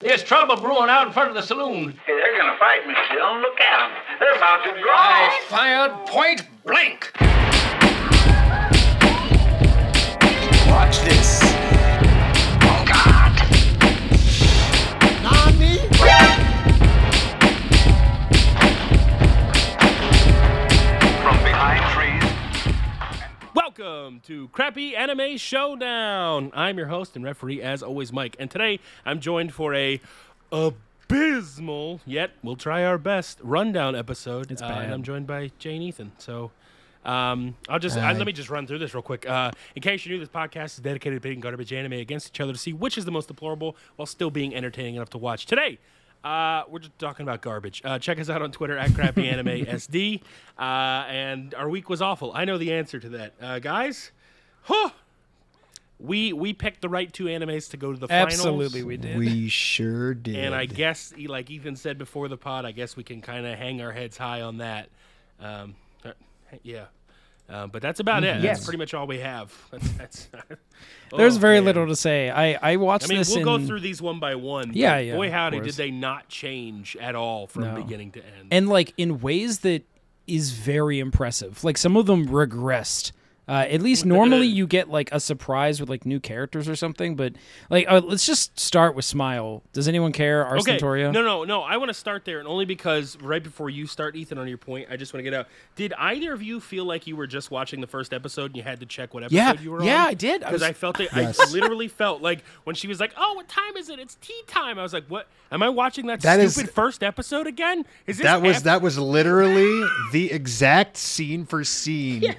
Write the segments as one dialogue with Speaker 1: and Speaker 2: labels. Speaker 1: There's trouble brewing out in front of the saloon.
Speaker 2: They're gonna fight me, Dillon. Look at 'em. They're about to draw.
Speaker 1: I fired point blank.
Speaker 3: Watch this.
Speaker 2: From behind trees.
Speaker 4: Welcome to Crappy Anime Showdown. I'm your host and referee, as always, Mike. And today I'm joined for a abysmal, yet we'll try our best rundown episode. It's
Speaker 5: bad.
Speaker 4: And I'm joined by Jane Ethan. So um, I'll just I, let me just run through this real quick. Uh, in case you're new, this podcast is dedicated to pitting garbage anime against each other to see which is the most deplorable, while still being entertaining enough to watch. Today. Uh, we're just talking about garbage. Uh, check us out on Twitter at crappy anime SD. Uh, and our week was awful. I know the answer to that, uh, guys. Huh. We we picked the right two animes to go to the finals.
Speaker 5: Absolutely, we did.
Speaker 3: We sure did.
Speaker 4: And I guess, e- like Ethan said before the pod, I guess we can kind of hang our heads high on that. Um, uh, yeah. Um, but that's about it. That's
Speaker 5: Yes.
Speaker 4: pretty much all we have. That's, that's,
Speaker 5: There's
Speaker 4: Oh,
Speaker 5: very
Speaker 4: man.
Speaker 5: little to say. I I watched
Speaker 4: I mean,
Speaker 5: this
Speaker 4: we'll
Speaker 5: in
Speaker 4: go through these one by one. but
Speaker 5: Yeah, yeah,
Speaker 4: Boy,
Speaker 5: of
Speaker 4: howdy, did
Speaker 5: course.
Speaker 4: they not change at all from
Speaker 5: No.
Speaker 4: beginning to end?
Speaker 5: and like in ways that is very impressive. Like some of them regressed. Uh, at least normally you get like a surprise with like new characters or something, but like uh, let's just start with Smile. Does anyone care? Ars
Speaker 4: Okay.
Speaker 5: Cantoria?
Speaker 4: No, no, no. I want to start there, and only because right before you start, Ethan, on your point, I just want to get out. Did either of you feel like you were just watching the first episode and you had to check what episode
Speaker 5: Yeah.
Speaker 4: you were
Speaker 5: Yeah,
Speaker 4: on?
Speaker 5: I did. I
Speaker 4: Because
Speaker 5: was-
Speaker 4: I, felt it. I literally felt like when she was like, "Oh, what time is it? It's tea time." I was like, "What? Am I watching that,
Speaker 3: That is-
Speaker 4: stupid first episode again? Is this
Speaker 3: that was
Speaker 4: hap-
Speaker 3: that was literally the exact scene for scene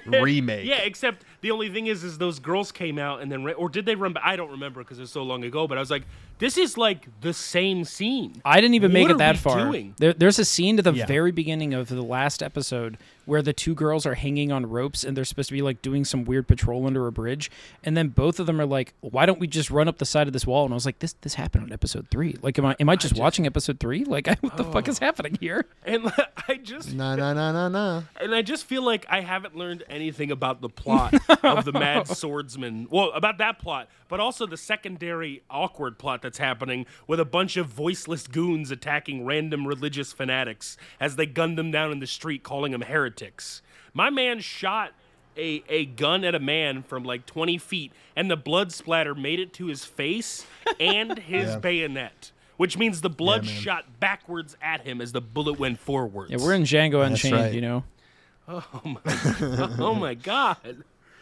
Speaker 3: remake.
Speaker 4: Yeah, except the only thing is, is those girls came out and then, ra- or did they run? ba- I don't remember because it was so long ago. But I was like, this is like the same scene.
Speaker 5: I didn't even make
Speaker 4: What
Speaker 5: it
Speaker 4: are
Speaker 5: that
Speaker 4: we
Speaker 5: far.
Speaker 4: doing?
Speaker 5: There, there's a scene to the
Speaker 3: Yeah.
Speaker 5: very beginning of the last episode where the two girls are hanging on ropes and they're supposed to be like doing some weird patrol under a bridge, and then both of them are like, "Why don't we just run up the side of this wall?" And I was like, "This this happened on episode three. Like, am I am I just, watching episode three? Like, I, what the fuck is happening here?"
Speaker 4: and I just
Speaker 3: Nah, nah, nah, nah, nah.
Speaker 4: and I just feel like I haven't learned anything about the plot of the Mad Swordsman. Well, about that plot, but also the secondary awkward plot that's happening with a bunch of voiceless goons attacking random religious fanatics as they gun them down in the street, calling them heretics. My man shot a, a gun at a man from like 20 feet, and the blood splatter made it to his face and his bayonet. Which means the blood shot backwards at him as the bullet went forwards.
Speaker 5: Yeah, we're in Django Unchained,
Speaker 3: right.
Speaker 5: you know.
Speaker 4: oh my god.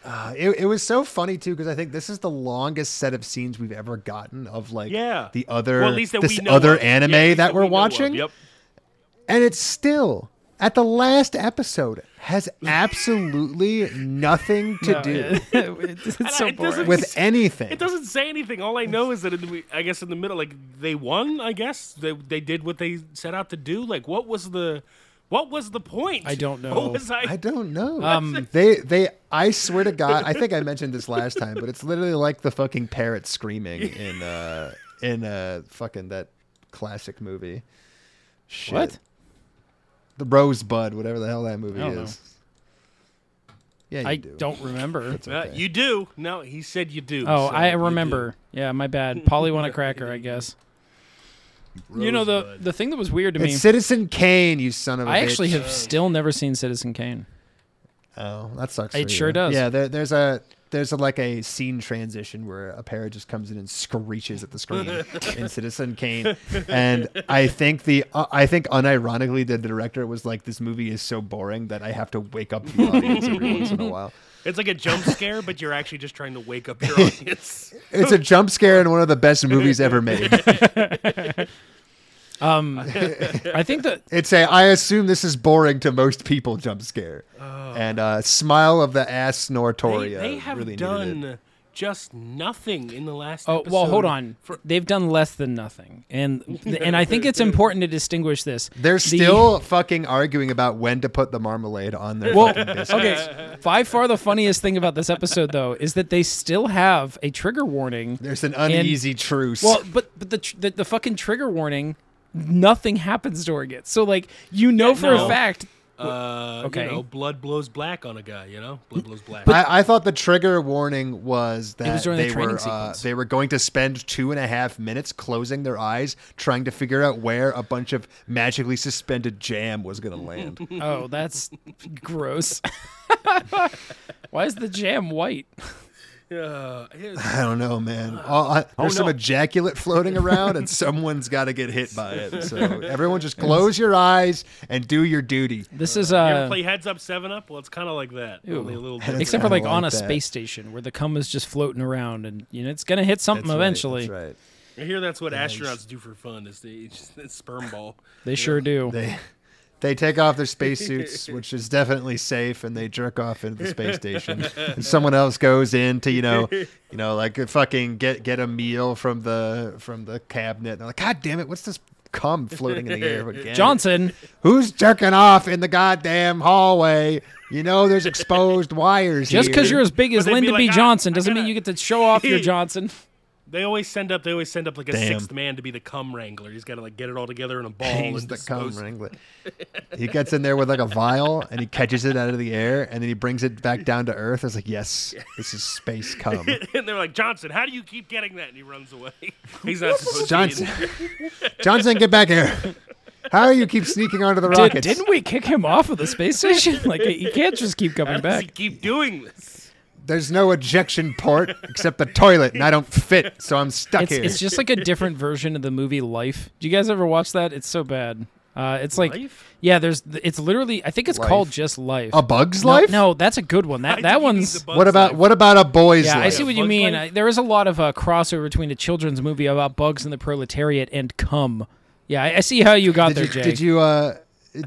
Speaker 3: Uh, It, it was so funny too because I think this is the longest set of scenes we've ever gotten of like
Speaker 4: Yeah.
Speaker 3: the other
Speaker 4: well, at least that
Speaker 3: this
Speaker 4: we know
Speaker 3: other
Speaker 4: of. Yeah,
Speaker 3: anime
Speaker 4: at least
Speaker 3: that, we're
Speaker 4: we know of.
Speaker 3: watching,
Speaker 4: Yep.
Speaker 3: and it's still at the last episode has absolutely nothing to do
Speaker 5: it's it's so
Speaker 4: it doesn't-
Speaker 5: boring.
Speaker 3: with anything.
Speaker 4: It doesn't say anything. All I know is that in the, I guess in the middle, like they won. I guess they they did what they set out to do. Like what was the what was the point?
Speaker 5: I don't know.
Speaker 4: What was I?
Speaker 3: I don't know. Um, they they I swear to God, I think I mentioned this last time, but it's literally like the fucking parrot screaming in uh in uh fucking that classic movie. Shit.
Speaker 5: What?
Speaker 3: The Rosebud, whatever the hell that movie
Speaker 5: I don't know.
Speaker 3: is. Yeah, you
Speaker 5: I
Speaker 3: do.
Speaker 5: don't remember.
Speaker 4: Uh, you do. No, he said you do.
Speaker 5: Oh,
Speaker 4: so
Speaker 5: I
Speaker 4: you do.
Speaker 5: remember. Yeah, my bad. Polly want a cracker, I guess. You know the the thing that was weird to me.
Speaker 3: It's Citizen Kane, you son of a
Speaker 5: I
Speaker 3: bitch.
Speaker 5: actually have still never seen Citizen Kane.
Speaker 3: Oh, that sucks.
Speaker 5: It
Speaker 3: for
Speaker 5: sure
Speaker 3: you.
Speaker 5: does.
Speaker 3: Yeah, there, there's a there's a, like a scene transition where a parrot just comes in and screeches at the screen in Citizen Kane, and I think the uh, I think unironically the director was like, "This movie is so boring that I have to wake up the audience every once in a while."
Speaker 4: It's like a jump scare, but you're actually just trying to wake up your audience.
Speaker 3: It's a jump scare in one of the best movies ever made.
Speaker 5: I think that
Speaker 3: It's a I assume this is boring to most people jump scare, and uh, smile of the ass
Speaker 4: Oh. they,
Speaker 3: snortoria.
Speaker 4: they have
Speaker 3: really needed it.
Speaker 4: done just nothing in the last.
Speaker 5: Oh well, hold
Speaker 4: episode
Speaker 5: on.
Speaker 4: for-
Speaker 5: They've done less than nothing, and and I think it's important to distinguish this.
Speaker 3: They're
Speaker 5: The-
Speaker 3: still fucking arguing about when to put the marmalade on their
Speaker 5: well.
Speaker 3: fucking biscuit.
Speaker 5: Okay. By far, the funniest thing about this episode, though, is that they still have a trigger warning.
Speaker 3: There's an uneasy truce.
Speaker 5: Well, but but the tr- the, the fucking trigger warning, nothing happens during it. So like you know for
Speaker 4: no.
Speaker 5: a fact
Speaker 4: Uh,
Speaker 5: okay.
Speaker 4: You know, blood blows black on a guy. You know, blood blows black.
Speaker 3: I, I thought the trigger warning was that
Speaker 5: during the
Speaker 3: they
Speaker 5: training
Speaker 3: were uh,
Speaker 5: sequence.
Speaker 3: they were going to spend two and a half minutes closing their eyes trying to figure out where a bunch of magically suspended jam was going to land.
Speaker 5: Oh, that's gross. Why is the jam white?
Speaker 4: Uh, here's-
Speaker 3: I don't know, man. All, I, there's some
Speaker 4: no.
Speaker 3: ejaculate floating around, and someone's got to get hit by it. So everyone, just close your eyes and do your duty.
Speaker 5: This is
Speaker 4: you ever
Speaker 5: uh,
Speaker 4: play heads up, seven up? Well, it's kind of like that.
Speaker 5: Ew.
Speaker 4: Only a little
Speaker 3: Heads
Speaker 4: bit.
Speaker 5: except for like
Speaker 3: kinda
Speaker 5: on a
Speaker 3: like that.
Speaker 5: space station where the cum is just floating around, and you know it's gonna hit something
Speaker 3: That's right,
Speaker 5: eventually.
Speaker 3: that's right.
Speaker 4: I hear that's what astronauts do for fun. Is they it's just- it's sperm ball.
Speaker 5: They sure do.
Speaker 3: They they take off their spacesuits, which is definitely safe, and they jerk off into the space station. And someone else goes in to you know, you know, like uh, fucking get get a meal from the from the cabinet. And they're like, God damn it, what's this cum floating in the air again?
Speaker 5: Johnson,
Speaker 3: who's jerking off in the goddamn hallway? You know, there's exposed wires.
Speaker 5: just because
Speaker 3: here."
Speaker 5: you're as big as
Speaker 4: they'd be
Speaker 5: Lyndon B.
Speaker 4: like, "I-
Speaker 5: Johnson
Speaker 4: I
Speaker 5: doesn't mean
Speaker 4: gotta-
Speaker 5: you get to show off your Johnson.
Speaker 4: They always send up. They always send up like a
Speaker 3: Damn.
Speaker 4: sixth man to be the cum wrangler. He's got to like get it all together in a ball
Speaker 3: He's
Speaker 4: and
Speaker 3: the cum
Speaker 4: dispose-
Speaker 3: wrangler. He gets in there with like a vial and he catches it out of the air and then he brings it back down to earth. It's like, yes, this is space cum.
Speaker 4: And they're like Johnson, how do you keep getting that? And he runs away. He's not supposed
Speaker 3: Johnson,
Speaker 4: to. be in-
Speaker 3: Johnson, get back here. How you keep sneaking onto the
Speaker 5: Did,
Speaker 3: rockets?
Speaker 5: didn't we kick him off of the space station? Like he can't just keep
Speaker 4: How
Speaker 5: coming
Speaker 4: does he
Speaker 5: back.
Speaker 4: keep doing this?
Speaker 3: There's no ejection port except the toilet, and I don't fit, so I'm stuck
Speaker 5: It's,
Speaker 3: here.
Speaker 5: it's just like a different version of the movie Life. Do you guys ever watch that? It's so bad. Uh, it's like,
Speaker 4: Life?
Speaker 5: yeah, there's. It's literally. I think it's
Speaker 3: Life.
Speaker 5: called just Life.
Speaker 3: a bug's
Speaker 5: No-
Speaker 3: life.
Speaker 5: No, that's a good one.
Speaker 4: I
Speaker 5: That
Speaker 4: think he
Speaker 5: that
Speaker 4: needs
Speaker 5: one's.
Speaker 4: a bug's
Speaker 3: What about
Speaker 4: life.
Speaker 3: what about a boy's
Speaker 5: Yeah, I
Speaker 3: life?
Speaker 5: see what
Speaker 4: Bug's
Speaker 5: you mean.
Speaker 4: Life?
Speaker 5: I, there is a lot of uh, crossover between a children's movie about bugs and the proletariat and cum. Yeah, I, I see how you got
Speaker 3: did
Speaker 5: there,
Speaker 3: you,
Speaker 5: Jay.
Speaker 3: did you uh,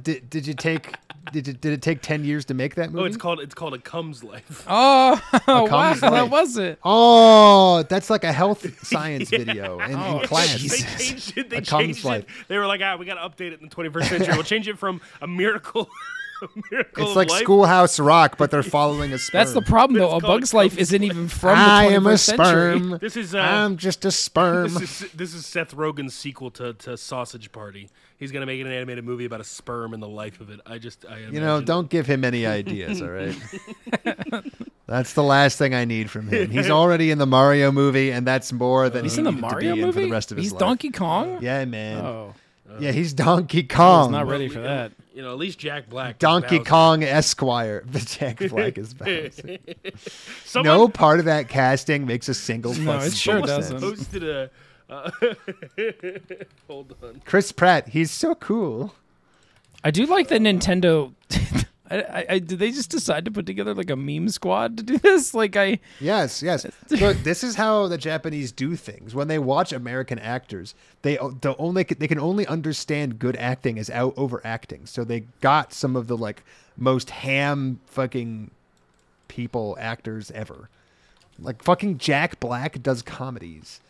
Speaker 3: did, did you take did, it- did it take ten years to make that movie?
Speaker 4: Oh, it's called it's called a cum's life.
Speaker 5: oh, wow,
Speaker 3: cum's
Speaker 5: that
Speaker 3: life.
Speaker 5: was it.
Speaker 3: Oh, that's like a health science video in, in class.
Speaker 4: Oh, They changed it. They
Speaker 3: A cum's
Speaker 4: changed it.
Speaker 3: life.
Speaker 4: They were like, ah, we got to update it in the 21st century. We'll change it from a miracle. a miracle
Speaker 3: It's
Speaker 4: of
Speaker 3: like
Speaker 4: life.
Speaker 3: Schoolhouse Rock, but they're following a sperm.
Speaker 5: That's the problem, though. A
Speaker 4: It's called
Speaker 5: bug's
Speaker 4: cum.
Speaker 5: life isn't even from
Speaker 3: I
Speaker 5: the 21st
Speaker 3: am a
Speaker 5: century.
Speaker 3: sperm.
Speaker 4: This is, uh,
Speaker 3: I'm just a sperm.
Speaker 4: This is, this is Seth Rogen's sequel to, to Sausage Party. He's gonna make an animated movie about a sperm and the life of it. I just, I
Speaker 3: You know,
Speaker 4: imagine-
Speaker 3: don't give him any ideas, all right? that's the last thing I need from him. He's already in the Mario movie, and that's more than
Speaker 5: He's
Speaker 3: he
Speaker 5: in the
Speaker 3: needed to be
Speaker 5: Mario
Speaker 3: in
Speaker 5: movie.
Speaker 3: for the rest of his
Speaker 5: He's
Speaker 3: life.
Speaker 5: Donkey Kong.
Speaker 3: Yeah, man.
Speaker 5: Oh,
Speaker 3: yeah, he's Donkey Kong.
Speaker 5: not ready for that.
Speaker 4: You know, at least Jack Black. is
Speaker 3: Donkey
Speaker 4: Bowser.
Speaker 3: Kong Esquire. The Jack Black is Bowser.
Speaker 4: Someone
Speaker 3: no part of that casting makes a single
Speaker 5: No,
Speaker 3: fucking
Speaker 5: it sure
Speaker 3: sense.
Speaker 5: doesn't.
Speaker 4: posted a. Uh, hold on.
Speaker 3: Chris Pratt, he's so cool.
Speaker 5: I do like that Nintendo. I, I, I, did they just decide to put together like a meme squad to do this? Like I,
Speaker 3: Yes, yes. Look, this is how the Japanese do things. When they watch American actors, they o- the only they can only understand good acting is out overacting. So they got some of the like most ham fucking people actors ever. Like fucking Jack Black does comedies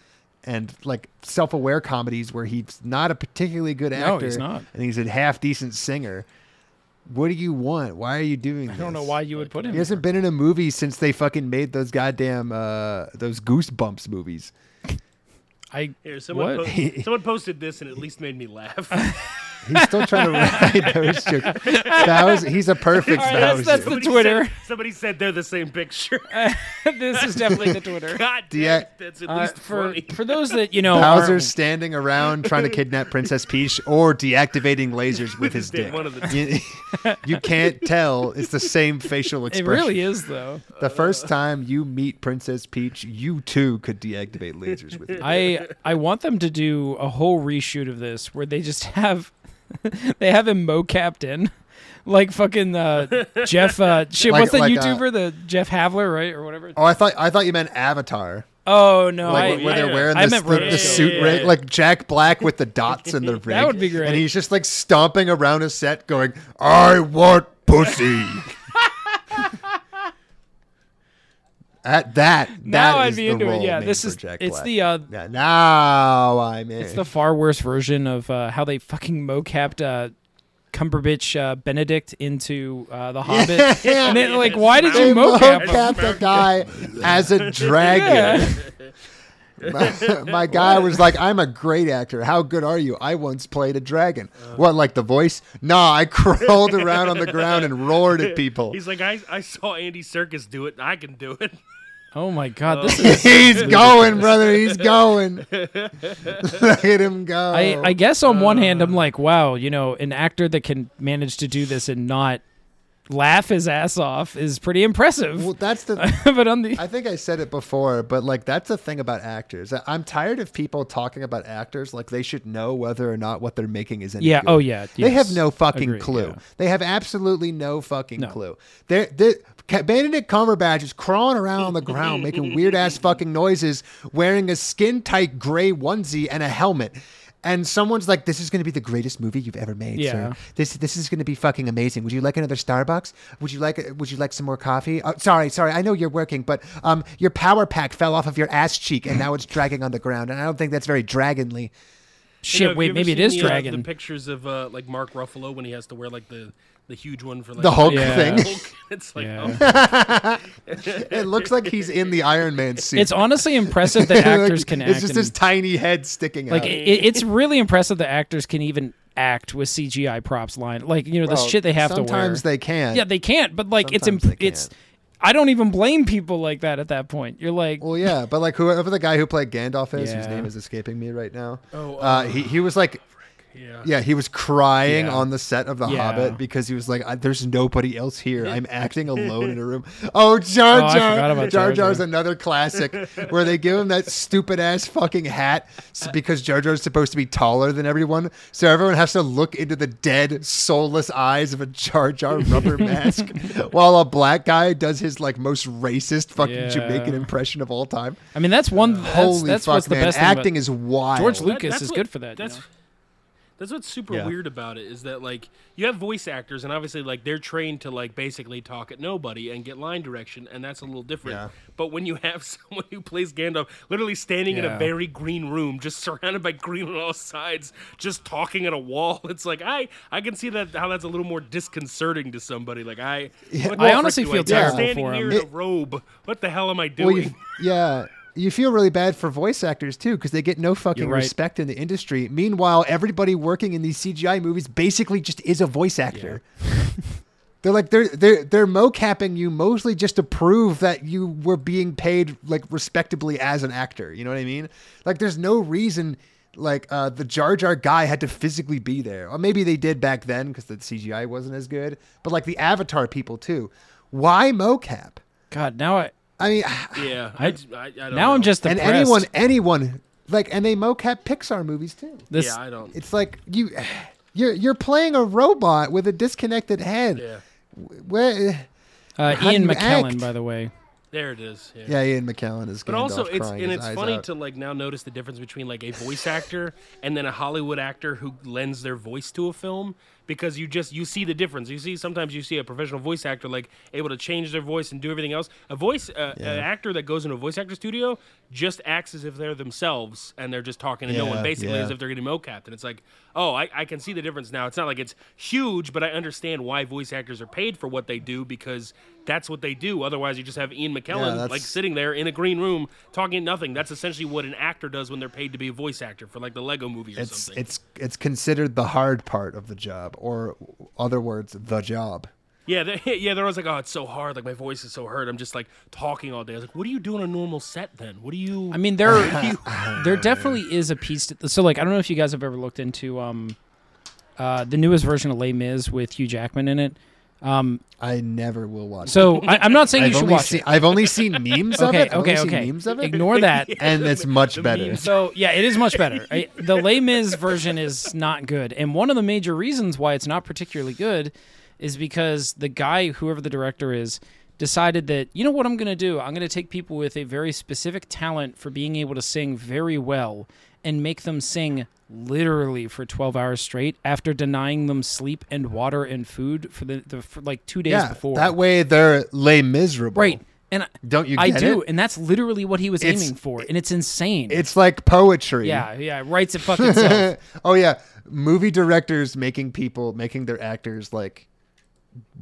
Speaker 3: and like self-aware comedies where he's not a particularly good actor
Speaker 5: No, he's not.
Speaker 3: and he's a half decent singer. What do you want? Why are you doing this?
Speaker 5: I don't know why you would put him.
Speaker 3: He hasn't been in a movie since they fucking made those goddamn uh, those Goosebumps movies.
Speaker 5: I
Speaker 4: Here, someone,
Speaker 5: what?
Speaker 4: po- someone posted this and at least made me laugh.
Speaker 3: He's still trying to ride those jokes. Bowser, he's a perfect
Speaker 5: All right, that's- that's
Speaker 3: Bowser.
Speaker 5: the-
Speaker 4: Somebody
Speaker 5: Twitter.
Speaker 4: Said, somebody said they're the same picture.
Speaker 5: this is definitely the Twitter.
Speaker 4: God damn,
Speaker 3: Yeah.
Speaker 4: it, that's at
Speaker 5: Uh,
Speaker 4: least
Speaker 5: for
Speaker 4: funny.
Speaker 5: for those that you know, aren't-
Speaker 3: Bowser's standing around trying to kidnap Princess Peach or deactivating lasers with his
Speaker 4: Did
Speaker 3: dick.
Speaker 4: One of the
Speaker 3: You, you can't tell. It's the same facial
Speaker 5: it
Speaker 3: expression.
Speaker 5: really is though.
Speaker 3: The first time you meet Princess Peach, you too could deactivate lasers with. Your
Speaker 5: I I want them to do a whole reshoot of this where they just have they have him mocapped in. Like fucking uh, Jeff, uh, shit.
Speaker 3: Like-
Speaker 5: what's that
Speaker 3: like, uh,
Speaker 5: YouTuber, the Jeff Havler, right, or whatever?
Speaker 3: Oh, I thought I thought you meant Avatar.
Speaker 5: Oh no,
Speaker 3: like
Speaker 5: I,
Speaker 3: where
Speaker 5: I-
Speaker 3: they're wearing
Speaker 5: I
Speaker 3: this,
Speaker 5: meant
Speaker 3: the,
Speaker 5: Roto
Speaker 3: the suit
Speaker 4: Rooter.
Speaker 3: rig, like Jack Black with the dots and the rig.
Speaker 5: would be great.
Speaker 3: And he's just like stomping around a set, going, "I want pussy." At that,
Speaker 5: now
Speaker 3: that
Speaker 5: I'd
Speaker 3: is
Speaker 5: be
Speaker 3: the
Speaker 5: into it.
Speaker 3: role
Speaker 5: Yeah,
Speaker 3: made
Speaker 5: this
Speaker 3: for
Speaker 5: is
Speaker 3: Jack
Speaker 5: it's
Speaker 3: Black.
Speaker 5: the uh,
Speaker 3: Yeah, now I'm in.
Speaker 5: it's the far worse version of uh, how they fucking mocapped uh, Cumberbatch uh, Benedict into uh, the Hobbit. And then like, why did
Speaker 3: they
Speaker 5: you mocap him?
Speaker 3: mocapped the guy as a dragon. My, my guy was like, "I'm a great actor. How good are you? I once played a dragon. what, like the voice? Nah, I crawled around on the ground and roared at people.
Speaker 4: He's like, I, I saw Andy Circus do it. and I can do it.
Speaker 5: Oh my god, this is.
Speaker 3: He's going, brother. He's going. Let him go.
Speaker 5: I, I guess on one hand, I'm like, wow, you know, an actor that can manage to do this and not laugh his ass off is pretty impressive.
Speaker 3: well, that's the.
Speaker 5: but on the
Speaker 3: I think I said it before, but like that's the thing about actors. I- I'm tired of people talking about actors like they should know whether or not what they're making is any
Speaker 5: Yeah,
Speaker 3: good.
Speaker 5: oh, yeah,
Speaker 3: They have
Speaker 5: yes.
Speaker 3: no fucking
Speaker 5: Agree,
Speaker 3: clue.
Speaker 5: yeah.
Speaker 3: They have absolutely no fucking clue. They're, they're, Ca- Benedict Cumberbatch is crawling around on the ground making weird ass fucking noises, wearing a skin tight gray onesie and a helmet. And someone's like, "This is going to be the greatest movie you've ever made,
Speaker 5: Yeah.
Speaker 3: sir. This this is going to be fucking amazing. Would you like another Starbucks? Would you like Would you like some more coffee? Oh, sorry, sorry. I know you're working, but um, your power pack fell off of your ass cheek, and now it's dragging on the ground. And I don't think that's very dragonly.
Speaker 5: shit,
Speaker 4: You know, have you
Speaker 5: wait,
Speaker 4: ever
Speaker 5: maybe it
Speaker 4: seen
Speaker 5: is
Speaker 4: the, uh,
Speaker 5: dragon.
Speaker 4: the pictures of uh, like Mark Ruffalo when he has to wear like the the huge one for like
Speaker 3: The Hulk
Speaker 5: Yeah.
Speaker 3: thing.
Speaker 4: Hulk. It's like
Speaker 5: Yeah.
Speaker 4: oh,
Speaker 3: it looks like he's in the Iron Man suit.
Speaker 5: it's honestly impressive that
Speaker 3: Like,
Speaker 5: actors can act.
Speaker 3: It's just
Speaker 5: and-
Speaker 3: his tiny head sticking
Speaker 5: like
Speaker 3: out.
Speaker 5: it, it's really impressive that actors can even act with CGI props line. Like you know the
Speaker 3: Well,
Speaker 5: shit they have to wear.
Speaker 3: Sometimes they can.
Speaker 5: yeah, they can't. But like it's
Speaker 3: Sometimes
Speaker 5: imp-
Speaker 3: they
Speaker 5: it's. I don't even blame people like that at that point. You're like,
Speaker 3: Well, yeah, but like whoever the guy who played Gandalf is, whose
Speaker 5: Yeah.
Speaker 3: name is escaping me right now.
Speaker 4: Oh,
Speaker 3: uh, he he was like,
Speaker 4: yeah.
Speaker 3: yeah, he was crying
Speaker 5: Yeah.
Speaker 3: on the set of The
Speaker 5: Yeah.
Speaker 3: Hobbit because he was like, I, "There's nobody else here. I'm acting alone in a room." Oh, Jar
Speaker 5: Oh, I
Speaker 3: Jar!
Speaker 5: forgot about
Speaker 3: Jar
Speaker 5: Jar Jar.
Speaker 3: Jar's another classic where they give him that stupid ass fucking hat s- because Jar Jar's supposed to be taller than everyone, so everyone has to look into the dead, soulless eyes of a Jar Jar rubber mask while a black guy does his like most racist fucking
Speaker 5: Yeah.
Speaker 3: Jamaican impression of all time.
Speaker 5: I mean, that's one. That's,
Speaker 3: Holy
Speaker 5: that's
Speaker 3: fuck,
Speaker 5: what's the
Speaker 3: man!
Speaker 5: best
Speaker 3: Acting
Speaker 5: thing
Speaker 3: is wild.
Speaker 5: George
Speaker 4: That-
Speaker 5: Lucas
Speaker 4: that's
Speaker 5: is
Speaker 4: what-
Speaker 5: good for that. you
Speaker 4: That's
Speaker 5: know?
Speaker 4: that's what's super
Speaker 3: Yeah.
Speaker 4: weird about it is that like you have voice actors and obviously like they're trained to like basically talk at nobody and get line direction and that's a little different.
Speaker 3: Yeah.
Speaker 4: But when you have someone who plays Gandalf literally standing in a
Speaker 5: Yeah.
Speaker 4: very green room, just surrounded by green on all sides, just talking at a wall, it's like I I can see that how that's a little more disconcerting to somebody. Like I what the
Speaker 5: I
Speaker 4: frick
Speaker 5: honestly
Speaker 4: do
Speaker 5: feel
Speaker 4: do? I'm
Speaker 3: terrible
Speaker 4: standing
Speaker 5: for
Speaker 4: here
Speaker 5: him.
Speaker 4: in a robe. What the hell am I doing?
Speaker 3: Well, you, yeah, you feel really bad for voice actors too because they get no fucking
Speaker 5: You're right.
Speaker 3: respect in the industry. Meanwhile, everybody working in these CGI movies basically just is a voice actor. they're like they're they're they're mocapping you mostly just to prove that you were being paid like respectably as an actor. You know what I mean? Like, there's no reason. Like uh, the Jar Jar guy had to physically be there, or maybe they did back then because the CGI wasn't as good. But like the Avatar people too, why mocap?
Speaker 5: God, now I
Speaker 3: I mean,
Speaker 4: yeah, I, I, I don't
Speaker 5: now I'm
Speaker 4: know.
Speaker 5: just
Speaker 3: and
Speaker 5: depressed.
Speaker 3: anyone anyone like and they mocap pixar movies too
Speaker 5: this
Speaker 4: yeah, I don't.
Speaker 3: it's like you you're you're playing a robot with a disconnected head
Speaker 4: Yeah,
Speaker 3: where
Speaker 5: uh,
Speaker 3: how do
Speaker 5: Ian
Speaker 3: you
Speaker 5: McKellen,
Speaker 3: act?
Speaker 5: by the way.
Speaker 4: there it is. Yeah.
Speaker 3: yeah ian mckellen is
Speaker 4: But also,
Speaker 3: Gandalf
Speaker 4: it's
Speaker 3: crying
Speaker 4: and
Speaker 3: his
Speaker 4: it's
Speaker 3: eyes
Speaker 4: funny
Speaker 3: out.
Speaker 4: to like now notice the difference between like a voice actor and then a Hollywood actor who lends their voice to a film because you just you see the difference. You see sometimes you see a professional voice actor like able to change their voice and do everything else. A voice uh, an actor that goes into a voice actor studio just acts as if they're themselves and they're just talking to no
Speaker 3: Yeah,
Speaker 4: one, basically
Speaker 3: yeah.
Speaker 4: as if they're getting mocapped. And it's like, oh, I, I can see the difference now. It's not like it's huge, but I understand why voice actors are paid for what they do because. That's what they do. Otherwise, you just have Ian McKellen like
Speaker 3: that's-
Speaker 4: sitting sitting there in a green room talking nothing. That's essentially what an actor does when they're paid to be a voice actor for like the Lego movie or
Speaker 3: it's
Speaker 4: something.
Speaker 3: it's it's considered the hard part of the job or other words the job
Speaker 4: yeah, they, yeah, they're always like, oh, it's so hard. Like my voice is so hurt. I'm just like talking all day. I was like, what do you do on a normal set then? What do you?
Speaker 5: I mean, there there definitely is a piece. To, so, like, I don't know if you guys have ever looked into um, uh, the newest version of Les Mis with Hugh Jackman in it.
Speaker 3: i never will watch it.
Speaker 5: So, I, I'm not saying
Speaker 3: I've
Speaker 5: you should
Speaker 3: only
Speaker 5: watch
Speaker 3: seen,
Speaker 5: it.
Speaker 3: I've only seen memes of
Speaker 5: Okay,
Speaker 3: it. I've
Speaker 5: okay,
Speaker 3: only seen
Speaker 5: okay.
Speaker 3: memes of it.
Speaker 5: Ignore that.
Speaker 3: and it's much better.
Speaker 4: memes.
Speaker 5: So yeah, it is much better. I- the Les Mis version is not good, and one of the major reasons why it's not particularly good is because the guy, whoever the director is, decided that you know what I'm going to do. I'm going to take people with a very specific talent for being able to sing very well and make them sing literally for 12 hours straight after denying them sleep and water and food for the, the for like two days
Speaker 3: yeah,
Speaker 5: before.
Speaker 3: that way they're lay miserable.
Speaker 5: right. And I-
Speaker 3: Don't you
Speaker 5: I
Speaker 3: get
Speaker 5: do,
Speaker 3: it?
Speaker 5: and that's literally what he was
Speaker 3: It's-
Speaker 5: aiming for, and it's insane.
Speaker 3: It's like poetry.
Speaker 5: Yeah, yeah, it writes it fucking self.
Speaker 3: oh yeah, movie directors making people making their actors like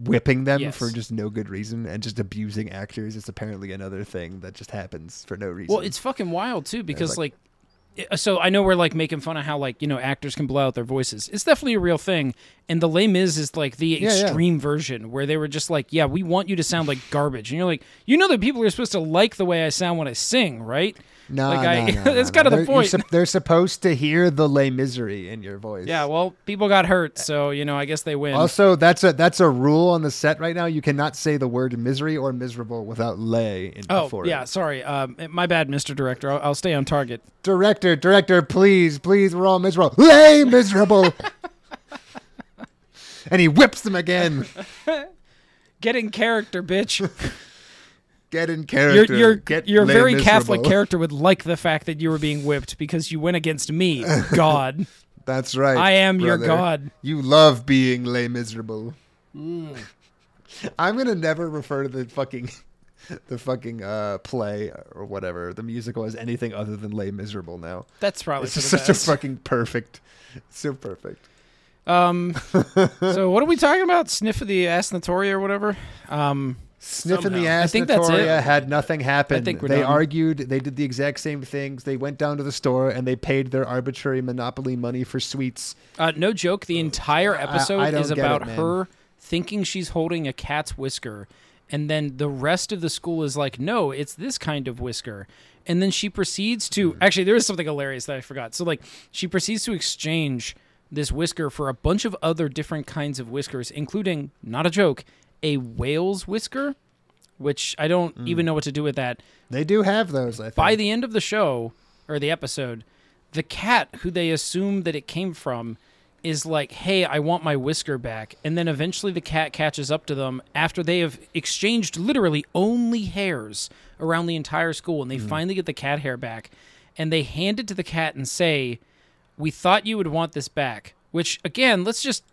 Speaker 3: whipping them
Speaker 5: Yes.
Speaker 3: for just no good reason and just abusing actors is apparently another thing that just happens for no reason.
Speaker 5: Well, it's fucking wild too because
Speaker 3: like-
Speaker 5: like, i- so I know we're like making fun of how like you know actors can blow out their voices. It's definitely a real thing, and the lame is is like the
Speaker 3: yeah.
Speaker 5: extreme version where they were just like, yeah, we want you to sound like garbage, and you're like, you know that people are supposed to like the way I sound when I sing, right?
Speaker 3: no,
Speaker 5: like
Speaker 3: no,
Speaker 5: I,
Speaker 3: no, no,
Speaker 5: that's
Speaker 3: no.
Speaker 5: kind of the
Speaker 3: They're- you're
Speaker 5: point.
Speaker 3: sup- they're supposed to hear the lay misery in your voice.
Speaker 5: yeah, well, people got hurt, so you know I guess they win.
Speaker 3: Also, that's a that's a rule on the set right now. You cannot say the word misery or miserable without lay in
Speaker 5: Oh
Speaker 3: before.
Speaker 5: yeah,
Speaker 3: it.
Speaker 5: sorry. Um, my bad, Mr. Director. I'll, I'll stay on target.
Speaker 3: Director, director, please, please, we're all miserable. Lay miserable. and he whips them again.
Speaker 5: Get in character, bitch.
Speaker 3: Get in
Speaker 5: your
Speaker 3: character.
Speaker 5: your
Speaker 3: Get
Speaker 5: your
Speaker 3: lay
Speaker 5: very
Speaker 3: miserable.
Speaker 5: Catholic character would like the fact that you were being whipped because you went against me, God.
Speaker 3: That's right.
Speaker 5: I am your
Speaker 3: brother.
Speaker 5: God.
Speaker 3: You love being lay miserable.
Speaker 5: Mm.
Speaker 3: I'm gonna never refer to the fucking the fucking uh, play or whatever the musical as anything other than lay miserable now.
Speaker 5: That's probably
Speaker 3: It's just
Speaker 5: for the
Speaker 3: such a
Speaker 5: best.
Speaker 3: fucking perfect, so perfect.
Speaker 5: um. so what are we talking about? Sniff of the ass Notori or whatever. Um.
Speaker 3: Sniff in the
Speaker 4: Somehow.
Speaker 3: ass.
Speaker 5: I think that's it.
Speaker 3: Notoria had nothing happen.
Speaker 5: I think we're
Speaker 3: they
Speaker 5: done.
Speaker 3: argued. They did the exact same things. They went down to the store and they paid their arbitrary monopoly money for sweets.
Speaker 5: Uh, no joke. The entire episode
Speaker 3: Oh, I don't
Speaker 5: is
Speaker 3: get
Speaker 5: about
Speaker 3: it, man.
Speaker 5: her thinking she's holding a cat's whisker, and then the rest of the school is like, "No, it's this kind of whisker." And then she proceeds
Speaker 3: Hmm.
Speaker 5: to actually there is something hilarious that I forgot. So like she proceeds to exchange this whisker for a bunch of other different kinds of whiskers, including not a joke, a whale's whisker, which I don't
Speaker 3: Hmm.
Speaker 5: even know what to do with that
Speaker 3: They do have those. I think.
Speaker 5: by the end of the show or the episode, the cat who they assume that it came from is like, "Hey, I want my whisker back." And then eventually the cat catches up to them after they have exchanged literally only hairs around the entire school and they
Speaker 3: Mm-hmm.
Speaker 5: finally get the cat hair back and they hand it to the cat and say, "We thought you would want this back." Which again, let's just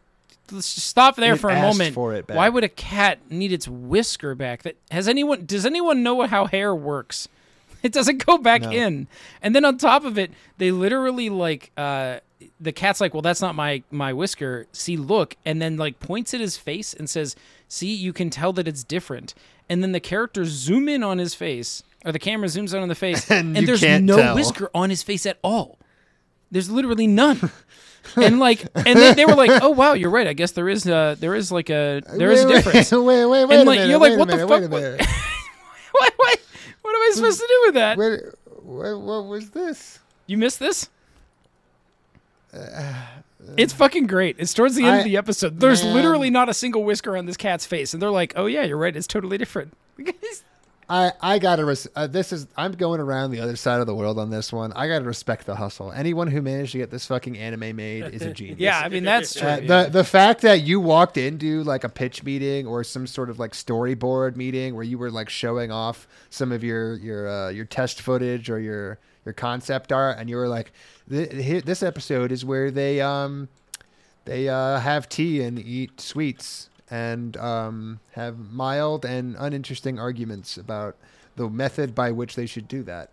Speaker 5: let's just stop there
Speaker 3: It
Speaker 5: for a
Speaker 3: asked
Speaker 5: moment.
Speaker 3: for it back.
Speaker 5: Why would a cat need its whisker back? That has anyone does anyone know how hair works? It doesn't go back in. And then on top of it, they literally like uh the cat's like, "Well, that's not my my whisker." See, look, and then like points at his face and says, "See, you can tell that it's different." And then the characters zoom in on his face, or the camera zooms in on the face,
Speaker 3: And
Speaker 5: and,
Speaker 3: you
Speaker 5: there's
Speaker 3: can't
Speaker 5: no
Speaker 3: tell.
Speaker 5: whisker on his face at all. There's literally none. and like, and they, they were like, "Oh wow, you're right. I guess there is a there is like a there is a
Speaker 3: Wait, wait,
Speaker 5: difference."
Speaker 3: Wait, wait, wait.
Speaker 5: And,
Speaker 3: a
Speaker 5: like,
Speaker 3: minute,
Speaker 5: you're like,
Speaker 3: wait a
Speaker 5: what the
Speaker 3: minute, wait a
Speaker 5: fuck? What-
Speaker 3: minute.
Speaker 5: what, what, what am I supposed to do with that?
Speaker 3: Wait, what, what was this?
Speaker 5: You missed this? It's fucking great. It's towards the end
Speaker 3: Uh, I-
Speaker 5: of the episode. There's
Speaker 3: man.
Speaker 5: literally not a single whisker on this cat's face, and they're like, "Oh yeah, you're right. It's totally different."
Speaker 3: I I gotta res- uh, this is I'm going around the other side of the world on this one. I gotta respect the hustle. Anyone who managed to get this fucking anime made is a genius.
Speaker 5: yeah, I mean that's true.
Speaker 3: Uh,
Speaker 5: yeah.
Speaker 3: the the fact that you walked into like a pitch meeting or some sort of like storyboard meeting where you were like showing off some of your your uh, your test footage or your your concept art and you were like "Th- here- this episode is where they um they uh, have tea and eat sweets and um, have mild and uninteresting arguments about the method by which they should do that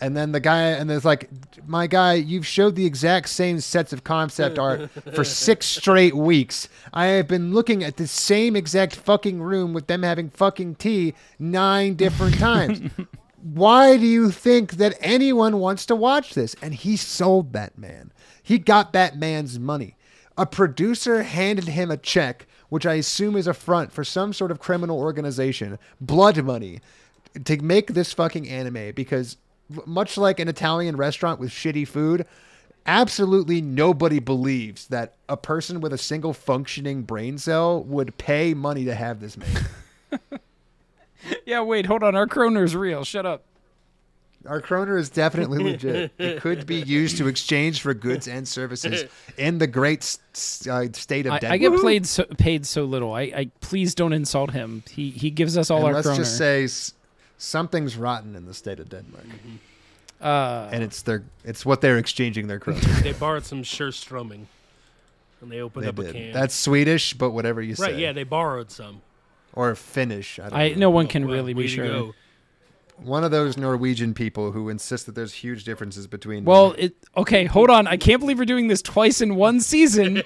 Speaker 3: and then the guy, and there's like, my guy, you've showed the exact same sets of concept art for six straight weeks. I have been looking at the same exact fucking room with them having fucking tea nine different times. Why do you think that anyone wants to watch this? And he sold that man. He got that man's money. A producer handed him a check, which I assume is a front for some sort of criminal organization, blood money, to make this fucking anime because, much like an Italian restaurant with shitty food, absolutely nobody believes that a person with a single functioning brain cell would pay money to have this made.
Speaker 5: yeah, wait, hold on. Our Croner's real. Shut up.
Speaker 3: Our kroner is definitely legit. It could be used to exchange for goods and services in the great s- s- uh, state of
Speaker 5: I,
Speaker 3: Denmark.
Speaker 5: I get played so, paid so little. I, I please don't insult him. He he gives us all
Speaker 3: And
Speaker 5: our
Speaker 3: let's
Speaker 5: Croner.
Speaker 3: just say s- something's rotten in the state of Denmark,
Speaker 5: Mm-hmm. Uh,
Speaker 3: and it's their it's what they're exchanging their kroner.
Speaker 4: They borrowed some sure strumming, and they opened
Speaker 3: They
Speaker 4: up a can.
Speaker 3: did. That's Swedish, but whatever you
Speaker 4: right.
Speaker 3: say,
Speaker 4: Yeah, they borrowed some.
Speaker 3: or Finnish. I don't
Speaker 5: I
Speaker 3: know.
Speaker 5: no one can
Speaker 4: Oh, Well,
Speaker 5: really
Speaker 4: way
Speaker 5: be
Speaker 4: to
Speaker 5: sure.
Speaker 4: go.
Speaker 3: one of those Norwegian people who insist that there's huge differences between.
Speaker 5: Well, it okay, hold on. I can't believe we're doing this twice in one season,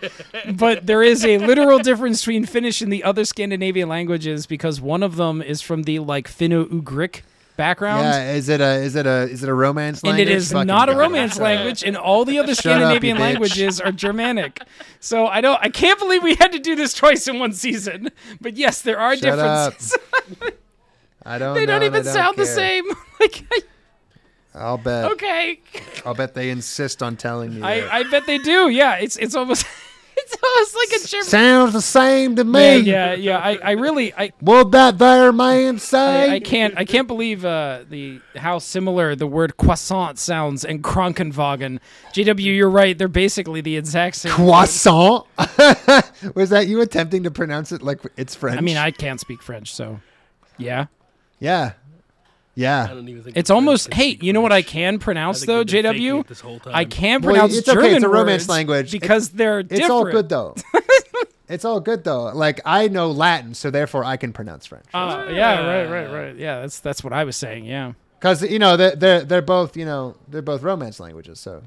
Speaker 5: but there is a literal difference between Finnish and the other Scandinavian languages because one of them is from the like Finno-Ugric background.
Speaker 3: yeah, is it a is it a is it a romance?
Speaker 5: um, And
Speaker 3: language?
Speaker 5: it is
Speaker 3: Fucking
Speaker 5: not a
Speaker 3: God.
Speaker 5: romance language, and all the other
Speaker 3: up, you
Speaker 5: Scandinavian
Speaker 3: bitch.
Speaker 5: languages are Germanic. So I don't, I can't believe we had to do this twice in one season. But yes, there are
Speaker 3: Shut up.
Speaker 5: differences.
Speaker 3: I don't.
Speaker 5: they
Speaker 3: know,
Speaker 5: don't even sound the
Speaker 3: care.
Speaker 5: same. like,
Speaker 3: I'll bet.
Speaker 5: okay,
Speaker 3: I'll bet they insist on telling me. that.
Speaker 5: I, I bet they do. Yeah, it's it's almost, it's almost like a German.
Speaker 3: Sounds the same to me.
Speaker 5: Man, yeah, yeah. I, I really, I,
Speaker 3: What that there man say?
Speaker 5: I, I can't, I can't believe uh, the how similar the word croissant sounds and Krankenwagen. JW, you're right. They're basically the exact same.
Speaker 3: Croissant. Was that you attempting to pronounce it like it's French?
Speaker 5: I mean, I can't speak French, so yeah.
Speaker 3: Yeah.
Speaker 4: I
Speaker 3: Yeah.
Speaker 4: don't even think
Speaker 5: It's
Speaker 4: the French
Speaker 5: almost.
Speaker 4: can
Speaker 5: Hey,
Speaker 4: speak
Speaker 5: you know what
Speaker 4: French.
Speaker 5: I can pronounce
Speaker 4: think
Speaker 5: though,
Speaker 4: they've been faking
Speaker 5: JW.
Speaker 4: it this whole time.
Speaker 5: I can
Speaker 3: Well,
Speaker 5: pronounce
Speaker 3: it's okay,
Speaker 5: German
Speaker 3: it's a romance
Speaker 5: words
Speaker 3: language. It-
Speaker 5: because they're different.
Speaker 3: It's all good though. it's all good though. Like I know Latin, so therefore I can pronounce French.
Speaker 5: Uh, yeah, right, right, right. Yeah, that's that's what I was saying. Yeah.
Speaker 3: Because you know they're, they're they're both you know they're both romance languages, so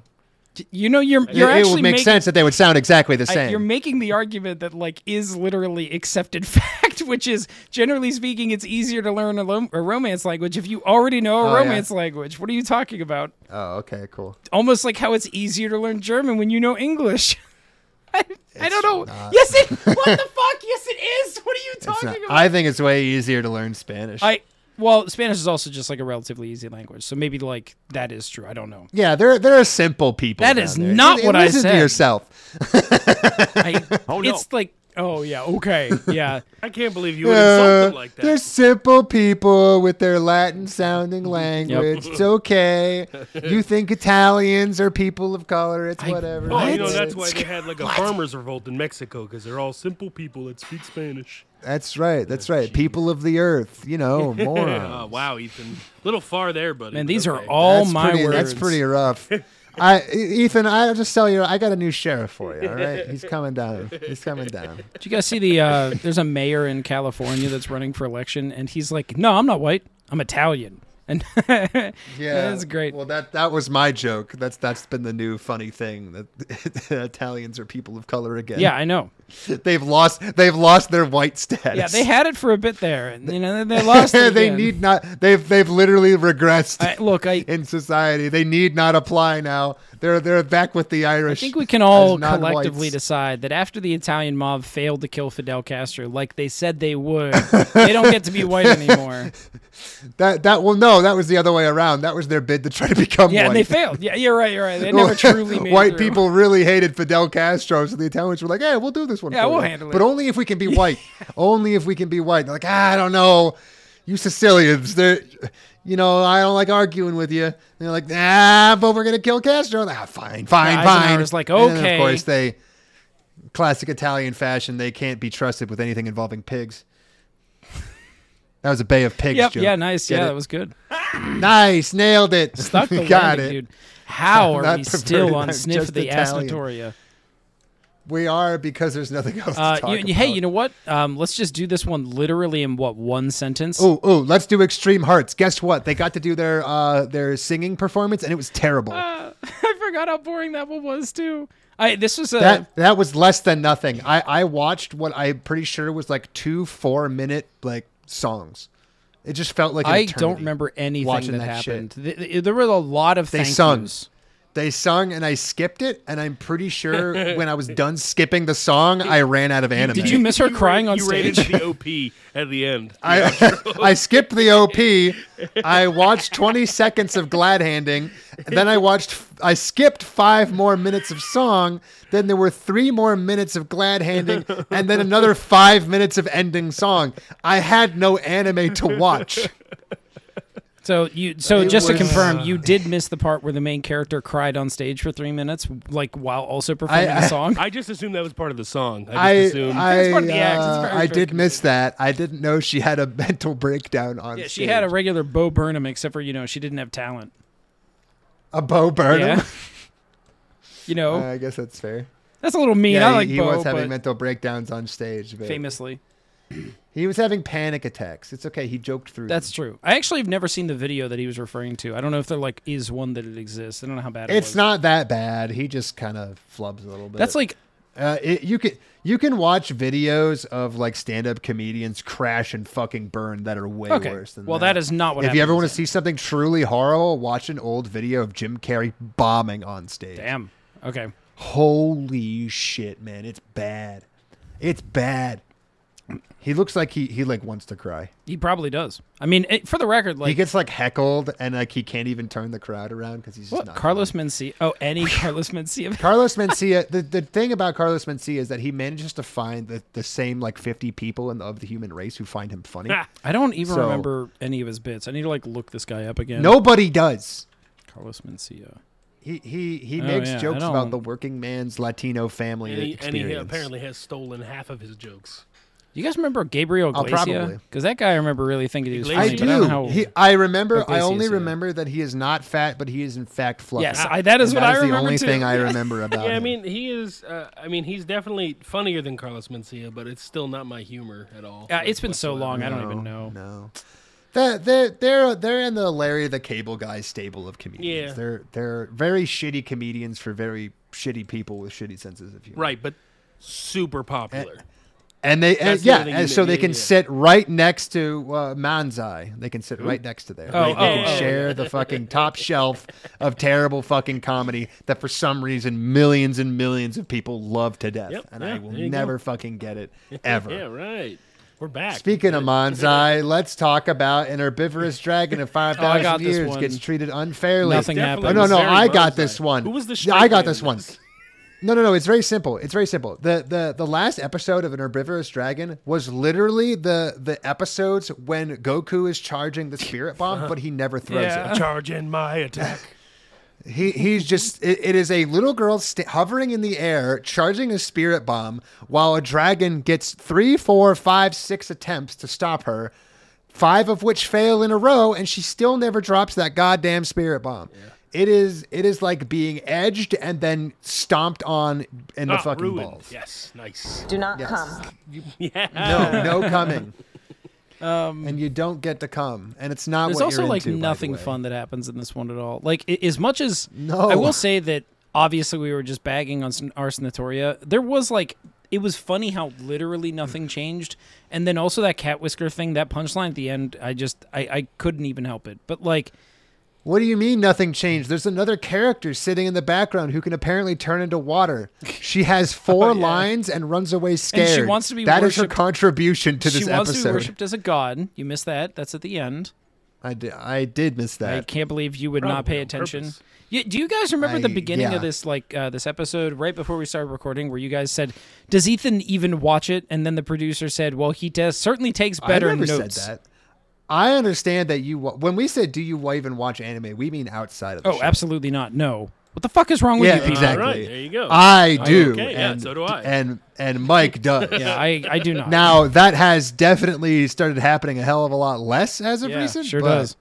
Speaker 5: You know, you're
Speaker 3: it,
Speaker 5: you're
Speaker 3: it
Speaker 5: actually
Speaker 3: would make
Speaker 5: making,
Speaker 3: sense that they would sound exactly the
Speaker 5: I-
Speaker 3: same.
Speaker 5: you're making the argument that like is literally accepted fact, which is generally speaking, it's easier to learn a, lo- a romance language if you already know a
Speaker 3: Oh, yeah.
Speaker 5: romance language. What are you talking about?
Speaker 3: oh, okay, cool.
Speaker 5: Almost like how it's easier to learn German when you know English. I, I don't know.
Speaker 3: not.
Speaker 5: Yes, it. What the fuck? Yes, it is. What are you
Speaker 3: It's
Speaker 5: talking
Speaker 3: not-
Speaker 5: about?
Speaker 3: I think it's way easier to learn Spanish.
Speaker 5: I well, Spanish is also just like a relatively easy language, so maybe like that is true. I don't know.
Speaker 3: yeah, there there are simple people.
Speaker 5: That
Speaker 3: down
Speaker 5: is
Speaker 3: there.
Speaker 5: not
Speaker 3: Li-
Speaker 5: what I
Speaker 3: listen
Speaker 5: said.
Speaker 3: to yourself.
Speaker 5: I, oh no, it's like oh yeah, okay, yeah.
Speaker 4: I can't believe you would insult them
Speaker 3: Uh,
Speaker 4: like
Speaker 3: They're
Speaker 4: that.
Speaker 3: simple people with their Latin sounding
Speaker 5: Mm-hmm.
Speaker 3: language. It's okay. You think Italians are people of color? It's
Speaker 5: I-
Speaker 3: whatever.
Speaker 4: Well, Oh, you
Speaker 5: What?
Speaker 4: know that's why they had like a farmers revolt in Mexico because they're all simple people that speak Spanish.
Speaker 3: That's right. That's right. People of the earth. You know, morons.
Speaker 4: Oh, wow, Ethan, little far there, buddy.
Speaker 5: Man,
Speaker 4: but
Speaker 5: these are
Speaker 4: okay.
Speaker 5: all
Speaker 3: that's
Speaker 5: my
Speaker 3: pretty,
Speaker 5: words.
Speaker 3: That's pretty rough. I, E- Ethan, I'll just tell you, I got a new sheriff for you. All right, he's coming down. He's coming down.
Speaker 5: Did you guys see the? Uh, there's a mayor in California that's running for election, and he's like, "No, I'm not white. I'm Italian." And that's great.
Speaker 3: Well, that that was my joke. That's that's been the new funny thing that Italians are people of color again.
Speaker 5: yeah, I know.
Speaker 3: they've lost they've lost their white status.
Speaker 5: Yeah, they had it for a bit there, and you know they lost. It
Speaker 3: they
Speaker 5: again.
Speaker 3: need not. They've they've literally regressed
Speaker 5: I, look, I
Speaker 3: in society. They need not apply now. They're they're back with the
Speaker 5: I
Speaker 3: Irish.
Speaker 5: think we can all
Speaker 3: as non-whites.
Speaker 5: collectively decide that after the Italian mob failed to kill Fidel Castro, like they said they would, they don't get to be white anymore.
Speaker 3: that that well no that was the other way around. That was their bid to try to become
Speaker 5: Yeah,
Speaker 3: white.
Speaker 5: and they failed. Yeah, you're right. You're right. They never truly made it
Speaker 3: white
Speaker 5: through.
Speaker 3: people really hated Fidel Castro, so the Italians were like, "Hey, we'll do this one.
Speaker 5: Yeah,
Speaker 3: for
Speaker 5: we'll
Speaker 3: you.
Speaker 5: handle it."
Speaker 3: but only if we can be white. only if we can be white." They're like, ah, "I don't know, you Sicilians, they're, you know, I don't like arguing with you." And they're like, "Ah, but we're gonna kill Castro." Ah, fine, fine,
Speaker 5: Yeah,
Speaker 3: fine.
Speaker 5: Eisenhower's like,
Speaker 3: And then,
Speaker 5: "Okay."
Speaker 3: of course, they classic Italian fashion. They can't be trusted with anything involving pigs. That was a Bay of Pigs
Speaker 5: Yep.
Speaker 3: joke.
Speaker 5: Yeah. Nice.
Speaker 3: Get
Speaker 5: yeah,
Speaker 3: it?
Speaker 5: that was good.
Speaker 3: nice. Nailed it.
Speaker 5: Stuck the
Speaker 3: Got
Speaker 5: landing,
Speaker 3: it.
Speaker 5: dude. How
Speaker 3: I'm
Speaker 5: are
Speaker 3: not
Speaker 5: we still
Speaker 3: perverted,
Speaker 5: on
Speaker 3: I'm
Speaker 5: sniff
Speaker 3: just
Speaker 5: the
Speaker 3: Italian.
Speaker 5: Asnatoria?
Speaker 3: We are because there's nothing else
Speaker 5: Uh,
Speaker 3: to talk
Speaker 5: you,
Speaker 3: about.
Speaker 5: you- hey, you know what? Um, let's just do this one literally in what one sentence.
Speaker 3: Oh, oh, let's do Extreme Hearts. Guess what? They got to do their uh their singing performance and it was terrible.
Speaker 5: Ah. I forgot how boring that one was too. I this was a
Speaker 3: that that was less than nothing. I I watched what I'm pretty sure was like two 4 minute like songs. It just felt like an
Speaker 5: I
Speaker 3: eternity.
Speaker 5: don't remember anything
Speaker 3: watching
Speaker 5: that,
Speaker 3: that shit.
Speaker 5: happened. Th- th- there were a lot of
Speaker 3: They
Speaker 5: thank
Speaker 3: sung.
Speaker 5: yous.
Speaker 3: They sung and I skipped it and I'm pretty sure when I was done skipping the song I ran out of anime.
Speaker 5: Did you miss her crying on
Speaker 4: you
Speaker 5: stage?
Speaker 4: rated the OP at the end.
Speaker 3: I I skipped the OP. I watched 20 seconds of glad handing. and Then I watched. I skipped five more minutes of song. Then there were three more minutes of glad handing, and then another five minutes of ending song. I had no anime to watch.
Speaker 5: So you so
Speaker 3: It
Speaker 5: just to
Speaker 3: was- uh,
Speaker 5: confirm, you did miss the part where the main character cried on stage for three minutes, like while also performing
Speaker 3: I-
Speaker 5: the song.
Speaker 4: I just assumed that was part of the song. I just
Speaker 3: I
Speaker 4: assumed.
Speaker 3: I,
Speaker 5: It's part of the act. It's
Speaker 3: uh,
Speaker 5: very, very
Speaker 3: I did miss that. I didn't know she had a mental breakdown on
Speaker 5: yeah, she had a
Speaker 3: stage.
Speaker 5: regular Bo Burnham, except for you know she didn't have talent.
Speaker 3: a Bo Burnham.
Speaker 5: Yeah. you know
Speaker 3: Uh, I guess that's fair.
Speaker 5: that's a little mean.
Speaker 3: Yeah,
Speaker 5: I like
Speaker 3: he, he
Speaker 5: Bo,
Speaker 3: was having
Speaker 5: but
Speaker 3: mental breakdowns on stage. But
Speaker 5: famously.
Speaker 3: He was having panic attacks. It's okay. He joked through.
Speaker 5: That's
Speaker 3: them.
Speaker 5: true. I actually have never seen the video that he was referring to. I don't know if there like is one that it exists. I don't know how bad it
Speaker 3: It's
Speaker 5: was.
Speaker 3: not that bad. He just kind of flubs a little bit.
Speaker 5: That's like
Speaker 3: Uh, it, you can you can watch videos of like stand up comedians crash and fucking burn that are way
Speaker 5: okay.
Speaker 3: worse than
Speaker 5: well,
Speaker 3: that.
Speaker 5: that is not what.
Speaker 3: if you ever
Speaker 5: happens.
Speaker 3: want to see something truly horrible, watch an old video of Jim Carrey bombing on stage.
Speaker 5: Damn. Okay.
Speaker 3: Holy shit, man! It's bad. It's bad. He looks like he he like wants to cry.
Speaker 5: He probably does. I mean, it, for the record,
Speaker 3: He
Speaker 5: like
Speaker 3: gets like heckled and like he can't even turn the crowd around because he's just
Speaker 5: what
Speaker 3: not
Speaker 5: Carlos Mencia. Oh, any Carlos Mencia.
Speaker 3: Carlos Mencia, the, the thing about Carlos Mencia is that he manages to find the, the same like 50 people in, of the human race who find him funny.
Speaker 5: I don't even
Speaker 3: So-
Speaker 5: remember any of his bits. I need to like look this guy up again.
Speaker 3: Nobody does.
Speaker 5: Carlos Mencia.
Speaker 3: He he he
Speaker 5: Oh,
Speaker 3: makes
Speaker 5: yeah, I
Speaker 3: jokes
Speaker 5: don't-
Speaker 3: about the working man's Latino family
Speaker 4: And he, and
Speaker 3: experience.
Speaker 4: he apparently has stolen half of his jokes.
Speaker 5: You guys remember Gabriel
Speaker 3: Oh,
Speaker 5: Iglesias?
Speaker 3: probably.
Speaker 5: Because that guy, I remember really thinking he was
Speaker 4: Iglesias.
Speaker 5: funny. but I
Speaker 3: I
Speaker 5: don't
Speaker 3: do.
Speaker 5: know how-
Speaker 3: he, I remember. I
Speaker 5: Iglesias,
Speaker 3: only
Speaker 5: yeah.
Speaker 3: remember that he is not fat, but he is in fact fluffy.
Speaker 5: yes, I, that is
Speaker 3: And
Speaker 5: what
Speaker 3: that
Speaker 5: I remember
Speaker 3: the only
Speaker 5: too.
Speaker 3: thing I remember about
Speaker 4: Yeah, I
Speaker 3: him.
Speaker 4: mean, he is. Uh, I mean, he's definitely funnier than Carlos Mencia, but it's still not my humor at all.
Speaker 5: Uh,
Speaker 4: like,
Speaker 5: it's been so
Speaker 4: whatsoever.
Speaker 5: long, I don't even know.
Speaker 3: No. They're, they're, they're, they're in the Larry the Cable Guy stable of comedians.
Speaker 4: Yeah.
Speaker 3: They're, they're very shitty comedians for very shitty people with shitty senses of humor.
Speaker 4: Right, but super
Speaker 3: E-
Speaker 4: popular.
Speaker 3: And they, and,
Speaker 4: That's the
Speaker 3: yeah,
Speaker 4: other thing
Speaker 3: and
Speaker 4: you-
Speaker 3: so they
Speaker 4: yeah,
Speaker 3: can
Speaker 4: yeah.
Speaker 3: sit right next to uh, Manzai. They can sit right next to there.
Speaker 5: Oh,
Speaker 3: they they
Speaker 5: oh,
Speaker 3: can
Speaker 5: oh.
Speaker 3: share the fucking top shelf of terrible fucking comedy that for some reason millions and millions of people love to death.
Speaker 4: Yep,
Speaker 3: and
Speaker 4: yeah,
Speaker 3: I will
Speaker 4: there you go.
Speaker 3: never fucking get it ever.
Speaker 4: Yeah, right. We're back.
Speaker 3: Speaking of Manzai, let's talk about an herbivorous dragon of
Speaker 5: Oh, I
Speaker 3: 5,000
Speaker 5: got this
Speaker 3: years
Speaker 5: one.
Speaker 3: gets treated unfairly.
Speaker 5: Nothing
Speaker 4: Definitely
Speaker 3: Oh,
Speaker 5: happened.
Speaker 3: no,
Speaker 4: was
Speaker 3: no,
Speaker 4: very
Speaker 3: I got
Speaker 4: Manzai.
Speaker 3: this one.
Speaker 4: Who was the
Speaker 3: Yeah, I
Speaker 4: straight man
Speaker 3: got this
Speaker 4: in
Speaker 3: one.
Speaker 4: this?
Speaker 3: No, no, no, it's very simple. It's very simple. The the the last episode of an herbivorous dragon was literally the the episodes when Goku is charging the spirit bomb, but he never throws
Speaker 5: Yeah.
Speaker 3: it.
Speaker 4: Charging my attack.
Speaker 3: He he's just it, it is a little girl st- hovering in the air, charging a spirit bomb, while a dragon gets three, four, five, six attempts to stop her, five of which fail in a row, and she still never drops that goddamn spirit bomb. It is it is like being edged and then stomped on in the
Speaker 4: Ah,
Speaker 3: fucking
Speaker 4: ruined.
Speaker 3: balls.
Speaker 4: Yes, nice.
Speaker 6: Do not
Speaker 3: Yes.
Speaker 6: come.
Speaker 4: Yeah.
Speaker 3: No, no coming. and you don't get to come, and it's not.
Speaker 5: Um, There's
Speaker 3: what
Speaker 5: also
Speaker 3: you're
Speaker 5: like
Speaker 3: into, by the
Speaker 5: nothing
Speaker 3: way.
Speaker 5: fun that happens in this one at all. Like i- as much as
Speaker 3: No.
Speaker 5: I will say that obviously we were just bagging on Sn- our Snatoria. There was like it was funny how literally nothing changed, and then also that cat whisker thing, that punchline at the end. I just I I couldn't even help it. But like
Speaker 3: What do you mean nothing changed? There's another character sitting in the background who can apparently turn into water. She has
Speaker 5: Oh,
Speaker 3: four lines and runs away scared.
Speaker 5: wants to be
Speaker 3: That is her
Speaker 5: worshipped-
Speaker 3: contribution to this
Speaker 5: she wants to be
Speaker 3: episode.
Speaker 5: worshipped as a god. You missed that. That's at the end.
Speaker 3: I did, I did miss
Speaker 5: I
Speaker 3: that.
Speaker 5: can't believe you would not
Speaker 4: Probably
Speaker 5: pay
Speaker 4: on
Speaker 5: attention.
Speaker 4: purpose.
Speaker 5: You, do you guys remember the
Speaker 3: I-
Speaker 5: beginning
Speaker 3: yeah.
Speaker 5: of this like uh, this episode right before we started recording, where you guys said, "Does Ethan even watch it?" And then the producer said, "Well, he does. Certainly takes
Speaker 3: I
Speaker 5: better
Speaker 3: never
Speaker 5: notes."
Speaker 3: said that. I understand that you. wa- When we said, "Do you wa- even watch anime?" We mean outside of the
Speaker 5: Oh,
Speaker 3: show.
Speaker 5: absolutely not. No. What the fuck is wrong with
Speaker 3: Yeah, uh,
Speaker 5: you? people?
Speaker 3: exactly.
Speaker 4: Alright, there you go.
Speaker 3: I do.
Speaker 4: okay, yeah,
Speaker 3: and,
Speaker 4: so do I.
Speaker 3: And and Mike does.
Speaker 5: Yeah, I, I do not.
Speaker 3: Now that has definitely started happening a hell of a lot less as of
Speaker 4: Yeah,
Speaker 3: recent.
Speaker 5: sure
Speaker 3: but
Speaker 5: does.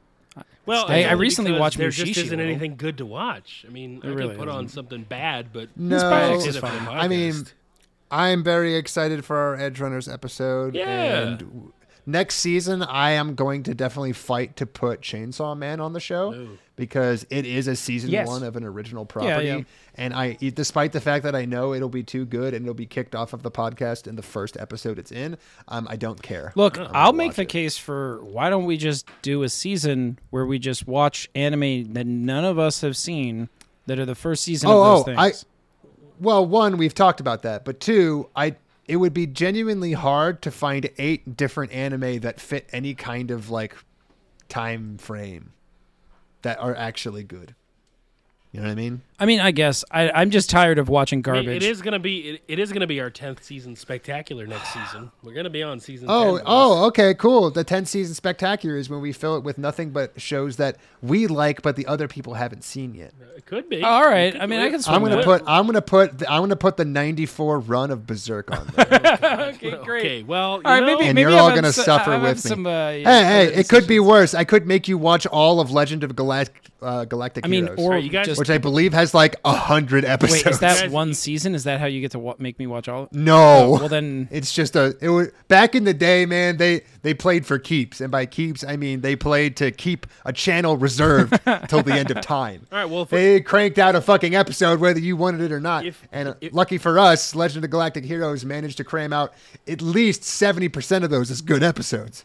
Speaker 4: Well,
Speaker 5: I- I
Speaker 4: only
Speaker 5: recently
Speaker 4: because
Speaker 5: watched
Speaker 4: There just
Speaker 5: Mushishi,
Speaker 4: isn't
Speaker 5: though.
Speaker 4: anything good to watch. I mean, I
Speaker 5: really
Speaker 4: could put on something bad, but
Speaker 3: No,
Speaker 5: Probably
Speaker 4: It's fine.
Speaker 3: I mean,
Speaker 4: Podcast.
Speaker 3: I'm very excited for our Edge Runners episode.
Speaker 4: Yeah.
Speaker 3: And w- next season, I am going to definitely fight to put Chainsaw Man on the show because it is a season
Speaker 5: Yes.
Speaker 3: one of an original property.
Speaker 5: yeah.
Speaker 3: And I, e, despite the fact that I know it'll be too good and it'll be kicked off of the podcast in the first episode it's in, um, I don't care.
Speaker 5: Look,
Speaker 3: I'm gonna
Speaker 5: I'll make
Speaker 3: watch
Speaker 5: the
Speaker 3: it.
Speaker 5: case for why don't we just do a season where we just watch anime that none of us have seen that are the first season
Speaker 3: Oh,
Speaker 5: of those
Speaker 3: oh, I-
Speaker 5: things.
Speaker 3: Well, one, we've talked about that, but two, I it would be genuinely hard to find eight different anime that fit any kind of like time frame that are actually good. You know what I mean?
Speaker 5: I mean, I guess I, I'm just tired of watching
Speaker 4: I
Speaker 5: garbage.
Speaker 4: mean, it is gonna be it, it is gonna be our tenth season spectacular next season. We're gonna be on season.
Speaker 3: Oh,
Speaker 4: 10
Speaker 3: oh, okay, cool. The 10 season spectacular is when we fill it with nothing but shows that we like but the other people haven't seen yet.
Speaker 4: it could be.
Speaker 5: All
Speaker 4: It
Speaker 5: right.
Speaker 4: could
Speaker 5: I mean,
Speaker 4: be.
Speaker 5: I can. swing
Speaker 3: I'm going to
Speaker 5: that.
Speaker 3: put I'm going to put the- I'm going to put the 94 run of Berserk on there.
Speaker 5: Okay,
Speaker 4: Okay, well, you
Speaker 5: All right,
Speaker 4: know,
Speaker 5: maybe,
Speaker 3: And
Speaker 5: maybe
Speaker 3: you're
Speaker 5: I've
Speaker 3: all
Speaker 5: had
Speaker 3: gonna
Speaker 5: so-
Speaker 3: suffer
Speaker 5: I've had
Speaker 3: with me.
Speaker 5: some, uh, yeah,
Speaker 3: hey, hey,
Speaker 5: other
Speaker 3: it could be
Speaker 5: decisions.
Speaker 3: worse. I could make you watch all of Legend of Galact- uh, Galactic
Speaker 5: I mean,
Speaker 3: Heroes.
Speaker 5: or
Speaker 4: Alright, you guys-
Speaker 5: just
Speaker 3: which I believe has has like a hundred episodes.
Speaker 5: Wait, is that Oh, one season? Is that how you get to wa- make me watch all?
Speaker 3: no?
Speaker 5: Well, then-
Speaker 3: it's just a. It was back in the day, man. They they played for keeps, and by keeps I mean they played to keep a channel reserved till the end of time.
Speaker 4: All right, well, if we-
Speaker 3: they cranked out a fucking episode whether you wanted it or not,
Speaker 4: If-
Speaker 3: and uh,
Speaker 4: if-
Speaker 3: lucky for us, Legend of the Galactic Heroes managed to cram out at least seventy percent of those as good episodes.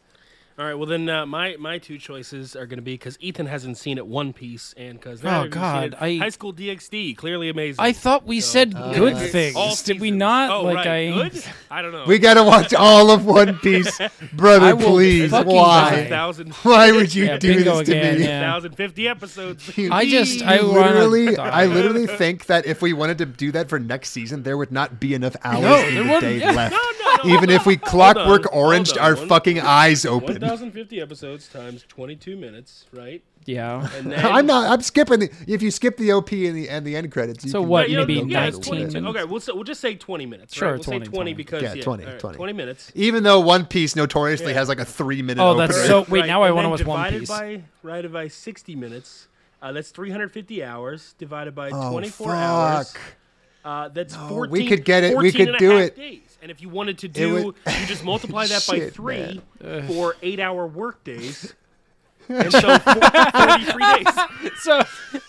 Speaker 4: All right, well then uh, my my two choices are going to be because Ethan hasn't seen it, One Piece, and because
Speaker 5: Oh, God, I-
Speaker 4: High School DxD, clearly amazing.
Speaker 5: I thought we said good things.
Speaker 4: Uh, All
Speaker 5: Did we
Speaker 4: seasons.
Speaker 5: not?
Speaker 4: Oh,
Speaker 5: like
Speaker 4: right.
Speaker 5: I.
Speaker 4: good? I don't know.
Speaker 3: We gotta watch all of One Piece,
Speaker 5: I
Speaker 3: brother.
Speaker 5: will
Speaker 3: Please,
Speaker 5: fucking
Speaker 3: why?
Speaker 5: die.
Speaker 4: Thousand-
Speaker 3: Why would you
Speaker 5: Yeah,
Speaker 3: do
Speaker 5: bingo
Speaker 3: this to
Speaker 5: again,
Speaker 3: me?
Speaker 5: yeah.
Speaker 4: 1,050 episodes.
Speaker 3: You-
Speaker 5: I just- I
Speaker 3: you
Speaker 5: wanna
Speaker 3: literally,
Speaker 5: die.
Speaker 3: I literally think that if we wanted to do that for next season, there would not be enough hours
Speaker 5: No, there
Speaker 3: in the
Speaker 5: wouldn't,
Speaker 3: day
Speaker 5: yeah.
Speaker 3: left.
Speaker 4: No, no, no.
Speaker 3: Even if we clockwork
Speaker 4: hold
Speaker 3: oranged
Speaker 4: on.
Speaker 3: our
Speaker 4: One-
Speaker 3: fucking eyes open.
Speaker 4: 1,050 episodes times 22 minutes, right?
Speaker 5: Yeah.
Speaker 4: And then,
Speaker 3: I'm not. I'm skipping the. If you skip the OP and the and the end credits, you
Speaker 5: So
Speaker 3: can
Speaker 5: what,
Speaker 4: But, you
Speaker 3: go
Speaker 4: know,
Speaker 5: maybe
Speaker 3: down
Speaker 4: yeah, it's
Speaker 3: to
Speaker 5: 19
Speaker 3: it.
Speaker 4: 22.
Speaker 5: minutes?
Speaker 4: Okay, we'll, say, we'll just say 20 minutes.
Speaker 5: Sure,
Speaker 4: right? we'll
Speaker 5: 20,
Speaker 4: say 20
Speaker 5: 20.
Speaker 4: because
Speaker 3: Yeah, 20,
Speaker 4: all right,
Speaker 3: 20.
Speaker 4: 20 minutes.
Speaker 3: Even though One Piece notoriously has like a three minute.
Speaker 5: Oh, that's
Speaker 3: opener.
Speaker 5: so- wait, now I
Speaker 4: and
Speaker 5: wanna
Speaker 4: then
Speaker 5: watch One
Speaker 4: divided
Speaker 5: Piece.
Speaker 4: By, divided by 60 minutes. Uh, that's 350 hours divided by
Speaker 3: Oh,
Speaker 4: 24
Speaker 3: fuck.
Speaker 4: hours. Uh, that's 14.
Speaker 3: we could get it. We
Speaker 4: 14
Speaker 3: could
Speaker 4: and a
Speaker 3: do
Speaker 4: half
Speaker 3: it.
Speaker 4: Days. And if you wanted to
Speaker 3: It
Speaker 4: do,
Speaker 3: would-
Speaker 4: you just multiply that by
Speaker 3: Shit,
Speaker 4: three for eight-hour work days. and so four- 43 days.
Speaker 5: So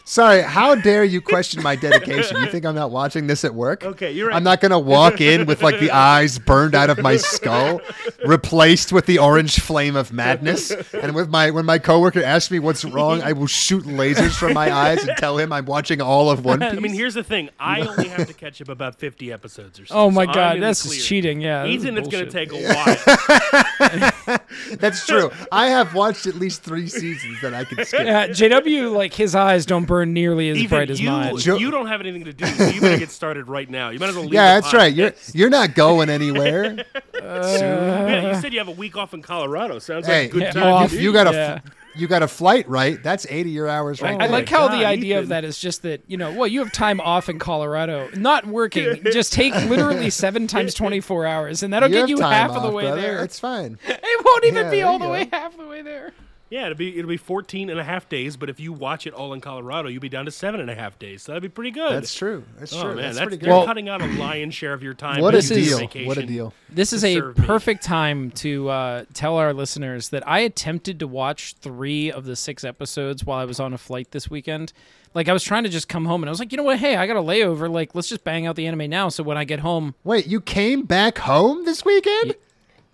Speaker 3: Sorry, how dare you question my dedication? You think I'm not watching this at work?
Speaker 4: Okay, you're right.
Speaker 3: I'm not gonna walk in with like the eyes burned out of my skull, replaced with the orange flame of madness. And with my when my coworker asks me what's wrong, I will shoot lasers from my eyes and tell him I'm watching all of One Piece.
Speaker 4: I mean, here's the thing. I only have to catch up about 50 episodes or so.
Speaker 5: Oh my
Speaker 4: so I'm
Speaker 5: God,
Speaker 4: in the
Speaker 5: that's just
Speaker 4: clear.
Speaker 5: cheating, yeah, this is
Speaker 4: Ethan, it's going to
Speaker 5: bullshit.
Speaker 4: take a while.
Speaker 3: That's true. I have watched at least three seasons that I can skip.
Speaker 5: yeah, JW, like his eyes don't burn nearly as
Speaker 4: Ethan,
Speaker 5: bright as
Speaker 4: you,
Speaker 5: mine.
Speaker 3: Jo-
Speaker 4: you don't have anything to do, so you better get started right now. You might as well leave
Speaker 3: Yeah,
Speaker 4: the
Speaker 3: that's right. You're
Speaker 4: podcast.
Speaker 3: you're not going anywhere.
Speaker 4: yeah, you said you have a week off in Colorado. Sounds
Speaker 3: Hey,
Speaker 4: like a good
Speaker 5: Yeah,
Speaker 4: time.
Speaker 5: well,
Speaker 4: to
Speaker 3: if
Speaker 4: do.
Speaker 3: you got a
Speaker 5: Yeah.
Speaker 3: you got a flight, right? That's 80 your
Speaker 4: Oh,
Speaker 3: hours right
Speaker 5: I
Speaker 3: there.
Speaker 5: like how
Speaker 4: God,
Speaker 5: the idea of
Speaker 4: Ethan.
Speaker 5: that is just that you know, well, you have time off in Colorado, not working. just take literally seven times twenty-four hours, and that'll
Speaker 3: You
Speaker 5: get
Speaker 3: have
Speaker 5: you
Speaker 3: time
Speaker 5: half of the
Speaker 3: off,
Speaker 5: way
Speaker 3: brother.
Speaker 5: there.
Speaker 3: It's fine.
Speaker 5: It won't even
Speaker 3: Yeah,
Speaker 5: be
Speaker 3: there
Speaker 5: all
Speaker 3: you
Speaker 5: the
Speaker 3: go.
Speaker 5: way half the way there.
Speaker 4: yeah, it'll be it'll be 14 and a half days, but if you watch it all in Colorado, you'll be down to seven and a half days. So that'd be pretty good.
Speaker 3: That's true. That's
Speaker 4: Oh
Speaker 3: true.
Speaker 4: man,
Speaker 3: that's,
Speaker 4: that's,
Speaker 3: pretty good.
Speaker 4: you're
Speaker 5: Well-
Speaker 4: cutting out a lion's share of your time.
Speaker 3: what
Speaker 4: that
Speaker 3: a
Speaker 5: this
Speaker 4: you do
Speaker 5: is-
Speaker 3: deal!
Speaker 4: on vacation.
Speaker 3: What a deal!
Speaker 5: This is
Speaker 4: to
Speaker 5: a
Speaker 4: serve me.
Speaker 5: perfect time to uh, tell our listeners that I attempted to watch three of the six episodes while I was on a flight this weekend. Like I was trying to just come home, and I was like, you know what? Hey, I got a layover. Like, let's just bang out the anime now. So when I get home,
Speaker 3: Wait, you came back home this weekend?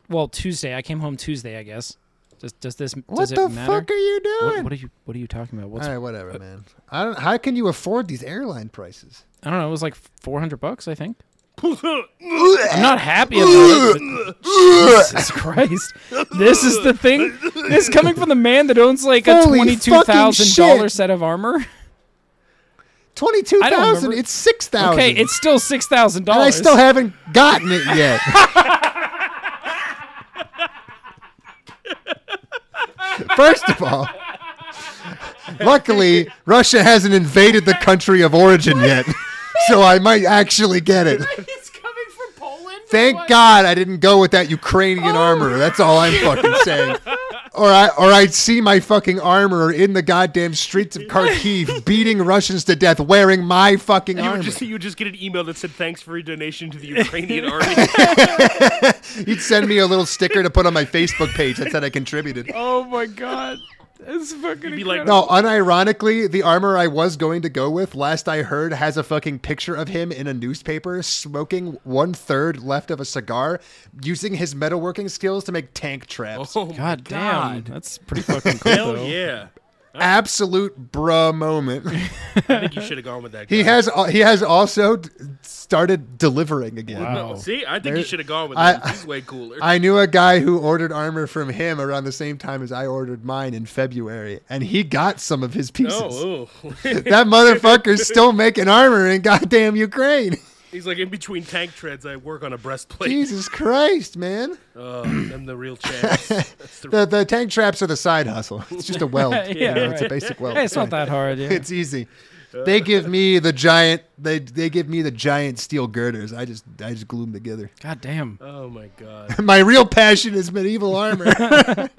Speaker 5: well, Tuesday, I came home Tuesday, I guess. Does does this
Speaker 3: What
Speaker 5: does
Speaker 3: the
Speaker 5: it matter?
Speaker 3: fuck are you
Speaker 5: what,
Speaker 3: doing?
Speaker 5: what are you What are you talking about? What's
Speaker 3: All right, whatever, man. I don't. How can you afford these airline prices?
Speaker 5: I don't know. It was like four hundred bucks, I think. I'm not happy about it. but- Jesus Christ! This is the thing. This coming from the man that owns like a
Speaker 3: Holy
Speaker 5: twenty-two thousand dollar
Speaker 3: fucking shit.
Speaker 5: set of armor.
Speaker 3: Twenty-two
Speaker 5: I don't
Speaker 3: thousand.
Speaker 5: remember.
Speaker 3: It's six thousand.
Speaker 5: Okay, it's still six thousand
Speaker 3: and I
Speaker 5: dollars.
Speaker 3: still haven't gotten it yet. First of all, luckily Russia hasn't invaded the country of origin yet, so I might actually get it.
Speaker 5: It's coming from Poland.
Speaker 3: Thank God I didn't go with that Ukrainian armor. That's all I'm fucking saying. Or I or I'd see my fucking armor in the goddamn streets of Kharkiv beating Russians to death wearing my fucking
Speaker 4: You
Speaker 3: armor.
Speaker 4: would, just, you would just get an email that said thanks for your donation to the Ukrainian army.
Speaker 3: You'd send me a little sticker to put on my Facebook page that said I contributed.
Speaker 5: Oh my God. It's fucking
Speaker 4: You'd be like,
Speaker 5: incredible.
Speaker 3: No, unironically, the armor I was going to go with, last I heard, has a fucking picture of him in a newspaper smoking one third left of a cigar, using his metalworking skills to make tank traps.
Speaker 4: oh my
Speaker 5: God damn,
Speaker 4: God.
Speaker 5: that's pretty fucking cool.
Speaker 4: Hell
Speaker 5: though.
Speaker 4: yeah!
Speaker 3: Absolute bruh moment.
Speaker 4: I think you should have gone with that.
Speaker 3: He
Speaker 4: guy.
Speaker 3: has he has also d- started delivering again.
Speaker 5: Wow.
Speaker 4: See, I think you should have gone with
Speaker 3: I-
Speaker 4: that. He's way cooler.
Speaker 3: I knew a guy who ordered armor from him around the same time as I ordered mine in February, and he got some of his pieces.
Speaker 4: oh, ooh.
Speaker 3: That motherfucker's still making armor in goddamn Ukraine.
Speaker 4: he's like in between tank treads. I work on a breastplate.
Speaker 3: Jesus Christ, man.
Speaker 4: Oh, I'm the real chance. That's the,
Speaker 3: The the tank traps are the side hustle. It's just a weld.
Speaker 5: Yeah,
Speaker 3: you know, It's a
Speaker 5: right.
Speaker 3: basic weld.
Speaker 5: Hey, it's not that hard. Yeah.
Speaker 3: It's easy. They give me the giant they they give me the giant steel girders. I just I just glue them together.
Speaker 5: God damn.
Speaker 4: oh my god.
Speaker 3: My real passion is medieval armor.
Speaker 5: What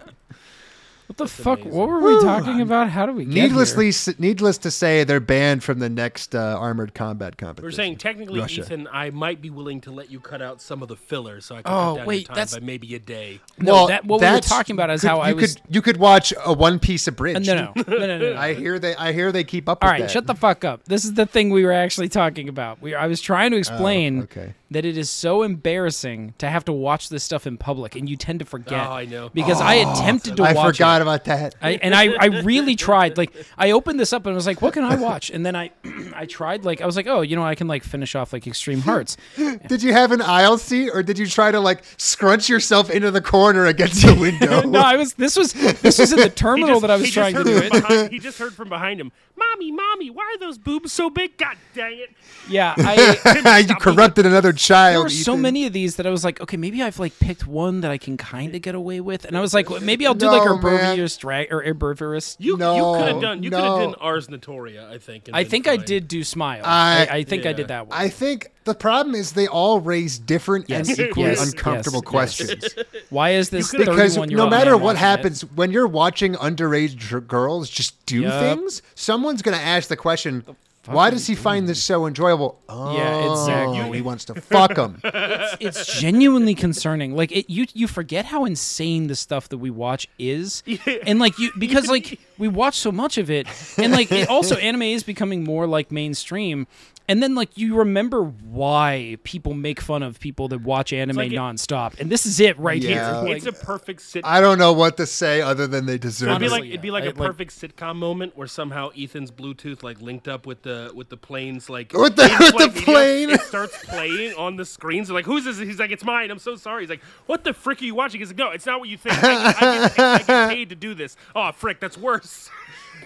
Speaker 5: What the fuck? What were we talking about? How do we get here?
Speaker 3: Needlessly, s- needless to say, they're banned from the next uh, armored combat competition.
Speaker 4: We're saying technically,
Speaker 3: Russia.
Speaker 4: Ethan, I might be willing to let you cut out some of the filler, so I can
Speaker 5: Oh,
Speaker 4: cut down
Speaker 5: wait,
Speaker 4: your time
Speaker 5: that's-
Speaker 4: by maybe a day.
Speaker 5: No,
Speaker 3: well,
Speaker 5: that what we were
Speaker 3: that's-
Speaker 5: talking about is
Speaker 3: could-
Speaker 5: how I
Speaker 3: you
Speaker 5: was. Uh,
Speaker 3: could you could watch a One Piece abridged.
Speaker 5: no, no, no, no, no, no.
Speaker 3: I hear they I hear they keep up.
Speaker 5: All
Speaker 3: with
Speaker 5: right,
Speaker 3: that.
Speaker 5: shut the fuck up. This is the thing we were actually talking about. We I was trying to explain
Speaker 3: Oh, okay.
Speaker 5: that it is so embarrassing to have to watch this stuff in public, and you tend to forget.
Speaker 4: Oh, I know.
Speaker 5: Because I attempted to
Speaker 3: I
Speaker 5: watch. It.
Speaker 3: forgot about that.
Speaker 5: I, and I, I really tried like I opened this up and was like what can I watch and then I I tried like I was like oh you know I can like finish off like Extreme Hearts
Speaker 3: Did you have an aisle seat, or did you try to like scrunch yourself into the corner against the window?
Speaker 5: no I was this was this was in the terminal that I was
Speaker 4: he
Speaker 5: trying to
Speaker 4: heard
Speaker 5: do
Speaker 4: from
Speaker 5: it
Speaker 4: Behind, he just heard from behind him, "Mommy, mommy, why are those boobs so big? God dang it!"
Speaker 5: yeah I
Speaker 3: you corrupted another child.
Speaker 5: there were so
Speaker 3: Ethan.
Speaker 5: many of these that I was like, okay, maybe I've like picked one that I can kind of get away with, and I was like, well, maybe I'll do like
Speaker 3: No,
Speaker 5: herbivorous drag or herbivorous.
Speaker 4: You,
Speaker 3: No,
Speaker 4: you could have done. You could
Speaker 3: no.
Speaker 4: have done Ars Notoria, I think. and
Speaker 5: I
Speaker 4: been
Speaker 5: think I
Speaker 4: fine.
Speaker 5: did do smile. I,
Speaker 3: I-
Speaker 5: I think I
Speaker 4: Yeah.
Speaker 5: did that one.
Speaker 3: I think the problem is they all raise different
Speaker 5: Yes,
Speaker 3: and equally
Speaker 5: yes,
Speaker 3: uncomfortable
Speaker 5: yes, yes.
Speaker 3: questions.
Speaker 5: Why is this
Speaker 3: Because
Speaker 5: 31 year
Speaker 3: no
Speaker 5: old
Speaker 3: matter what happens, when you're watching underage dr- girls just do
Speaker 5: Yup.
Speaker 3: things, someone's going to ask the question, why does he find this so enjoyable? Oh,
Speaker 5: Yeah, exactly.
Speaker 3: he wants to fuck him.
Speaker 5: it's genuinely concerning. Like it, you you forget how insane the stuff that we watch is, and like you because like we watch so much of it, and like it also anime is becoming more like mainstream. And then, like, you remember why people make fun of people that watch anime
Speaker 4: like it-
Speaker 5: nonstop, and this is it right
Speaker 3: Yeah.
Speaker 5: here.
Speaker 4: It's a perfect sitcom.
Speaker 3: I don't know what to say other than they deserve
Speaker 4: It'd be
Speaker 3: it.
Speaker 4: like
Speaker 5: Honestly,
Speaker 4: it'd be like
Speaker 5: yeah.
Speaker 4: a
Speaker 5: I- like-
Speaker 4: perfect sitcom moment where somehow Ethan's Bluetooth like linked up with the with the planes like
Speaker 3: With the-
Speaker 4: in-flight
Speaker 3: with the
Speaker 4: video.
Speaker 3: plane.
Speaker 4: It starts playing on the screens. They're like, who's this? He's like, it's mine. I'm so sorry. He's like, what the frick are you watching? He's like, no, it's not what you think. I, I, get, I get paid to do this. Oh frick, that's worse.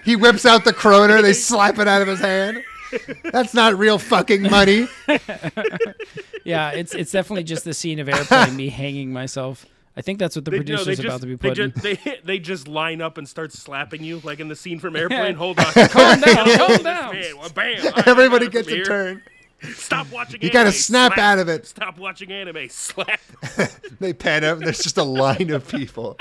Speaker 3: He whips out the kroner, they slap it out of his hand. That's not real fucking money.
Speaker 5: Yeah, it's it's definitely just the scene of airplane me hanging myself. I think that's what the
Speaker 4: They, no,
Speaker 5: producer's
Speaker 4: they just,
Speaker 5: about to be
Speaker 4: they,
Speaker 5: putting.
Speaker 4: just they, they just line up and start slapping you like in the scene from Airplane. Hold on,
Speaker 5: calm down, calm down.
Speaker 4: Man, well, bam. All right,
Speaker 3: Everybody
Speaker 4: I got it
Speaker 3: gets
Speaker 4: from
Speaker 3: a
Speaker 4: here.
Speaker 3: turn.
Speaker 4: Stop watching.
Speaker 3: You gotta
Speaker 4: anime.
Speaker 3: snap out of it.
Speaker 4: Stop watching anime. Slap.
Speaker 3: They pan up, and there's just a line of people.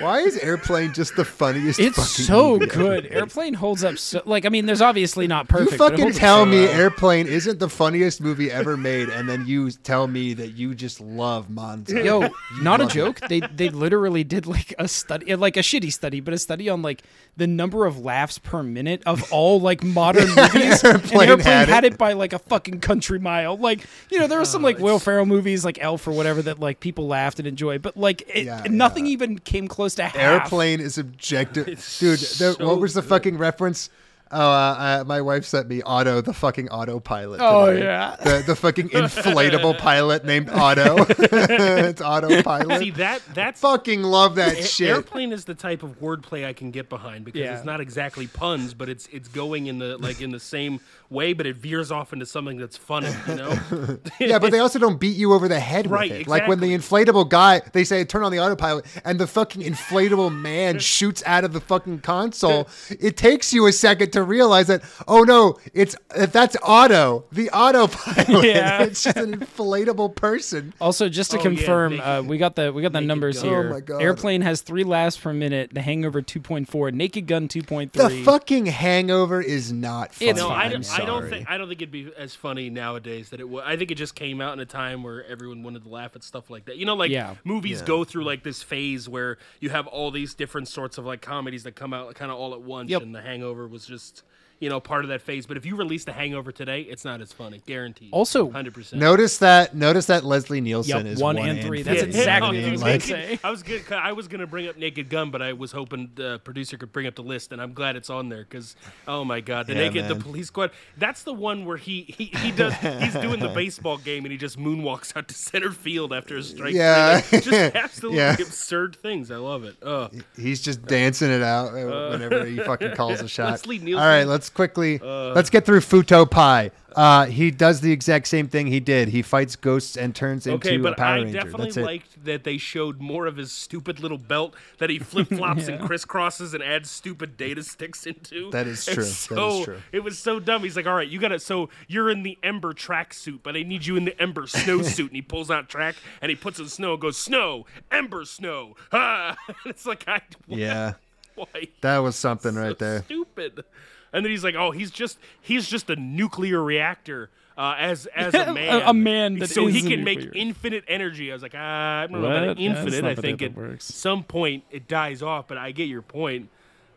Speaker 3: Why is airplane just the funniest?
Speaker 5: It's
Speaker 3: fucking
Speaker 5: so
Speaker 3: movie?
Speaker 5: good. Airplane holds up so like I mean, there's obviously not
Speaker 3: You
Speaker 5: perfect. but it
Speaker 3: fucking
Speaker 5: holds up
Speaker 3: tell
Speaker 5: so
Speaker 3: me
Speaker 5: well.
Speaker 3: Airplane isn't the funniest movie ever made, and then you tell me that you just love Monzo.
Speaker 5: Yo, not a
Speaker 3: love it.
Speaker 5: joke. They they literally did like a study, like a shitty study, but a study on like the number of laughs per minute of all like modern movies. and
Speaker 3: Airplane
Speaker 5: Airplane had,
Speaker 3: had Oh,
Speaker 5: it. by like a fucking country mile. Like you know, there were some like Will Ferrell movies, like Elf or whatever, that like people laughed and enjoyed, but like it,
Speaker 3: Yeah,
Speaker 5: nothing even came close to half.
Speaker 3: Airplane is objective, dude. There,
Speaker 4: so
Speaker 3: what was the fucking reference? Oh, uh, uh, my wife sent me Otto, the fucking autopilot.
Speaker 5: Oh,
Speaker 3: today.
Speaker 5: yeah.
Speaker 3: the the fucking inflatable pilot named Otto. it's autopilot.
Speaker 4: See that? That's
Speaker 3: fucking love that
Speaker 4: A-
Speaker 3: shit.
Speaker 4: Airplane is the type of wordplay I can get behind because
Speaker 5: Yeah.
Speaker 4: it's not exactly puns, but it's it's going in the like in the same way, but it veers off into something that's funny, you know?
Speaker 3: Yeah, but they also don't beat you over the head
Speaker 4: Right,
Speaker 3: with it. Like when the inflatable guy, they say turn on the autopilot, and the fucking inflatable man shoots out of the fucking console. It takes you a second to realize that oh no, it's that's auto, the autopilot.
Speaker 5: Yeah.
Speaker 3: it's just an inflatable person.
Speaker 5: Also, just to
Speaker 4: Oh, yeah,
Speaker 5: confirm,
Speaker 4: make
Speaker 5: uh, we got the we got the numbers
Speaker 3: Gun. Oh
Speaker 5: here.
Speaker 3: my God.
Speaker 5: Airplane has three laughs per minute. The Hangover 2.4, Naked Gun 2.3.
Speaker 3: The fucking Hangover is not. Funny.
Speaker 5: It's
Speaker 4: No, I,
Speaker 5: I'm
Speaker 4: don't- I don't
Speaker 3: sorry.
Speaker 4: think I don't think it'd be as funny nowadays that it was. I think it just came out in a time where everyone wanted to laugh at stuff like that. You know, like
Speaker 5: Yeah.
Speaker 4: movies go through like this phase where you have all these different sorts of like comedies that come out kind of all at once,
Speaker 5: Yep.
Speaker 4: and The Hangover was just you know part of that phase. But if you release The Hangover today, it's not as funny, guaranteed.
Speaker 5: Also-
Speaker 4: hundred percent.
Speaker 3: Notice that. Notice that Leslie Nielsen
Speaker 5: Yep,
Speaker 3: is
Speaker 5: one and three. That's
Speaker 3: three.
Speaker 5: exactly
Speaker 3: I
Speaker 5: what
Speaker 4: I
Speaker 3: mean,
Speaker 4: was,
Speaker 5: gonna
Speaker 3: like,
Speaker 5: say.
Speaker 4: gonna, I was good. I was gonna bring up Naked Gun, but I was hoping the producer could bring up the list, and I'm glad it's on there because oh my god, the
Speaker 3: Yeah,
Speaker 4: Naked, the
Speaker 3: man.
Speaker 4: Police Squad. That's the one where he he, he does he's doing the baseball game and he just moonwalks out to center field after a strike. three.
Speaker 3: Yeah.
Speaker 4: Like, just absolutely
Speaker 3: Yeah.
Speaker 4: absurd things. I love it. Ugh.
Speaker 3: He's just dancing it out uh, whenever he fucking calls a shot.
Speaker 4: Leslie Nielsen Uh.
Speaker 3: All right, let's let's quickly let's get through Futo Pie. Uh, he does the exact same thing he did. He fights ghosts and turns
Speaker 4: Okay,
Speaker 3: into a
Speaker 4: but
Speaker 3: Power
Speaker 4: I
Speaker 3: Ranger.
Speaker 4: definitely
Speaker 3: That's it.
Speaker 4: liked that they showed more of his stupid little belt that he flip flops and crisscrosses and adds stupid data sticks into.
Speaker 3: That is
Speaker 4: And
Speaker 3: true. That is
Speaker 4: So
Speaker 3: true.
Speaker 4: It was so dumb. He's like, "All right, you got to So you're in the Ember tracksuit, but I need you in the Ember snowsuit." and he pulls out track and he puts in snow. and Goes snow, Ember snow. Ah! it's like I.
Speaker 3: yeah,
Speaker 4: Why?
Speaker 3: that was something right
Speaker 4: so
Speaker 3: there.
Speaker 4: Stupid. And then he's like, "Oh, he's just he's just a nuclear reactor uh, as as a
Speaker 5: A-
Speaker 4: man,
Speaker 5: a man that
Speaker 4: so he
Speaker 5: is a
Speaker 4: can make
Speaker 5: nuclear.
Speaker 4: infinite energy." I was like, ah, "I don't know
Speaker 5: What?
Speaker 4: about
Speaker 5: Yeah, that's
Speaker 4: infinite.
Speaker 5: not
Speaker 4: I
Speaker 5: the
Speaker 4: think
Speaker 5: way
Speaker 4: at
Speaker 5: that works.
Speaker 4: some point it dies off." But I get your point.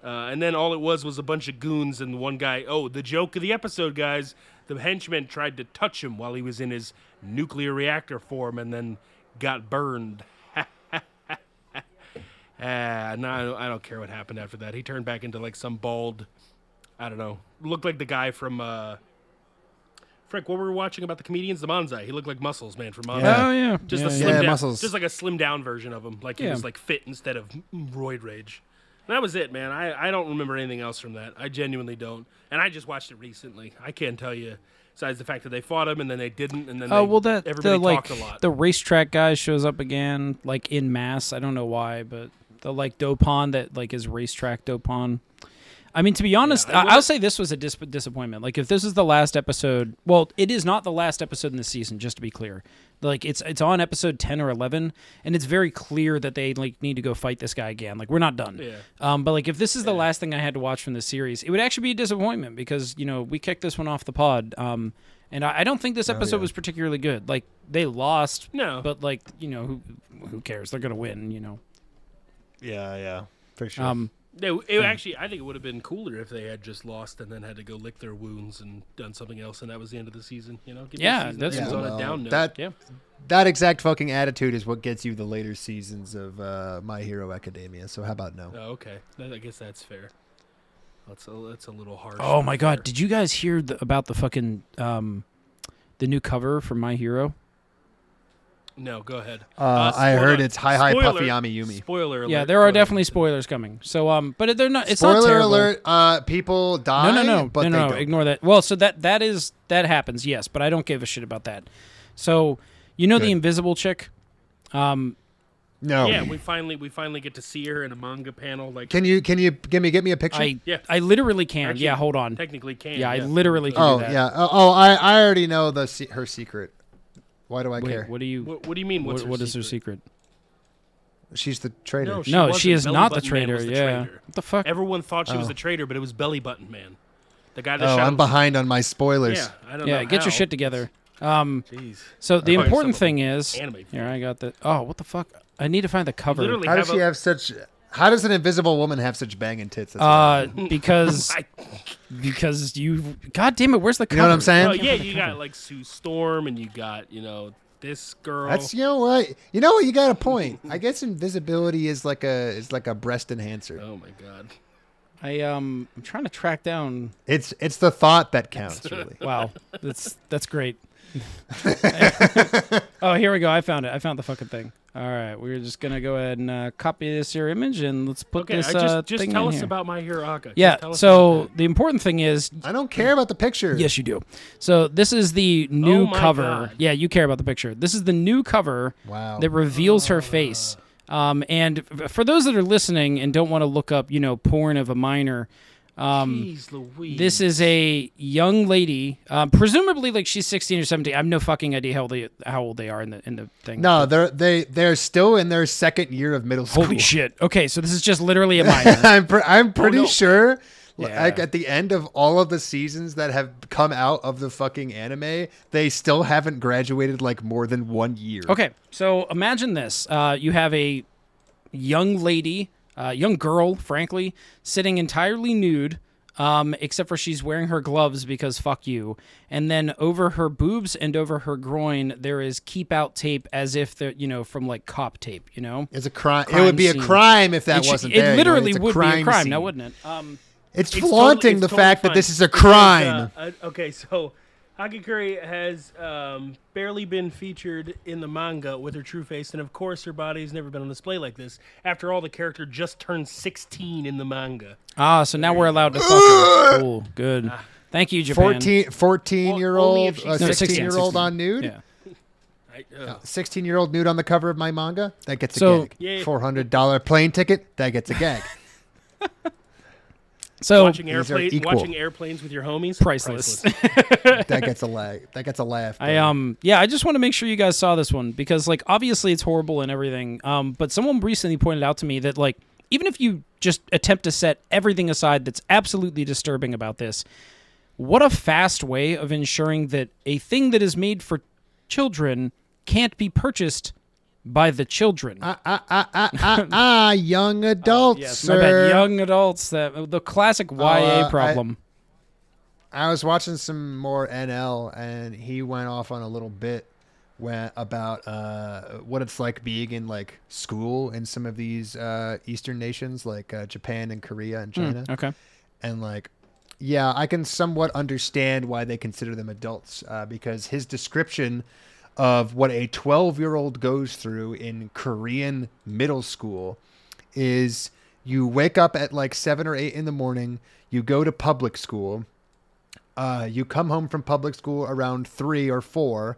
Speaker 4: Uh, and then all it was was a bunch of goons and one guy. Oh, the joke of the episode, guys. The henchman tried to touch him while he was in his nuclear reactor form, and then got burned. Ah, no, I don't, I don't care what happened after that. He turned back into like some bald, I don't know, looked like the guy from uh, Frick. What were we watching about the comedians? The Monzai. He looked like Muscles Man from Monzai.
Speaker 3: Yeah.
Speaker 5: Oh yeah,
Speaker 4: Just
Speaker 5: yeah,
Speaker 4: a
Speaker 5: yeah.
Speaker 4: slim
Speaker 3: Yeah,
Speaker 4: down,
Speaker 3: Muscles.
Speaker 4: just like a slim down version of him. Like he
Speaker 5: Yeah.
Speaker 4: was like fit instead of mm, roid rage. And that was it, man. I, I don't remember anything else from that. I genuinely don't. And I just watched it recently. I can't tell you. Besides the fact that they fought him and then they didn't, and then
Speaker 5: Oh
Speaker 4: they,
Speaker 5: well, that
Speaker 4: everybody
Speaker 5: the like
Speaker 4: talked a lot.
Speaker 5: the racetrack guy shows up again, like in mass. I don't know why, but the like Dopon that like is racetrack Dopon. I mean, to be honest,
Speaker 4: I
Speaker 5: I, I'll say this was a dis- disappointment. Like, if this is the last episode, well, it is not the last episode in the season. Just to be clear, like it's it's on episode ten or eleven, and it's very clear that they like need to go fight this guy again. Like, we're not done.
Speaker 4: Yeah.
Speaker 5: Um, but like, if this is the last thing I had to watch from the series, it would actually be a disappointment because you know we kicked this one off the pod. Um, and I, I don't think this
Speaker 3: Oh,
Speaker 5: episode was particularly good. Like, they lost.
Speaker 4: No.
Speaker 5: But like, you know, who who cares? They're gonna win. You know.
Speaker 3: Yeah, yeah, for sure.
Speaker 5: Um.
Speaker 4: They, it actually, I think it would have been cooler if they had just lost and then had to go lick their wounds and done something else, and that was the end of the season. You know, Give me a
Speaker 5: Yeah,
Speaker 4: season
Speaker 5: that's
Speaker 4: ends
Speaker 5: cool.
Speaker 4: on a
Speaker 3: Well,
Speaker 4: down note.
Speaker 3: that-
Speaker 5: Yeah.
Speaker 3: that exact fucking attitude is what gets you the later seasons of uh, My Hero Academia. So how about no?
Speaker 4: oh, okay, That- I guess that's fair. That's a, that's a little harsh.
Speaker 5: Oh my
Speaker 4: but fair.
Speaker 5: god! Did you guys hear the, about the fucking um, the new cover for My Hero?
Speaker 4: no, go ahead.
Speaker 3: Uh, I
Speaker 4: spoiler-
Speaker 3: heard it's Hi Hi
Speaker 4: spoiler-
Speaker 3: Puffy Ami Yumi.
Speaker 4: Spoiler alert.
Speaker 5: Yeah, there are
Speaker 4: Go ahead.
Speaker 5: definitely spoilers coming. So um, but they're not. It's not
Speaker 3: Spoiler
Speaker 5: terrible.
Speaker 3: alert: uh, people
Speaker 5: No,
Speaker 3: die.
Speaker 5: no, no, no,
Speaker 3: but they
Speaker 5: no. no,
Speaker 3: don't.
Speaker 5: Ignore that. Well, so that that is that happens, yes, but I don't give a shit about that. So you know
Speaker 3: Good.
Speaker 5: the invisible chick. Um,
Speaker 3: No.
Speaker 4: Yeah, we finally we finally get to see her in a manga panel. Like,
Speaker 3: Oh. Can you can you give me get me a picture?
Speaker 5: I
Speaker 4: Yeah.
Speaker 5: I literally can.
Speaker 4: Actually,
Speaker 5: yeah, hold on.
Speaker 4: technically can.
Speaker 5: Yeah, I literally can.
Speaker 3: oh
Speaker 5: do that.
Speaker 3: yeah. Oh, oh, I I already know the se- her secret. Why do I care?
Speaker 5: Wait, what do you?
Speaker 4: What, what do you mean? What's
Speaker 5: What,
Speaker 4: her
Speaker 5: what is her secret?
Speaker 3: She's the traitor.
Speaker 4: No, she,
Speaker 5: no,
Speaker 4: wasn't.
Speaker 5: she is
Speaker 4: Belly
Speaker 5: not the
Speaker 4: Button Man
Speaker 5: traitor.
Speaker 4: was the
Speaker 5: yeah.
Speaker 4: traitor.
Speaker 5: What the fuck?
Speaker 4: Everyone thought she was
Speaker 3: Oh.
Speaker 4: the traitor, but it was Belly Button Man, the guy that
Speaker 3: oh,
Speaker 4: shot
Speaker 3: I'm
Speaker 4: him.
Speaker 3: behind on my spoilers.
Speaker 4: Yeah, I don't know.
Speaker 5: yeah, get
Speaker 4: how.
Speaker 5: your shit together. Um,
Speaker 4: Jeez.
Speaker 5: so the
Speaker 4: Alright,
Speaker 5: important
Speaker 4: so-
Speaker 5: thing is,
Speaker 4: Anime.
Speaker 5: here I got the. Oh, what the fuck? I need to find the cover.
Speaker 4: Literally
Speaker 3: How
Speaker 4: have
Speaker 3: does she
Speaker 4: a,
Speaker 3: have such? How does an invisible woman have such banging tits? That's what I-
Speaker 5: Uh, because
Speaker 4: I-
Speaker 5: because you. God damn it! Where's the cover?
Speaker 3: you know what I'm saying?
Speaker 4: oh, yeah, you got like Sue Storm, and you got you know this girl.
Speaker 3: That's you know what you know what you got a point. I guess invisibility is like a is like a breast enhancer.
Speaker 4: oh my god.
Speaker 5: I um, I'm trying to track down.
Speaker 3: It's it's the thought that counts really.
Speaker 5: Wow, that's that's great. oh, here we go. I found it. I found the fucking thing. All right, we're just gonna go ahead and uh, copy this here image and let's put
Speaker 4: Okay,
Speaker 5: this
Speaker 4: I
Speaker 5: uh,
Speaker 4: just just
Speaker 5: thing
Speaker 4: tell
Speaker 5: in
Speaker 4: us
Speaker 5: here.
Speaker 4: about my hero Aka. Just tell
Speaker 5: Yeah.
Speaker 4: us about
Speaker 5: So
Speaker 4: that.
Speaker 5: the important thing is
Speaker 3: I don't care about the picture.
Speaker 5: Yes, you do. So this is the new
Speaker 4: Oh my
Speaker 5: cover.
Speaker 4: God.
Speaker 5: Yeah, you care about the picture. This is the new cover
Speaker 3: Wow.
Speaker 5: that reveals her face. Um, and f- for those that are listening and don't want to look up, you know, porn of a minor, um,
Speaker 4: Jeez Louise.
Speaker 5: this is a young lady, um, presumably like she's 16 or 17. I have no fucking idea how old they, how old they are in the in the thing.
Speaker 3: No, they're they they're still in their second year of middle school.
Speaker 5: Holy shit. Okay, so this is just literally a minor.
Speaker 3: I'm pre- I'm pretty sure. Like
Speaker 5: Oh, Yeah.
Speaker 3: at the end of all of the seasons that have come out of the fucking anime, they still haven't graduated like more than one year.
Speaker 5: Okay, so imagine this: uh, you have a young lady, uh, young girl, frankly, sitting entirely nude, um, except for she's wearing her gloves because fuck you. And then over her boobs and over her groin, there is keep out tape, as if they're you know from like cop tape, you know.
Speaker 3: It's a crime. It
Speaker 5: Crime
Speaker 3: would be
Speaker 5: scene.
Speaker 3: a crime if that
Speaker 5: it, sh-
Speaker 3: wasn't
Speaker 5: it
Speaker 3: there. you know?
Speaker 5: literally
Speaker 3: It's a
Speaker 5: would be a crime, now
Speaker 3: scene.
Speaker 5: wouldn't it? Um,
Speaker 3: It's
Speaker 4: It's totally-
Speaker 3: flaunting
Speaker 4: it's
Speaker 3: the
Speaker 4: totally
Speaker 3: fact
Speaker 4: fine.
Speaker 3: that this is a
Speaker 4: It's like, uh,
Speaker 3: crime.
Speaker 4: uh, okay, so Akikuri has um, barely been featured in the manga with her true face, and of course, her body has never been on display like this. After all, the character just turned 16 in the manga.
Speaker 5: Ah, so now we're allowed to fuck her. Cool. Good. Thank you, Japan.
Speaker 3: 14, 14 year
Speaker 4: only
Speaker 3: old,
Speaker 4: if
Speaker 3: uh,
Speaker 4: she's-
Speaker 5: No,
Speaker 3: 16 year old
Speaker 5: 16.
Speaker 3: on nude,
Speaker 5: Yeah.
Speaker 3: 16 year old nude on the cover of my manga. That gets
Speaker 5: So-
Speaker 3: a
Speaker 4: Yeah.
Speaker 3: gag. $400 plane ticket. That gets a gag.
Speaker 5: So
Speaker 4: watching
Speaker 3: Oh, these are
Speaker 4: airplane,
Speaker 3: equal.
Speaker 4: watching airplanes with your homies,
Speaker 5: priceless.
Speaker 3: that gets a lag. That gets a laugh.
Speaker 5: I um yeah, I just want to make sure you guys saw this one because like obviously it's horrible and everything. Um, but someone recently pointed out to me that like even if you just attempt to set everything aside that's absolutely disturbing about this, what a fast way of ensuring that a thing that is made for children can't be purchased by the children.
Speaker 3: Uh, ah, young
Speaker 5: uh,
Speaker 3: adults,
Speaker 5: yes, my
Speaker 3: sir.
Speaker 5: bad. Young adults that the classic YA
Speaker 3: uh, I-
Speaker 5: problem.
Speaker 3: I was watching some more NL, and he went off on a little bit when, about uh, what it's like being in like school in some of these uh, Eastern nations, like uh, Japan and Korea and China,
Speaker 5: okay.
Speaker 3: and like. Yeah, I can somewhat understand why they consider them adults uh, because his description of what a 12 year old goes through in Korean middle school is you wake up at like 7 or 8 in the morning, you go to public school, uh, you come home from public school around three or four.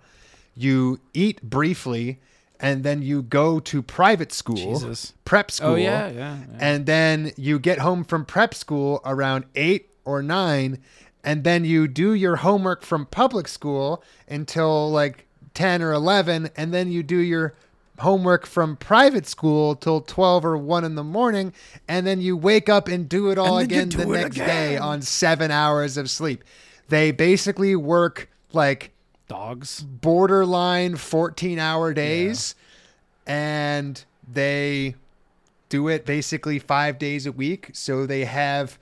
Speaker 3: You eat briefly, and then you go to private school,
Speaker 5: Jesus.
Speaker 3: prep school.
Speaker 5: Oh, yeah, yeah, yeah.
Speaker 3: And then you get home from prep school around eight or nine, and then you do your homework from public school until like ten or eleven, and then you do your homework from private school till 12 or 1 in the morning and then you wake up and do it all
Speaker 5: And then you
Speaker 3: again the
Speaker 5: do it
Speaker 3: next day on 7 hours of sleep. They basically work like
Speaker 5: Dogs.
Speaker 3: borderline 14 hour days and they do it basically five days a week. So they have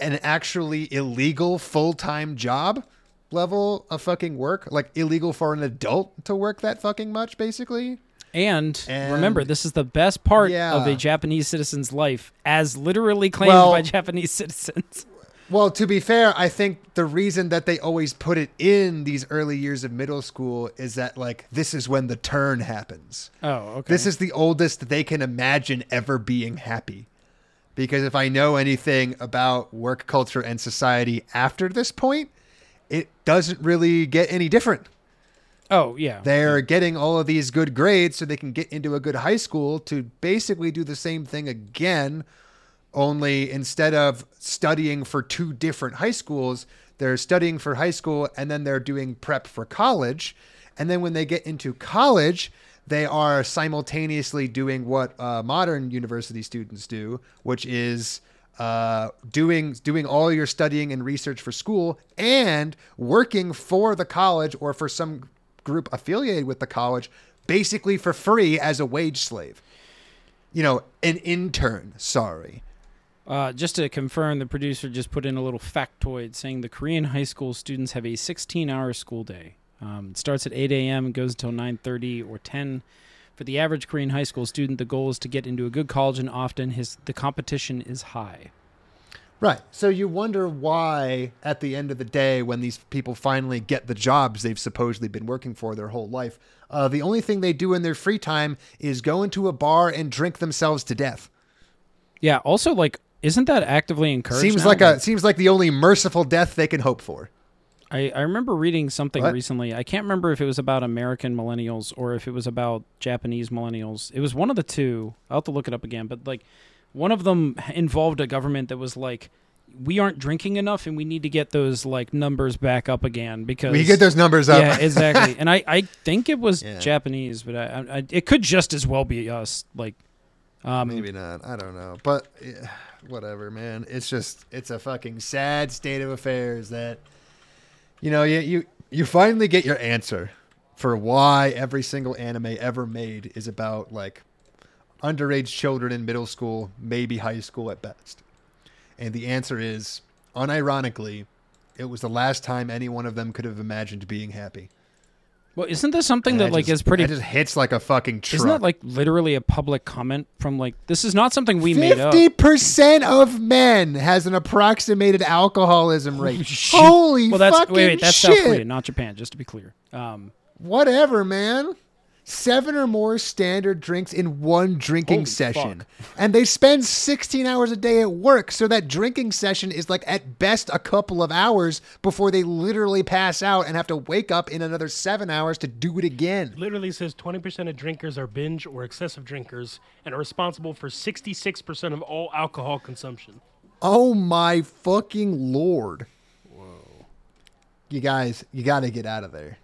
Speaker 3: an actually illegal full time job level of fucking work, like illegal for an adult to work that fucking much, basically.
Speaker 5: And, remember,
Speaker 3: And-
Speaker 5: this is the best part of a
Speaker 3: Yeah.
Speaker 5: Japanese citizen's life, as literally claimed
Speaker 3: Well-
Speaker 5: by Japanese citizens.
Speaker 3: Well, to be fair, I think the reason that they always put it in these early years of middle school is that, like, this is when the turn happens.
Speaker 5: Oh, okay.
Speaker 3: This is the oldest they can imagine ever being happy. Because if I know anything about work culture and society after this point, it doesn't really get any different.
Speaker 5: oh yeah.
Speaker 3: They're getting all of these good grades so they can get into a good high school to basically do the same thing again, only instead of studying for two different high schools, they're studying for high school and then they're doing prep for college. And then when they get into college, they are simultaneously doing what uh, modern university students do, which is uh, doing doing all your studying and research for school and working for the college or for some group affiliated with the college basically for free as a wage slave. You know, an intern, sorry.
Speaker 5: Uh, just to confirm, the producer just put in a little factoid saying the Korean high school students have a 16-hour school day. Um, it starts at 8 a.m. and goes until 9:30 or 10. For the average Korean high school student, the goal is to get into a good college, and often his the competition is high.
Speaker 3: Right. So you wonder why, at the end of the day, when these people finally get the jobs they've supposedly been working for their whole life, uh, the only thing they do in their free time is go into a bar and drink themselves to death.
Speaker 5: Yeah. Also, like, isn't that actively encouraged?
Speaker 3: seems
Speaker 5: now?
Speaker 3: like a seems like the only merciful death they can hope for.
Speaker 5: I, I remember reading something
Speaker 3: What?
Speaker 5: recently. I can't remember if it was about American millennials or if it was about Japanese millennials. It was one of the two. I'll have to look it up again. But like one of them involved a government that was like, we aren't drinking enough and we need to get those like numbers back up again because
Speaker 3: We get those numbers up.
Speaker 5: yeah, exactly. and I, I think it was
Speaker 3: Yeah.
Speaker 5: Japanese, but I, I, I it could just as well be us. Like
Speaker 3: Maybe not. I don't know. But eh, whatever, man. It's just it's a fucking sad state of affairs that you know, you you, you finally get your answer for why every single anime ever made is about like underage children in middle school, maybe high school at best. And the answer is unironically, it was the last time any one of them could have imagined being happy.
Speaker 5: Well, isn't there something
Speaker 3: And
Speaker 5: that
Speaker 3: I
Speaker 5: like
Speaker 3: just-
Speaker 5: is pretty?
Speaker 3: It just hits like a fucking truck.
Speaker 5: Isn't that like literally a public comment from like this is not something we made up?
Speaker 3: Fifty percent of men has an approximated alcoholism rate.
Speaker 5: Shit.
Speaker 3: Holy
Speaker 5: well, that's
Speaker 3: fucking
Speaker 5: wait, wait, that's
Speaker 3: shit!
Speaker 5: South Korea, not Japan. Just to be clear, um,
Speaker 3: Whatever, man. Seven or more standard drinks in one drinking session, and they spend sixteen hours a day at work. So that drinking session is like at best a couple of hours before they literally pass out and have to wake up in another seven hours to do it again.
Speaker 6: literally says 20% of drinkers are binge or excessive drinkers and are responsible for 66% of all alcohol consumption.
Speaker 3: Oh my fucking lord. You guys, you got to get out of there.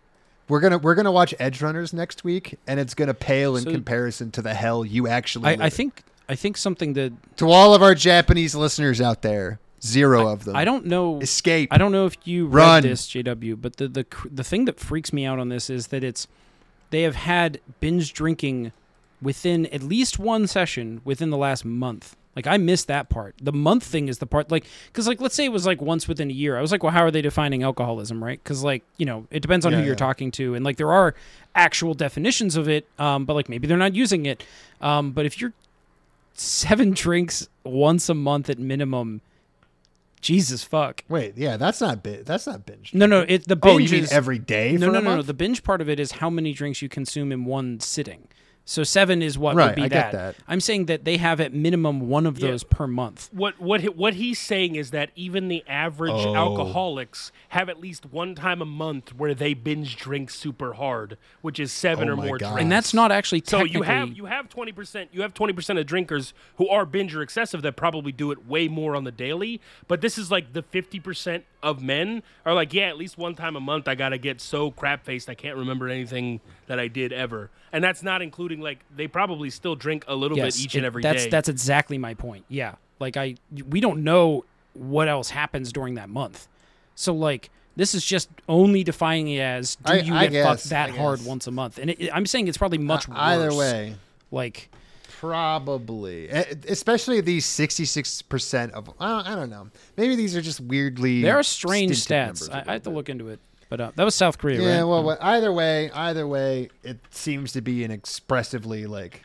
Speaker 3: We're going to we're going to watch Edge Runners next week and it's going to pale in comparison to the hell you actually
Speaker 5: I,
Speaker 3: live
Speaker 5: I
Speaker 3: in.
Speaker 5: think I think something that
Speaker 3: to all of our Japanese listeners out there, zero of them.
Speaker 5: I don't know.
Speaker 3: escape.
Speaker 5: I don't know if you
Speaker 3: Run.
Speaker 5: read this, JW, but the, the cr- the thing that freaks me out on this is that it's they have had binge drinking within at least one session within the last month. Like I missed that part. The month thing is the part like cuz like let's say it was like once within a year. I was like, "Well, how are they defining alcoholism, right?" Cuz like, you know, it depends on who
Speaker 3: Yeah,
Speaker 5: you're
Speaker 3: yeah.
Speaker 5: talking to and like there are actual definitions of it, um but like maybe they're not using it. Um but if you're seven drinks once a month at minimum, Jesus fuck.
Speaker 3: Wait, yeah, that's not bi- that's not binge.
Speaker 5: No, no, it the binge
Speaker 3: oh, you mean
Speaker 5: is
Speaker 3: every day
Speaker 5: no,
Speaker 3: for
Speaker 5: no,
Speaker 3: a
Speaker 5: no, no.
Speaker 3: month?
Speaker 5: The binge part of it is how many drinks you consume in one sitting. So seven is what
Speaker 3: Right,
Speaker 5: would be
Speaker 3: I
Speaker 5: that.
Speaker 3: get that.
Speaker 5: I'm saying that they have at minimum one of those per month.
Speaker 4: What what he- what he's saying is that even the average
Speaker 3: Oh.
Speaker 4: alcoholics have at least one time a month where they binge drink super hard, which is seven
Speaker 3: Oh
Speaker 4: or
Speaker 3: my
Speaker 4: more
Speaker 3: God.
Speaker 4: drinks.
Speaker 5: And that's not actually
Speaker 4: so
Speaker 5: technically.
Speaker 4: you have you have twenty percent you have twenty percent of drinkers who are binge or excessive that probably do it way more on the daily. But this is like the fifty percent of men are like, yeah, at least one time a month I gotta get so crap faced I can't remember anything that I did ever. And that's not including like they probably still drink a little
Speaker 5: yes,
Speaker 4: bit each and
Speaker 5: it-
Speaker 4: every day.
Speaker 5: that's that's exactly my point. Yeah, like I we don't know what else happens during that month. So like this is just only defining it as do
Speaker 3: I-
Speaker 5: you
Speaker 3: I
Speaker 5: get
Speaker 3: guess,
Speaker 5: fucked that
Speaker 3: I
Speaker 5: hard
Speaker 3: guess. Uh,
Speaker 5: once a month? And it, it- I'm saying it's probably much worse.
Speaker 3: Either way,
Speaker 5: like
Speaker 3: Probably, E- especially these sixty-six percent of uh, I don't know. Maybe these are just weirdly.
Speaker 5: there are strange
Speaker 3: stinted
Speaker 5: stats.
Speaker 3: numbers a
Speaker 5: I, I
Speaker 3: little
Speaker 5: have to
Speaker 3: bit.
Speaker 5: look into it. But uh, that was South Korea,
Speaker 3: Yeah,
Speaker 5: right?
Speaker 3: well, what- either way, either way, it seems to be an expressively like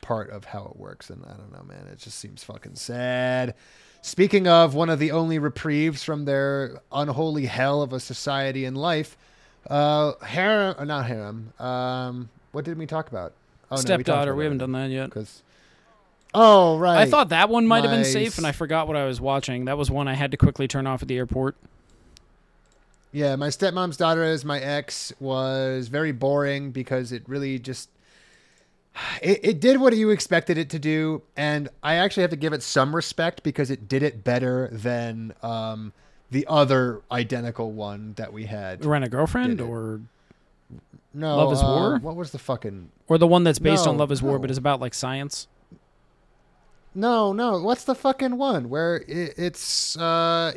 Speaker 3: part of how it works, and I don't know, man. It just seems fucking sad. Speaking of one of the only reprieves from their unholy hell of a society and life, uh, harem, or not harem. Um, what did we talk about? Oh, no, we talked
Speaker 5: Stepdaughter.
Speaker 3: about
Speaker 5: we haven't
Speaker 3: that
Speaker 5: done that yet.
Speaker 3: because. Oh right.
Speaker 5: I thought that one might have been
Speaker 3: my
Speaker 5: safe, and I
Speaker 3: s-
Speaker 5: forgot what I was watching. That was one I had to quickly turn off at the airport.
Speaker 3: Yeah, my stepmom's daughter is my ex was very boring because it really just it, it did what you expected it to do, and I actually have to give it some respect because it did it better than um, the other identical one that we had.
Speaker 5: Rent a girlfriend,
Speaker 3: Did it.
Speaker 5: or
Speaker 3: No,
Speaker 5: Love is
Speaker 3: uh,
Speaker 5: War?
Speaker 3: What was the fucking
Speaker 5: or the one that's based on
Speaker 3: No,
Speaker 5: Love Is War, but
Speaker 3: no.
Speaker 5: is about like science.
Speaker 3: No, no. What's the fucking one where it, it's uh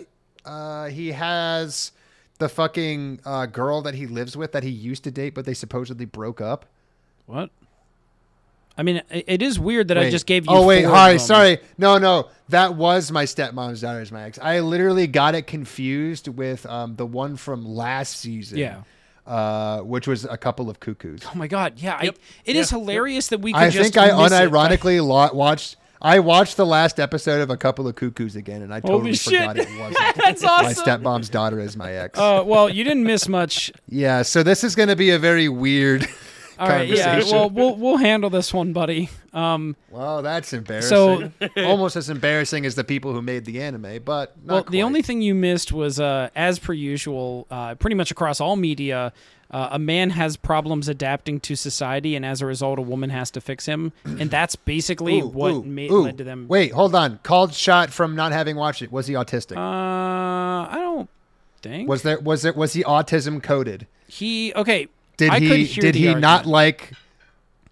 Speaker 3: uh he has the fucking uh, girl that he lives with that he used to date, but they supposedly broke up.
Speaker 5: What? I mean, i it is weird that I
Speaker 3: Wait.
Speaker 5: just gave you.
Speaker 3: Oh wait,
Speaker 5: four of
Speaker 3: hi,
Speaker 5: them.
Speaker 3: sorry. No, no, that was my stepmom's daughter's my ex. I literally got it confused with um, the one from last season.
Speaker 5: Yeah.
Speaker 3: Uh, which was a couple of cuckoos.
Speaker 5: Oh my god, yeah, I, it is hilarious that we. Could
Speaker 3: I
Speaker 5: just
Speaker 3: think I
Speaker 5: miss it by-
Speaker 3: unironically lo- watched. I watched the last episode of a couple of cuckoos again, and I totally
Speaker 5: shit.
Speaker 3: forgot it wasn't
Speaker 5: That's
Speaker 3: my
Speaker 5: awesome.
Speaker 3: stepmom's daughter is my ex.
Speaker 5: Uh, well, you didn't miss much.
Speaker 3: yeah, so this is going to be a very weird.
Speaker 5: All right, yeah.
Speaker 3: Conversation.
Speaker 5: Well, we'll we'll handle this one, buddy. Um,
Speaker 3: Well, that's embarrassing.
Speaker 5: So-
Speaker 3: almost as embarrassing as the people who made the anime, but not
Speaker 5: Well,
Speaker 3: quite.
Speaker 5: the only thing you missed was, uh, as per usual, uh, pretty much across all media, uh, a man has problems adapting to society, and as a result, a woman has to fix him, and that's basically
Speaker 3: Ooh,
Speaker 5: what
Speaker 3: ooh,
Speaker 5: ma-
Speaker 3: ooh.
Speaker 5: led to them.
Speaker 3: Wait, hold on. Called shot from not having watched it. Was he autistic?
Speaker 5: uh, I don't think
Speaker 3: was there was there was he autism coded?
Speaker 5: he. Okay,
Speaker 3: Did
Speaker 5: I could
Speaker 3: he
Speaker 5: hear
Speaker 3: did
Speaker 5: the
Speaker 3: he
Speaker 5: argument.
Speaker 3: not like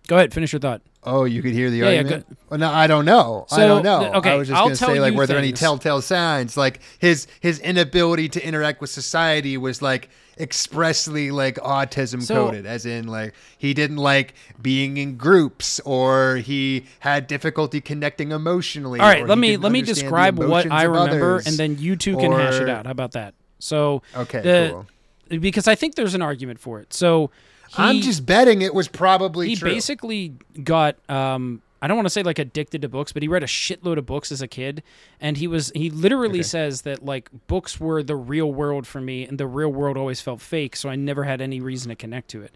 Speaker 5: Go ahead, finish your thought.
Speaker 3: Oh, you could hear the
Speaker 5: yeah,
Speaker 3: argument. Well, no, I don't know. I
Speaker 5: So,
Speaker 3: don't know.
Speaker 5: th- okay,
Speaker 3: I was just
Speaker 5: I'll
Speaker 3: gonna
Speaker 5: tell
Speaker 3: say like
Speaker 5: you
Speaker 3: were there any
Speaker 5: things.
Speaker 3: telltale signs? Like his his inability to interact with society was like expressly like autism
Speaker 5: So-
Speaker 3: coded, as in like he didn't like being in groups or he had difficulty connecting emotionally.
Speaker 5: All right,
Speaker 3: or
Speaker 5: let
Speaker 3: he
Speaker 5: me
Speaker 3: didn't
Speaker 5: let me
Speaker 3: understand the
Speaker 5: describe what
Speaker 3: emotions
Speaker 5: I
Speaker 3: of
Speaker 5: remember,
Speaker 3: others,
Speaker 5: and then you two can hash it
Speaker 3: or-
Speaker 5: out. How about that? So
Speaker 3: Okay,
Speaker 5: the-
Speaker 3: cool.
Speaker 5: because I think there's an argument for it. So he,
Speaker 7: I'm just betting it was probably
Speaker 5: he
Speaker 7: true.
Speaker 5: basically got um I don't want to say like addicted to books, but he read a shitload of books as a kid, and he was he literally says that like books were the real world for me, and the real world always felt fake, so I never had any reason to connect to it.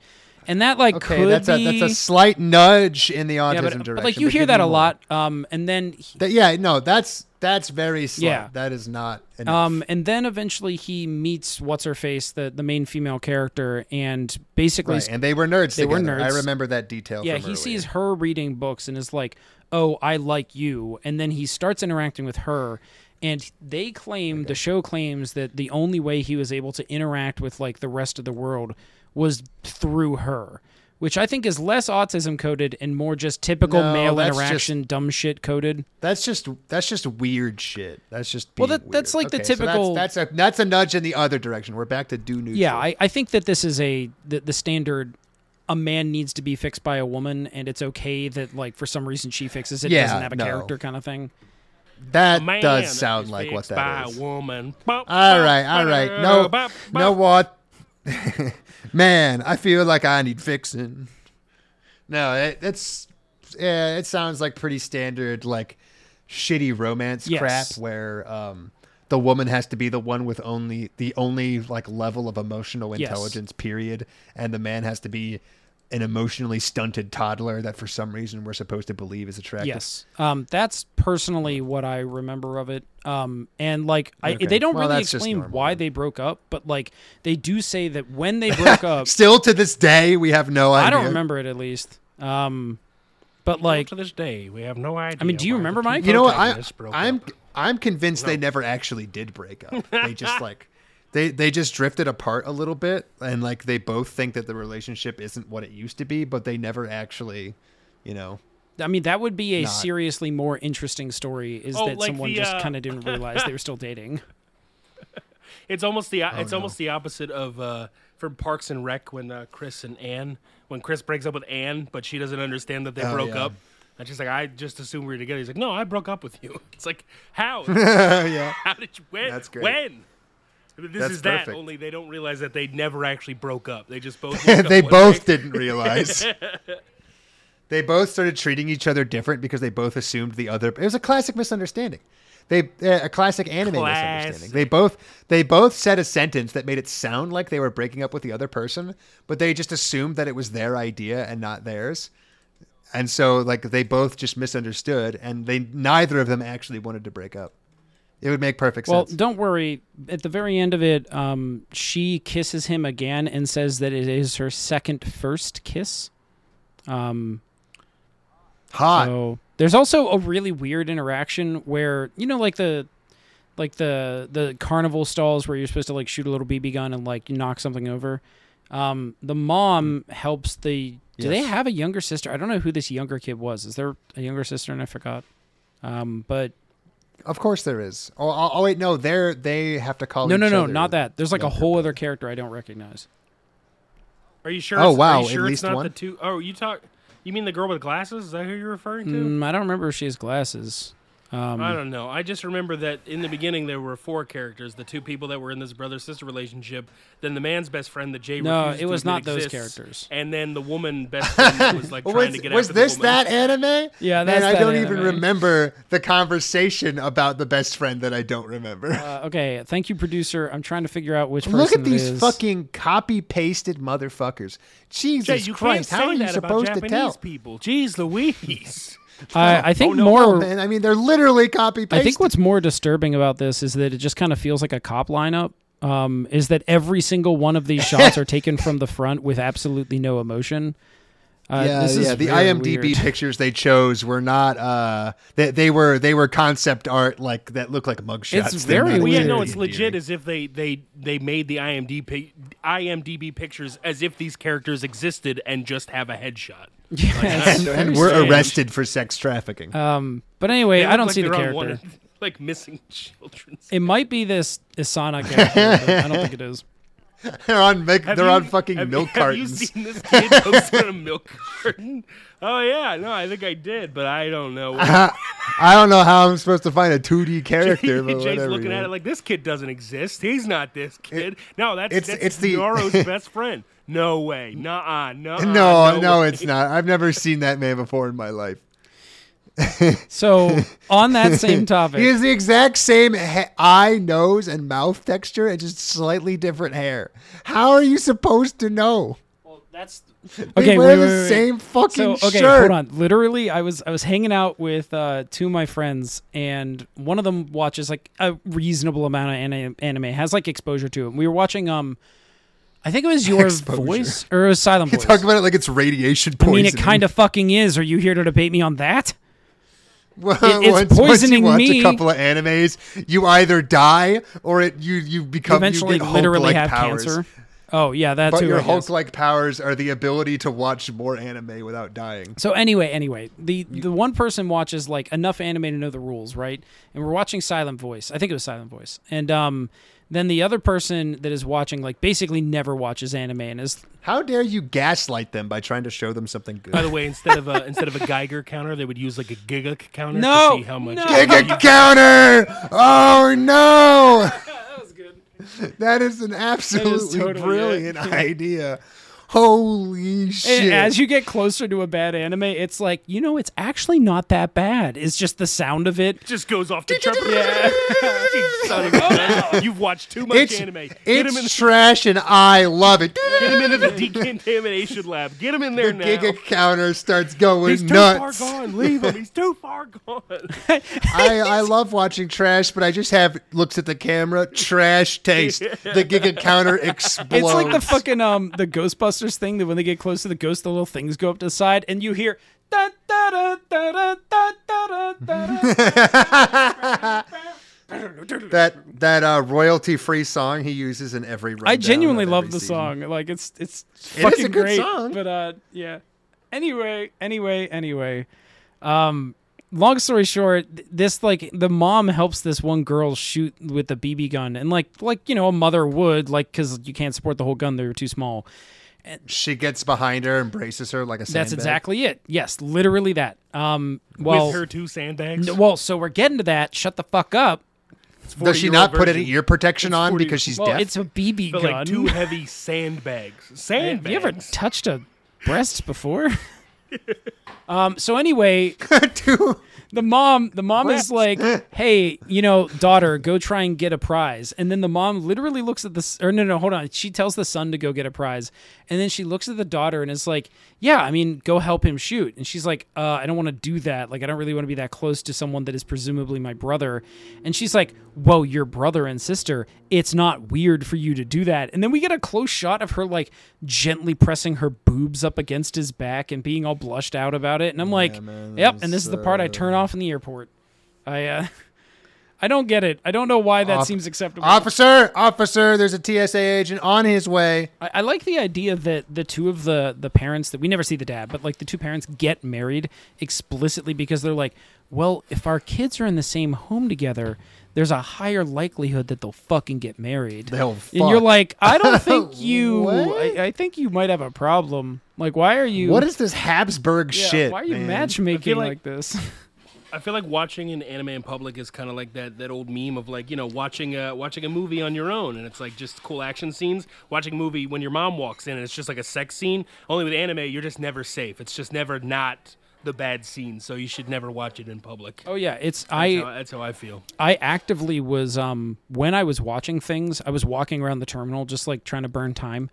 Speaker 5: And that like
Speaker 3: Okay,
Speaker 5: could
Speaker 3: that's a
Speaker 5: be-
Speaker 3: that's a slight nudge in the autism
Speaker 5: yeah, but, but,
Speaker 3: direction.
Speaker 5: like you hear
Speaker 3: give
Speaker 5: that
Speaker 3: me
Speaker 5: a
Speaker 3: more.
Speaker 5: lot, um, and then he-
Speaker 3: That- yeah, no, that's that's very slight.
Speaker 5: Yeah.
Speaker 3: That is not enough.
Speaker 5: Um, and then eventually he meets what's her face, the the main female character, and basically,
Speaker 3: right. And they were nerds.
Speaker 5: they were
Speaker 3: together. I
Speaker 5: nerds.
Speaker 3: remember that detail.
Speaker 5: yeah,
Speaker 3: from
Speaker 5: he
Speaker 3: earlier.
Speaker 5: sees her reading books and is like, "Oh, I like you," and then he starts interacting with her. And they claim the show claims that the only way he was able to interact with like the rest of the world was through her, which I think is less autism coded and more just typical
Speaker 3: No,
Speaker 5: male
Speaker 3: that's just-
Speaker 5: interaction, dumb shit coded.
Speaker 3: That's just that's just weird shit. That's just
Speaker 5: Well,
Speaker 3: being
Speaker 5: that- that's
Speaker 3: weird.
Speaker 5: like the
Speaker 3: Okay, so that's-
Speaker 5: typical-
Speaker 3: that's, a that's a nudge in the other direction. We're back to do new.
Speaker 5: Yeah, I, I think that this is a the, the standard. A man needs to be fixed by a woman, and it's okay that like for some reason she fixes it,
Speaker 3: Yeah,
Speaker 5: doesn't have a
Speaker 3: no.
Speaker 5: character kind of thing.
Speaker 3: that
Speaker 4: Man
Speaker 3: does sound
Speaker 4: is
Speaker 3: like what
Speaker 4: fixed
Speaker 3: that
Speaker 4: by
Speaker 3: is.
Speaker 4: A woman.
Speaker 3: All right, all right. No, no what? Man, I feel like I need fixing. No, it, it's yeah, it sounds like pretty standard like shitty romance
Speaker 5: Yes.
Speaker 3: crap where um the woman has to be the one with only the only like level of emotional
Speaker 5: Yes.
Speaker 3: intelligence period and the man has to be an emotionally stunted toddler that for some reason we're supposed to believe is attractive.
Speaker 5: Yes, um, that's personally what I remember of it. Um, and like I,
Speaker 3: Okay.
Speaker 5: they don't
Speaker 3: Well,
Speaker 5: really
Speaker 3: that's just
Speaker 5: explain
Speaker 3: normal
Speaker 5: why
Speaker 3: then.
Speaker 5: they broke up, but like they do say that when they broke up,
Speaker 3: Still to this day we have no idea.
Speaker 5: I don't remember it at least. Um, but like
Speaker 4: to this day, we have no idea.
Speaker 5: mean, do you
Speaker 4: why the
Speaker 5: remember,
Speaker 4: two
Speaker 5: Mike?
Speaker 3: You know what? I,
Speaker 4: protagonists broke
Speaker 3: I'm
Speaker 4: up.
Speaker 3: I'm convinced they never actually did break up. They just like they they just drifted apart a little bit, and like they both think that the relationship isn't what it used to be, but they never actually, you know.
Speaker 5: I mean that would be a
Speaker 3: Not-
Speaker 5: seriously more interesting story is
Speaker 4: Oh,
Speaker 5: that
Speaker 4: like
Speaker 5: someone
Speaker 4: the,
Speaker 5: just
Speaker 4: uh,
Speaker 5: kind of didn't realize they were still dating.
Speaker 4: It's almost
Speaker 3: Oh,
Speaker 4: the it's almost the opposite of uh, from Parks and Rec when uh, Chris and Anne when Chris breaks up with Anne, but she doesn't understand that they broke
Speaker 3: Oh, yeah.
Speaker 4: up. And she's like, I just assumed we were together. He's like, No, I broke up with you. It's like, how? yeah. How did you when?
Speaker 3: That's great.
Speaker 4: When? This
Speaker 3: That's
Speaker 4: is that.
Speaker 3: perfect.
Speaker 4: Only they don't realize that they never actually broke up. They just both. woke up
Speaker 3: they
Speaker 4: one
Speaker 3: both
Speaker 4: day.
Speaker 3: didn't realize. they both started treating each other different because they both assumed the other. It was a classic misunderstanding. They uh, a classic anime misunderstanding. They both they both said a sentence that made it sound like they were breaking up with the other person, but they just assumed that it was their idea and not theirs. And so like they both just misunderstood and they neither of them actually wanted to break up. It would make perfect
Speaker 5: Well,
Speaker 3: sense.
Speaker 5: don't worry. At the very end of it, um, she kisses him again and says that it is her second first kiss. Um,
Speaker 3: Hot.
Speaker 5: so there's also a really weird interaction where you know, like the like the the carnival stalls where you're supposed to like shoot a little BB gun and like knock something over. Um, the mom helps the. Do they
Speaker 3: Yes.
Speaker 5: have a younger sister? I don't know who this younger kid was. Is there a younger sister? And I forgot. Um, but
Speaker 3: Of course there is. Oh, oh, oh wait, no, they're they have to call
Speaker 5: no, no,
Speaker 3: each
Speaker 5: no,
Speaker 3: other
Speaker 5: not that. There's like a
Speaker 3: younger
Speaker 5: whole
Speaker 3: brother.
Speaker 5: other character I don't recognize.
Speaker 4: Are you sure?
Speaker 3: Oh,
Speaker 4: it's-
Speaker 3: wow,
Speaker 4: Are you
Speaker 3: at
Speaker 4: sure
Speaker 3: least
Speaker 4: it's not
Speaker 3: one?
Speaker 4: the two oh you talk. You mean the girl with glasses? Is that who you're referring to?
Speaker 5: Mm, I don't remember if she has glasses.
Speaker 4: I don't know. I just remember that in the beginning there were four characters, the two people that were in this brother sister relationship, then the man's best friend, the Jay.
Speaker 5: No,
Speaker 4: refuses
Speaker 5: it
Speaker 4: to
Speaker 5: was
Speaker 4: admit
Speaker 5: not those
Speaker 4: exists,
Speaker 5: characters.
Speaker 4: And then the woman best friend that was like
Speaker 3: Well,
Speaker 4: trying
Speaker 3: was
Speaker 4: to get
Speaker 3: was
Speaker 4: after
Speaker 3: this
Speaker 4: the woman.
Speaker 3: that anime?
Speaker 5: Yeah, that's
Speaker 3: Man, I
Speaker 5: that
Speaker 3: don't even
Speaker 5: anime.
Speaker 3: remember the conversation about the best friend that I don't remember.
Speaker 5: Uh, okay, thank you, producer. I'm trying to figure out which person
Speaker 3: Look at
Speaker 5: it
Speaker 3: these
Speaker 5: is.
Speaker 3: fucking copy pasted motherfuckers.
Speaker 4: Jay,
Speaker 3: Jesus
Speaker 4: you
Speaker 3: Christ,
Speaker 4: can't
Speaker 3: how
Speaker 4: say
Speaker 3: are you
Speaker 4: that about
Speaker 3: supposed to
Speaker 4: Japanese
Speaker 3: tell?
Speaker 4: people? Jeez, Louise.
Speaker 5: I, I think
Speaker 3: Oh, no,
Speaker 5: more.
Speaker 3: man. I mean, they're literally copy pasted.
Speaker 5: I think what's more disturbing about this is that it just kind of feels like a cop lineup. Um, is that every single one of these shots are taken from the front with absolutely no emotion? Uh,
Speaker 3: yeah,
Speaker 5: this is
Speaker 3: yeah. The
Speaker 5: really
Speaker 3: IMDb
Speaker 5: weird.
Speaker 3: pictures they chose were not. Uh, they, they were they were concept art like that looked like mugshots.
Speaker 5: It's
Speaker 3: They're
Speaker 5: very
Speaker 3: not
Speaker 4: well, yeah,
Speaker 5: weird.
Speaker 4: no,
Speaker 3: very
Speaker 4: it's legit.
Speaker 3: endearing.
Speaker 4: As if they they they made the IMDb pi- IMDb pictures as if these characters existed and just have a headshot.
Speaker 5: Yes.
Speaker 3: And, and we're arrested for sex trafficking.
Speaker 5: Um, but anyway,
Speaker 4: They
Speaker 5: I
Speaker 4: look
Speaker 5: don't
Speaker 4: like
Speaker 5: see the
Speaker 4: they're on
Speaker 5: character.
Speaker 4: one- Like missing children.
Speaker 5: It might be this Isana character. but I don't think it is.
Speaker 3: They're on milk,
Speaker 4: Have
Speaker 3: they're
Speaker 4: you-
Speaker 3: on fucking
Speaker 4: have you-
Speaker 3: milk cartons.
Speaker 4: Have you seen this kid post on a milk carton? Oh yeah, no, I think I did, but I don't know. what-
Speaker 3: I don't know how I'm supposed to find a 2D character, but
Speaker 4: Jay's
Speaker 3: whatever.
Speaker 4: E looking
Speaker 3: you
Speaker 4: at
Speaker 3: know.
Speaker 4: it like this kid doesn't exist. He's not this kid. no, that's
Speaker 3: it's-
Speaker 4: that's
Speaker 3: it's the-
Speaker 4: Yoro's best friend. No way. Nuh-uh. Nuh-uh.
Speaker 5: "Oh,
Speaker 3: no, no,
Speaker 4: way.
Speaker 3: it's not. I've never seen that man before in my life.
Speaker 5: So on that same topic,
Speaker 3: He has the exact same he- eye, nose, and mouth texture, and just slightly different hair. How are you supposed to know?
Speaker 5: that's
Speaker 3: They
Speaker 5: okay.
Speaker 3: wear
Speaker 5: wait,
Speaker 3: the
Speaker 5: wait, wait, wait.
Speaker 3: same fucking
Speaker 5: so okay
Speaker 3: shirt.
Speaker 5: hold on literally i was i was hanging out with uh two of my friends and one of them watches like a reasonable amount of anime, anime has like exposure to it we were watching um i think it was your
Speaker 3: Exposure.
Speaker 5: voice or it was silent
Speaker 3: You
Speaker 5: voice
Speaker 3: talk about it like it's radiation
Speaker 5: i
Speaker 3: poisoning.
Speaker 5: mean it kind of fucking is are you here to debate me on that
Speaker 3: Well,
Speaker 5: it's
Speaker 3: once, once you
Speaker 5: poisoning
Speaker 3: watch
Speaker 5: me.
Speaker 3: a couple of animes, you either die or it you you become
Speaker 5: eventually
Speaker 3: you get
Speaker 5: literally
Speaker 3: Hulk-like
Speaker 5: have
Speaker 3: powers.
Speaker 5: cancer oh yeah that
Speaker 3: But
Speaker 5: too
Speaker 3: your
Speaker 5: I guess.
Speaker 3: Hulk-like powers are the ability to watch more anime without dying.
Speaker 5: So anyway, anyway, the the one person watches like enough anime to know the rules, right? And we're watching Silent Voice. I think it was Silent Voice. And um then the other person that is watching like basically never watches anime and is
Speaker 3: How dare you gaslight them by trying to show them something good?
Speaker 4: By the way, instead of a instead of a Geiger counter, they would use like a Giga counter
Speaker 5: No,
Speaker 4: to see how much.
Speaker 5: no.
Speaker 3: Giga counter! Oh no! That is an absolutely
Speaker 5: totally it.
Speaker 3: brilliant idea. Holy shit!
Speaker 5: as you get closer to a bad anime, it's like, you know, it's actually not that bad. It's just the sound of it.
Speaker 4: Just goes off the chart.
Speaker 5: Oh,
Speaker 4: Yeah. You've watched too much
Speaker 3: it's
Speaker 4: anime. Get him in
Speaker 3: it's trash, and I love it.
Speaker 4: Get him into the decontamination lab. Get him in there
Speaker 3: The
Speaker 4: now.
Speaker 3: Giga counter starts going
Speaker 4: He's too
Speaker 3: nuts.
Speaker 4: far gone. Leave him. He's too far gone.
Speaker 3: I, I love watching trash, but I just have looks at the camera, trash taste. The Giga counter explodes.
Speaker 5: It's like the fucking um the Ghostbusters thing that when they get close to the ghost, the little things go up to the side and you hear da da da da da da da da da.
Speaker 3: that that uh, royalty free song he uses in every.
Speaker 5: I
Speaker 3: rundown
Speaker 5: genuinely
Speaker 3: of
Speaker 5: love
Speaker 3: every
Speaker 5: the
Speaker 3: season.
Speaker 5: song. Like it's it's
Speaker 3: It is a
Speaker 5: fucking
Speaker 3: good
Speaker 5: great.
Speaker 3: song.
Speaker 5: But uh, yeah. Anyway, anyway, anyway. Um, long story short, th- this like the mom helps this one girl shoot with a BB gun, and like like you know a mother would like because you can't support the whole gun; they're too small.
Speaker 3: She gets behind her, embraces her like a.
Speaker 5: That's
Speaker 3: sandbag.
Speaker 5: exactly it. Yes, literally that. Um, well,
Speaker 4: With her two sandbags.
Speaker 5: n- well, so we're getting to that. Shut the fuck up.
Speaker 3: Does she
Speaker 4: 40-year-old
Speaker 3: not put
Speaker 4: version.
Speaker 3: any ear protection on
Speaker 4: 40
Speaker 3: because she's
Speaker 5: Well,
Speaker 3: deaf?
Speaker 5: it's a BB
Speaker 4: But
Speaker 5: gun.
Speaker 4: like two heavy sandbags.
Speaker 5: Have
Speaker 4: Sandbags.
Speaker 5: you ever touched a breast before? um. So anyway,
Speaker 3: Two-
Speaker 5: the mom the mom is like hey you know daughter go try and get a prize and then the mom literally looks at this or no no hold on she tells the son to go get a prize and then she looks at the daughter and is like yeah i mean go help him shoot and she's like uh, i don't want to do that like i don't really want to be that close to someone that is presumably my brother and she's like whoa your brother and sister it's not weird for you to do that and then we get a close shot of her like gently pressing her boobs up against his back and being all blushed out about it and i'm like
Speaker 3: man,
Speaker 5: yep and
Speaker 3: that's,
Speaker 5: this is the part i turn off in the airport I uh, I don't get it. I don't know why that
Speaker 3: Off-
Speaker 5: seems acceptable.
Speaker 3: officer, officer, there's a TSA agent on his way.
Speaker 5: I, I like the idea that the two of the the parents that we never see the dad, but like the two parents get married explicitly because they're like, well, if our kids are in the same home together, there's a higher likelihood that they'll fucking get married.
Speaker 3: They'll
Speaker 5: And you're
Speaker 3: fuck.
Speaker 5: like, I don't think you.
Speaker 3: What?
Speaker 5: I, I think you might have a problem. Like, why are you?
Speaker 3: What is this Habsburg
Speaker 5: yeah,
Speaker 3: shit?
Speaker 5: Why are you
Speaker 3: man?
Speaker 5: matchmaking
Speaker 4: like-
Speaker 5: like this?
Speaker 4: I feel like watching an anime in public is kind of like that that old meme of like you know watching a watching a movie on your own and it's like just cool action scenes. Watching a movie when your mom walks in and it's just like a sex scene. Only with anime, you're just never safe. It's just never not the bad scene. So you should never watch it in public.
Speaker 5: oh yeah, it's
Speaker 4: That's
Speaker 5: I.
Speaker 4: how- that's how I feel.
Speaker 5: I actively was um when I was watching things, I was walking around the terminal just like trying to burn time.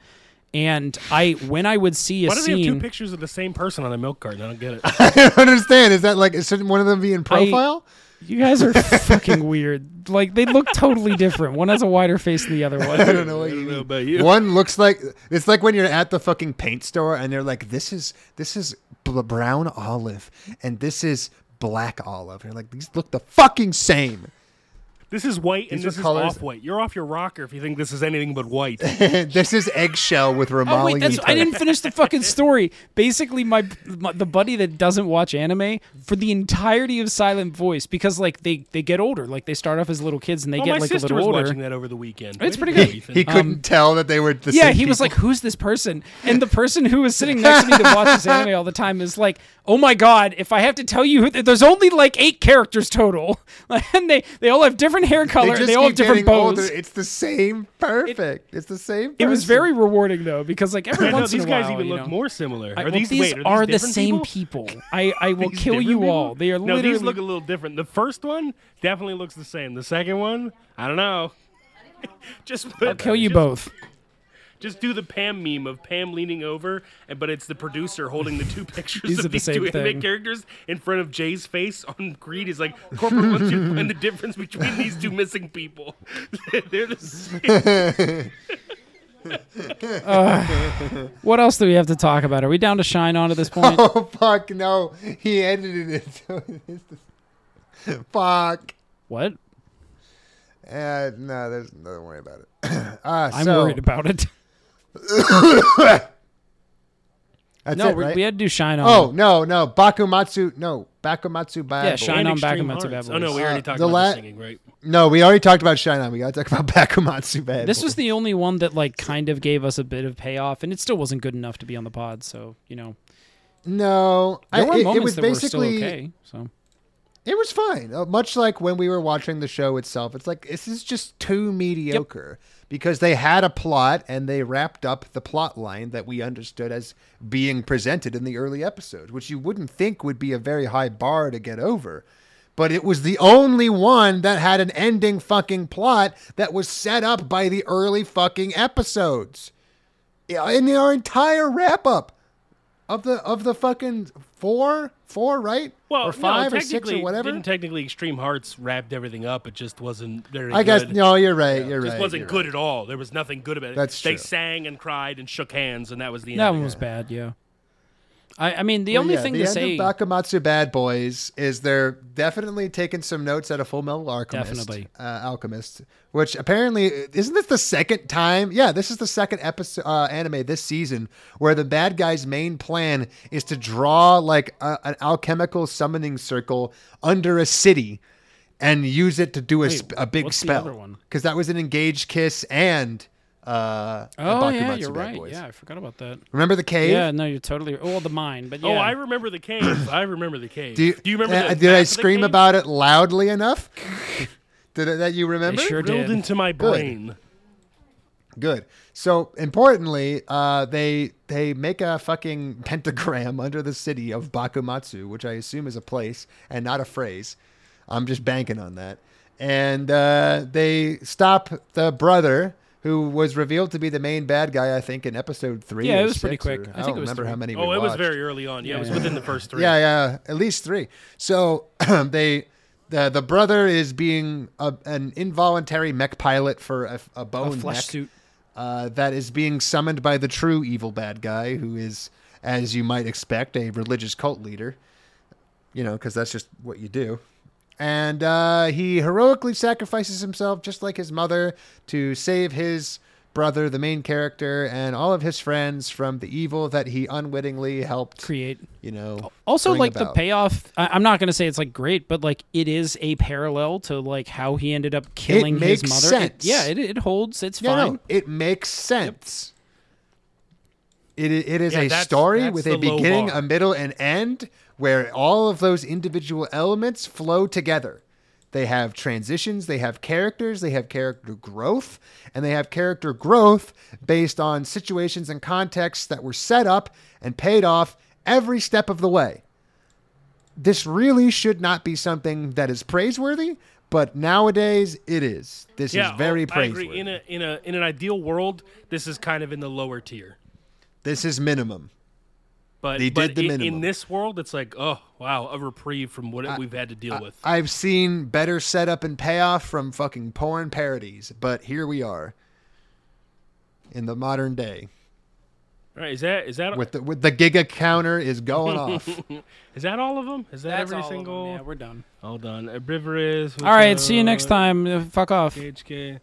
Speaker 5: And I when I would see a
Speaker 4: Why do they have two
Speaker 5: scene
Speaker 4: pictures of the same person on the milk carton? I don't get it.
Speaker 3: I don't understand. Is that like shouldn't one of them be in profile?
Speaker 5: you guys are fucking weird. Like they look totally different. One has a wider face than the other one.
Speaker 3: I, don't know what you mean.
Speaker 4: about you.
Speaker 3: One looks like it's like when you're at the fucking paint store and they're like, "This is this is bl- brown olive and this is black olive." And you're like, "These look the fucking same."
Speaker 4: This is white and
Speaker 3: These are
Speaker 4: this is
Speaker 3: colors-
Speaker 4: off white. You're off your rocker if you think this is anything but white.
Speaker 3: this is eggshell with
Speaker 5: Oh
Speaker 3: Romali.
Speaker 5: wait, that's I didn't finish the fucking story. Basically, my, my the buddy that doesn't watch anime for the entirety of Silent Voice because like they they get older, like they start off as little kids and they
Speaker 4: Oh,
Speaker 5: get
Speaker 4: my
Speaker 5: like a
Speaker 4: sister
Speaker 5: little
Speaker 4: was
Speaker 5: older.
Speaker 4: watching that over the weekend.
Speaker 5: It's
Speaker 4: Way to
Speaker 5: pretty good.
Speaker 4: go, Ethan.
Speaker 3: he couldn't tell that they were the
Speaker 5: Um, Yeah,
Speaker 3: same
Speaker 5: he was
Speaker 3: people.
Speaker 5: like, "Who's this person?" And the person who was sitting next to me that watches anime all the time is like, "Oh my god! If I have to tell you, who th- there's only like eight characters total, and they they all have different hair color, and they all have different
Speaker 3: getting
Speaker 5: bows."
Speaker 3: It's the same perfect. it's the same.
Speaker 5: It was
Speaker 3: person.
Speaker 5: very rewarding though, because like every
Speaker 4: I know
Speaker 5: once
Speaker 4: these
Speaker 5: in a while,
Speaker 4: guys even
Speaker 5: you
Speaker 4: look
Speaker 5: know.
Speaker 4: more similar.
Speaker 5: I-
Speaker 4: Are
Speaker 5: well,
Speaker 4: these, wait, are,
Speaker 5: are, the
Speaker 4: different
Speaker 5: same
Speaker 4: people?
Speaker 5: people. I, I will
Speaker 4: These
Speaker 5: kill you
Speaker 4: different
Speaker 5: all.
Speaker 4: people?
Speaker 5: They are
Speaker 4: no,
Speaker 5: literally
Speaker 4: these look a little different. The first one definitely looks the same. The second one, I don't know. just put,
Speaker 5: I'll kill you
Speaker 4: just-
Speaker 5: both.
Speaker 4: Just do the Pam meme of Pam leaning over, and but it's the producer holding the two pictures
Speaker 5: These
Speaker 4: of
Speaker 5: are the
Speaker 4: these
Speaker 5: same
Speaker 4: two
Speaker 5: thing.
Speaker 4: anime characters in front of Jay's face on Greed. He's like, corporate wants you to find the difference between these two missing people. They're the same.
Speaker 5: What else do we have to talk about? Are we down to shine on at this point?
Speaker 3: Oh fuck no! He edited it. So it's the- fuck.
Speaker 5: What?
Speaker 3: Uh, no, there's don't worry about it. uh,
Speaker 5: I'm
Speaker 3: so,
Speaker 5: worried about it.
Speaker 3: That's
Speaker 5: No,
Speaker 3: it,
Speaker 5: we-
Speaker 3: right?
Speaker 5: we had to do shine on.
Speaker 3: Oh no, no, Bakumatsu, no, Bakumatsu Bad
Speaker 5: Yeah,
Speaker 3: Boy.
Speaker 5: shine- I know I'm back in
Speaker 4: Extreme
Speaker 5: Matsu
Speaker 4: Hearts.
Speaker 5: Bad
Speaker 4: Oh no,
Speaker 5: Boys.
Speaker 4: we
Speaker 3: Uh,
Speaker 4: already talked
Speaker 3: the
Speaker 4: about
Speaker 3: la-
Speaker 4: the singing, right?
Speaker 3: No, we already talked about Shine On. We gotta talk about Bakumatsu Bad
Speaker 5: This
Speaker 3: Boy.
Speaker 5: was the only one that like kind of gave us a bit of payoff, and it still wasn't good enough to be on the pod. So you know,
Speaker 3: no.
Speaker 5: there
Speaker 3: I,
Speaker 5: were
Speaker 3: it,
Speaker 5: moments
Speaker 3: it was
Speaker 5: that
Speaker 3: basically
Speaker 5: were still okay. So
Speaker 3: it was fine. Uh, much like when we were watching the show itself, it's like this is just too mediocre because they had a plot and they wrapped up the plot line that we understood as being presented in the early episodes, which you wouldn't think would be a very high bar to get over. But it was the only one that had an ending fucking plot that was set up by the early fucking episodes. Yeah, In our entire wrap up of the of the fucking four, four, right?
Speaker 4: Well,
Speaker 3: or five
Speaker 4: no,
Speaker 3: or six or
Speaker 4: technically,
Speaker 3: whatever.
Speaker 4: Didn't technically Extreme Hearts wrapped everything up? It just wasn't very.
Speaker 3: I guess
Speaker 4: good.
Speaker 3: no, you're right. You're
Speaker 4: It
Speaker 3: right.
Speaker 4: just wasn't
Speaker 3: you're
Speaker 4: good at all. There was nothing good about it.
Speaker 3: That's
Speaker 4: they
Speaker 3: true.
Speaker 4: sang and cried and shook hands, and that was the
Speaker 5: that
Speaker 4: end.
Speaker 5: one was bad. Yeah. I, I mean, the
Speaker 3: Well,
Speaker 5: only
Speaker 3: yeah,
Speaker 5: thing
Speaker 3: the
Speaker 5: to
Speaker 3: end
Speaker 5: say,
Speaker 3: of Bakumatsu Bad Boys is they're definitely taking some notes at a Full Metal Alchemist.
Speaker 5: Definitely.
Speaker 3: uh, Alchemist, which apparently isn't this the second time? Yeah, this is the second episode uh, anime this season where the bad guy's main plan is to draw like a, an alchemical summoning circle under a city. And use it to do a, sp- a big
Speaker 5: what's the other
Speaker 3: spell
Speaker 5: one?
Speaker 3: because that was an engaged kiss and uh,
Speaker 5: oh
Speaker 3: Bakumatsu
Speaker 5: yeah, you're
Speaker 3: Bad
Speaker 5: right.
Speaker 3: Boys.
Speaker 5: Yeah, I forgot about that.
Speaker 3: Remember the cave?
Speaker 5: Yeah, no, you're totally. Oh, well, the mine, but yeah.
Speaker 4: Oh, I remember the cave. I remember the cave.
Speaker 3: Do you,
Speaker 4: remember?
Speaker 3: uh,
Speaker 4: the
Speaker 3: did I
Speaker 4: map of the
Speaker 3: scream
Speaker 4: cave?
Speaker 3: about it loudly enough? did I, that you
Speaker 5: I
Speaker 3: remember?
Speaker 5: sure
Speaker 4: Drilled
Speaker 5: did.
Speaker 4: into my brain.
Speaker 3: Good. So importantly, uh, they they make a fucking pentagram under the city of Bakumatsu, which I assume is a place and not a phrase. I'm just banking on that. And uh, they stop the brother who was revealed to be the main bad guy, I think, in episode three.
Speaker 5: Yeah, it
Speaker 3: or
Speaker 5: was pretty
Speaker 3: six, or-
Speaker 5: quick. I
Speaker 3: I,
Speaker 5: think
Speaker 3: don't
Speaker 5: it was
Speaker 3: remember how
Speaker 5: three.
Speaker 3: many. we
Speaker 4: Oh, it was
Speaker 3: watched.
Speaker 4: very early on. Yeah, it was within the first three.
Speaker 3: Yeah, yeah, at least three. So they, the the brother is being a, an involuntary mech pilot for a, a bone
Speaker 5: flesh
Speaker 3: mech,
Speaker 5: suit.
Speaker 3: uh, that is being summoned by the true evil bad guy, who is, as you might expect, a religious cult leader. You know, because that's just what you do. And uh, he heroically sacrifices himself, just like his mother, to save his brother, the main character, and all of his friends from the evil that he unwittingly helped
Speaker 5: create.
Speaker 3: you know.
Speaker 5: also
Speaker 3: bring
Speaker 5: like
Speaker 3: about.
Speaker 5: the payoff I, i'm not going to say it's like great but like it is a parallel to like how he ended up killing his
Speaker 3: makes
Speaker 5: mother It,
Speaker 3: sense.
Speaker 5: yeah it, it holds it's
Speaker 3: Yeah,
Speaker 5: fine
Speaker 3: no, it makes sense. It i- it is
Speaker 4: Yeah,
Speaker 3: a
Speaker 4: that's-
Speaker 3: story
Speaker 4: that's
Speaker 3: with
Speaker 4: the
Speaker 3: a
Speaker 4: low
Speaker 3: beginning,
Speaker 4: bar.
Speaker 3: a middle, and end, where all of those individual elements flow together. They have transitions, they have characters, they have character growth, and they have character growth based on situations and contexts that were set up and paid off every step of the way. this really should not be something that is praiseworthy, but nowadays it is. This
Speaker 4: Yeah,
Speaker 3: is very
Speaker 4: oh, I agree.
Speaker 3: praiseworthy.
Speaker 4: In a in a in an ideal world, this is kind of in the lower tier.
Speaker 3: this is minimum.
Speaker 4: But,
Speaker 3: They
Speaker 4: but
Speaker 3: did the
Speaker 4: i- in,
Speaker 3: minimum.
Speaker 4: this world, it's like, oh wow, a reprieve from what we've had to deal with.
Speaker 3: I've seen better setup and payoff from fucking porn parodies, but here we are in the modern day.
Speaker 4: All right, is that is that is
Speaker 3: With the with the Giga counter is going off.
Speaker 4: that all of them? Is that
Speaker 5: That's
Speaker 4: every
Speaker 5: all of 'em.
Speaker 4: single?
Speaker 5: Yeah, we're done.
Speaker 4: All done. Oblivious.
Speaker 5: All right, see you next time. Uh, Fuck off.
Speaker 4: HK.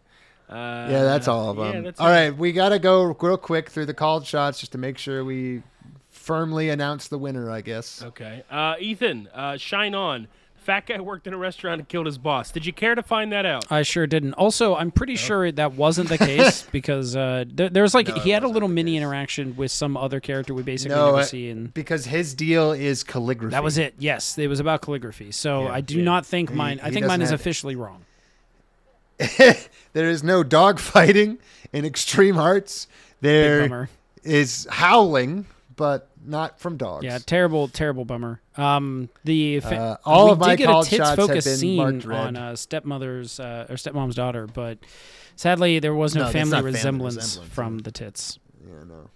Speaker 4: Uh,
Speaker 3: Yeah, that's all of
Speaker 4: yeah,
Speaker 3: them.
Speaker 4: that's
Speaker 3: all
Speaker 4: it.
Speaker 3: right, we gotta go real quick through the called shots just to make sure we firmly announce the winner. I guess.
Speaker 4: Okay. Uh, Ethan, uh, shine on. Fat guy worked in a restaurant and killed his boss. Did you care to find that out?
Speaker 5: I sure didn't. Also, I'm
Speaker 3: Oh.
Speaker 5: pretty sure that wasn't the case because uh, there, there was like he had a little mini interaction with some other character we basically
Speaker 3: No,
Speaker 5: never
Speaker 3: uh,
Speaker 5: see, and
Speaker 3: because his deal is calligraphy.
Speaker 5: that was it. Yes, it was about calligraphy. So I do not think mine. I
Speaker 3: he
Speaker 5: think mine
Speaker 3: doesn't
Speaker 5: is
Speaker 3: have-
Speaker 5: officially wrong.
Speaker 3: There is no dog fighting in Extreme Hearts. There
Speaker 5: bummer.
Speaker 3: is howling, but not from dogs.
Speaker 5: Yeah, terrible, terrible bummer. Um, the fa-
Speaker 3: Uh, all
Speaker 5: we
Speaker 3: of my
Speaker 5: did get a
Speaker 3: college
Speaker 5: tits
Speaker 3: shots have
Speaker 5: focus
Speaker 3: been
Speaker 5: scene
Speaker 3: marked red.
Speaker 5: on uh, stepmother's uh, or stepmom's daughter, but sadly there was no,
Speaker 3: No, that's
Speaker 5: family,
Speaker 3: not family
Speaker 5: resemblance
Speaker 3: resemblance,
Speaker 5: from the tits.
Speaker 3: Yeah, no.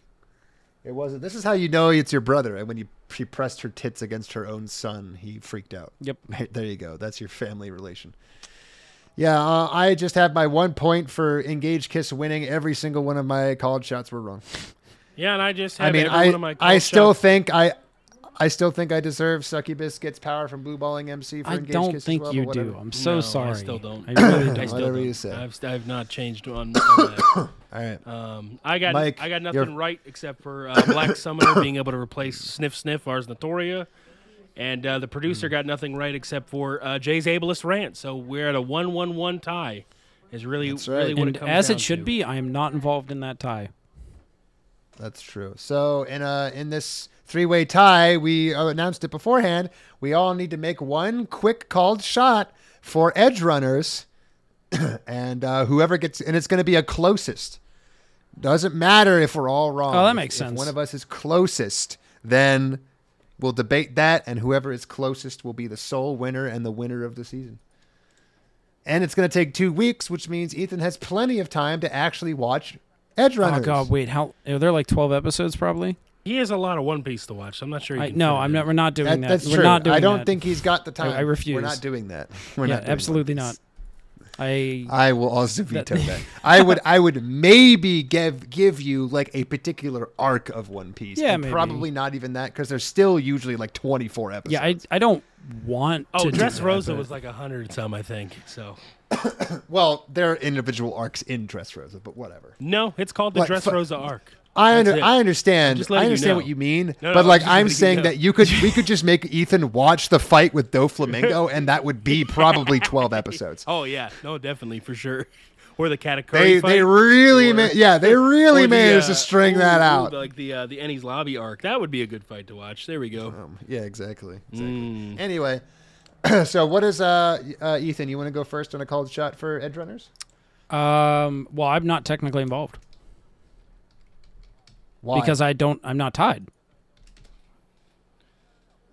Speaker 3: It wasn't. This is how you know it's your brother. And when you she pressed her tits against her own son, he freaked out.
Speaker 5: Yep.
Speaker 3: There you go. That's your family relation. Yeah, uh, I just have my one point for Engage Kiss winning. Every single one of my called shots were wrong.
Speaker 4: Yeah, and I just have
Speaker 3: I mean,
Speaker 4: every one of
Speaker 3: I
Speaker 4: my
Speaker 3: I
Speaker 4: called
Speaker 3: still
Speaker 4: shots.
Speaker 3: think I. I still think I deserve Succubus gets power from blue balling MC for
Speaker 5: I
Speaker 3: Engage
Speaker 5: don't
Speaker 3: Kiss as
Speaker 5: think
Speaker 3: well,
Speaker 5: you
Speaker 3: but whatever.
Speaker 5: do. I'm so
Speaker 4: No,
Speaker 5: sorry.
Speaker 4: I still don't.
Speaker 5: I really
Speaker 4: I
Speaker 5: don't.
Speaker 4: still
Speaker 3: Whatever
Speaker 4: don't.
Speaker 3: you say.
Speaker 4: I've, I've not changed on. on that.
Speaker 3: All right.
Speaker 4: um, I got
Speaker 3: Mike,
Speaker 4: I got
Speaker 3: you're-
Speaker 4: nothing right except for uh, Black Summoner being able to replace Sniff Sniff Ars Notoria, and uh, the producer
Speaker 3: Hmm.
Speaker 4: got nothing right except for uh, Jay's ableist rant. So we're at a one-one-one tie. Is really
Speaker 3: right.
Speaker 4: really what
Speaker 5: And
Speaker 4: it comes
Speaker 5: as
Speaker 4: down
Speaker 5: it should
Speaker 4: to.
Speaker 5: be, I am not involved in that tie.
Speaker 3: That's true. So in uh in this three way tie, we uh, announced it beforehand. We all need to make one quick called shot for edge runners, and uh, whoever gets and it's going to be a closest. Doesn't matter if we're all wrong.
Speaker 5: Oh, that
Speaker 3: If-
Speaker 5: makes
Speaker 3: if
Speaker 5: sense.
Speaker 3: one of us is closest, then we'll debate that, and whoever is closest will be the sole winner and the winner of the season. And it's going to take two weeks, which means Ethan has plenty of time to actually watch Edge
Speaker 5: Oh
Speaker 3: Runners.
Speaker 5: god, wait, how are there like twelve episodes probably?
Speaker 4: He has a lot of One Piece to watch. So I'm not sure. He
Speaker 5: I,
Speaker 4: can fit
Speaker 5: no,
Speaker 4: it
Speaker 5: I'm
Speaker 4: in.
Speaker 5: not. We're not doing that.
Speaker 3: That- That's
Speaker 5: we're
Speaker 3: true.
Speaker 5: not doing
Speaker 3: I don't
Speaker 5: that.
Speaker 3: think he's got the time.
Speaker 5: refuse.
Speaker 3: We're not doing that. We're
Speaker 5: Yeah,
Speaker 3: not doing Uh,
Speaker 5: absolutely
Speaker 3: one of
Speaker 5: not.
Speaker 3: these.
Speaker 5: I
Speaker 3: I will also veto that. I would. I would maybe give give you like a particular arc of One Piece.
Speaker 5: Yeah,
Speaker 3: and
Speaker 5: maybe.
Speaker 3: probably not even that because there's still usually like 24 episodes.
Speaker 5: yeah, I I don't want.
Speaker 4: Oh,
Speaker 5: to do
Speaker 4: Dress
Speaker 5: that,
Speaker 4: Rosa
Speaker 5: but-
Speaker 4: was like a hundred some, I think. So
Speaker 3: well, there are individual arcs in Dressrosa, but whatever.
Speaker 4: no, it's called the
Speaker 3: Like,
Speaker 4: Dress
Speaker 3: fu-
Speaker 4: Rosa arc.
Speaker 3: I
Speaker 4: That's
Speaker 3: under,
Speaker 4: it.
Speaker 3: I understand.
Speaker 4: just letting
Speaker 3: I
Speaker 4: you
Speaker 3: understand
Speaker 4: know.
Speaker 3: what you mean,
Speaker 4: No, no,
Speaker 3: but
Speaker 4: I'm
Speaker 3: like
Speaker 4: just
Speaker 3: I'm
Speaker 4: letting you
Speaker 3: saying
Speaker 4: know.
Speaker 3: that you could we could just make Ethan watch the fight with Do Flamingo, and that would be probably 12 episodes.
Speaker 4: Oh yeah, no, definitely for sure. Or the Katakuri
Speaker 3: They
Speaker 4: fight.
Speaker 3: they really
Speaker 4: or-
Speaker 3: ma- yeah they
Speaker 4: or
Speaker 3: really
Speaker 4: the,
Speaker 3: managed
Speaker 4: uh,
Speaker 3: to string
Speaker 4: ooh,
Speaker 3: that
Speaker 4: ooh,
Speaker 3: out.
Speaker 4: like the uh, the Ennie's lobby arc. That would be a good fight to watch. There we go.
Speaker 3: Um, yeah, exactly. exactly.
Speaker 4: Mm.
Speaker 3: Anyway, so what is uh, y- uh Ethan? You want to go first on a called shot for edge runners?
Speaker 5: Um, well, I'm not technically involved
Speaker 3: Why?
Speaker 5: because I don't. I'm not tied.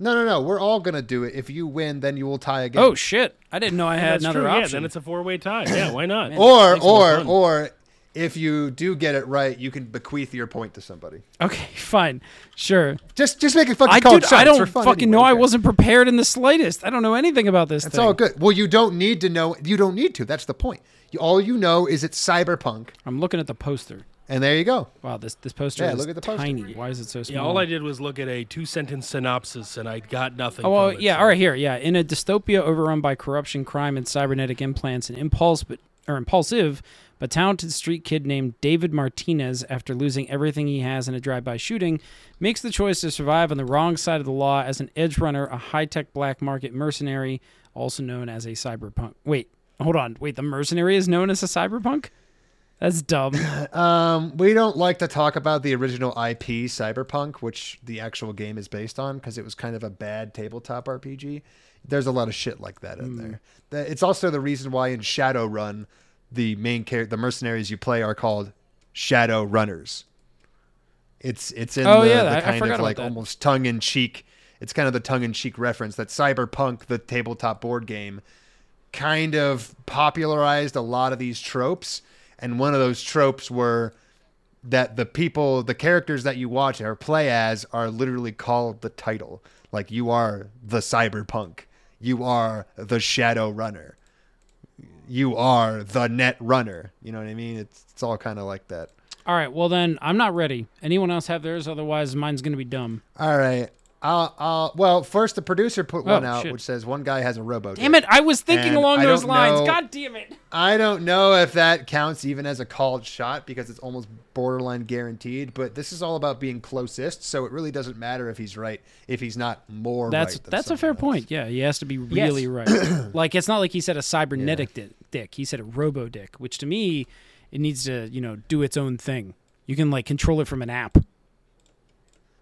Speaker 3: no, no, no. We're all gonna do it. If you win, then you will tie again.
Speaker 5: Oh shit! I didn't know I had
Speaker 4: That's
Speaker 5: another
Speaker 4: true.
Speaker 5: option.
Speaker 4: Yeah, then it's a four way tie. Yeah, why not?
Speaker 3: or
Speaker 4: Makes it more
Speaker 3: or
Speaker 4: fun.
Speaker 3: or if you do get it right, you can bequeath your point to somebody.
Speaker 5: okay, fine, sure.
Speaker 3: Just just make it fucking
Speaker 5: I
Speaker 3: called
Speaker 5: dude,
Speaker 3: shots
Speaker 5: I
Speaker 3: for
Speaker 5: don't
Speaker 3: fun
Speaker 5: fucking
Speaker 3: anyway,
Speaker 5: know. I
Speaker 3: okay.
Speaker 5: wasn't prepared in the slightest. I don't know anything about this.
Speaker 3: It's
Speaker 5: thing.
Speaker 3: all good. Well, you don't need to know. You don't need to. That's the point. You, all you know is it's cyberpunk,
Speaker 5: I'm looking at the poster.
Speaker 3: and there you go.
Speaker 5: Wow, this this poster
Speaker 3: Yeah,
Speaker 5: is
Speaker 3: look at the poster.
Speaker 5: tiny. Why is it so small?
Speaker 4: Yeah, all I did was look at a two sentence synopsis and I got nothing.
Speaker 5: Oh, well,
Speaker 4: from it,
Speaker 5: yeah.
Speaker 4: so-
Speaker 5: All right, here, yeah. In a dystopia overrun by corruption, crime, and cybernetic implants, an impulse but or impulsive, but talented street kid named David Martinez, after losing everything he has in a drive-by shooting, makes the choice to survive on the wrong side of the law as an edge runner, a high-tech black market mercenary, also known as a cyberpunk. Wait, hold on. Wait, the mercenary is known as a cyberpunk. That's dumb.
Speaker 3: Um, we don't like to talk about the original IP Cyberpunk, which the actual game is based on, because it was kind of a bad tabletop RPG. There's a lot of shit like that
Speaker 5: Hmm.
Speaker 3: in there. That- It's also the reason why in Shadowrun, the main character, the mercenaries you play, are called Shadow Runners. It's it's in
Speaker 5: Oh,
Speaker 3: the,
Speaker 5: yeah,
Speaker 3: the
Speaker 5: I- I
Speaker 3: kind
Speaker 5: forgot
Speaker 3: of
Speaker 5: about
Speaker 3: like
Speaker 5: that.
Speaker 3: almost tongue in cheek. It's kind of the tongue in cheek reference that Cyberpunk, the tabletop board game, kind of popularized a lot of these tropes. And one of those tropes were that the people, the characters that you watch or play as are literally called the title. Like you are the cyberpunk. You are the shadow runner. You are the net runner. You know what I mean? It's, it's all kind of like that.
Speaker 5: All right. Well, then I'm not ready. Anyone else have theirs? Otherwise, mine's going to be dumb.
Speaker 3: All right. I'll, I'll, well, first the producer put one out,
Speaker 5: shit.
Speaker 3: which says one guy has a robo.
Speaker 5: Damn it. I was thinking
Speaker 3: And
Speaker 5: along
Speaker 3: I
Speaker 5: those
Speaker 3: don't
Speaker 5: lines.
Speaker 3: know-
Speaker 5: God damn it.
Speaker 3: I don't know if that counts even as a called shot because it's almost borderline guaranteed. But this is all about being closest, so it really doesn't matter if he's right if he's not more.
Speaker 5: That's
Speaker 3: right than
Speaker 5: that's a fair
Speaker 3: someone else.
Speaker 5: point. Yeah, he has to be really right. like it's not like he said a cybernetic di- dick. He said a robo dick, which to me, it needs to you know do its own thing. You can like control it from an app.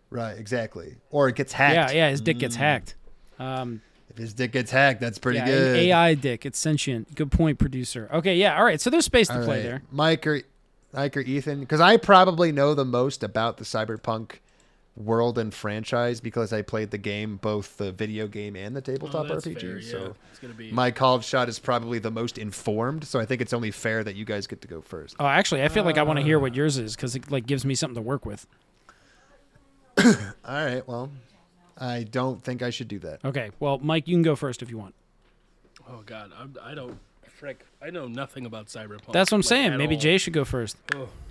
Speaker 3: Right, exactly. Or it gets hacked.
Speaker 5: Yeah, yeah. His dick gets hacked. Um,
Speaker 3: If his dick gets hacked, that's Mm, pretty
Speaker 5: yeah, an
Speaker 3: good.
Speaker 5: AI dick. It's sentient. Good point, producer. Okay, yeah. All right. So there's space to
Speaker 3: All
Speaker 5: play
Speaker 3: right,
Speaker 5: there.
Speaker 3: Mike or Mike or Ethan, because I probably know the most about the cyberpunk world and franchise because I played the game, both the video game and the
Speaker 6: Oh,
Speaker 3: tabletop RPG. So
Speaker 6: It's gonna be.
Speaker 3: my called shot is probably the most informed. So I think it's only fair that you guys get to go first.
Speaker 5: Oh, actually, I feel like I want to hear
Speaker 3: Uh.
Speaker 5: what yours is because it like gives me something to work with.
Speaker 3: All right. Well, I don't think I should do that.
Speaker 5: Okay. Well, Mike, you can go first if you want.
Speaker 6: oh God, I'm, I don't. Frick, I know nothing about cyberpunk.
Speaker 5: That's what I'm
Speaker 6: like,
Speaker 5: saying.
Speaker 6: at
Speaker 5: Maybe
Speaker 6: all.
Speaker 5: Jay should go first.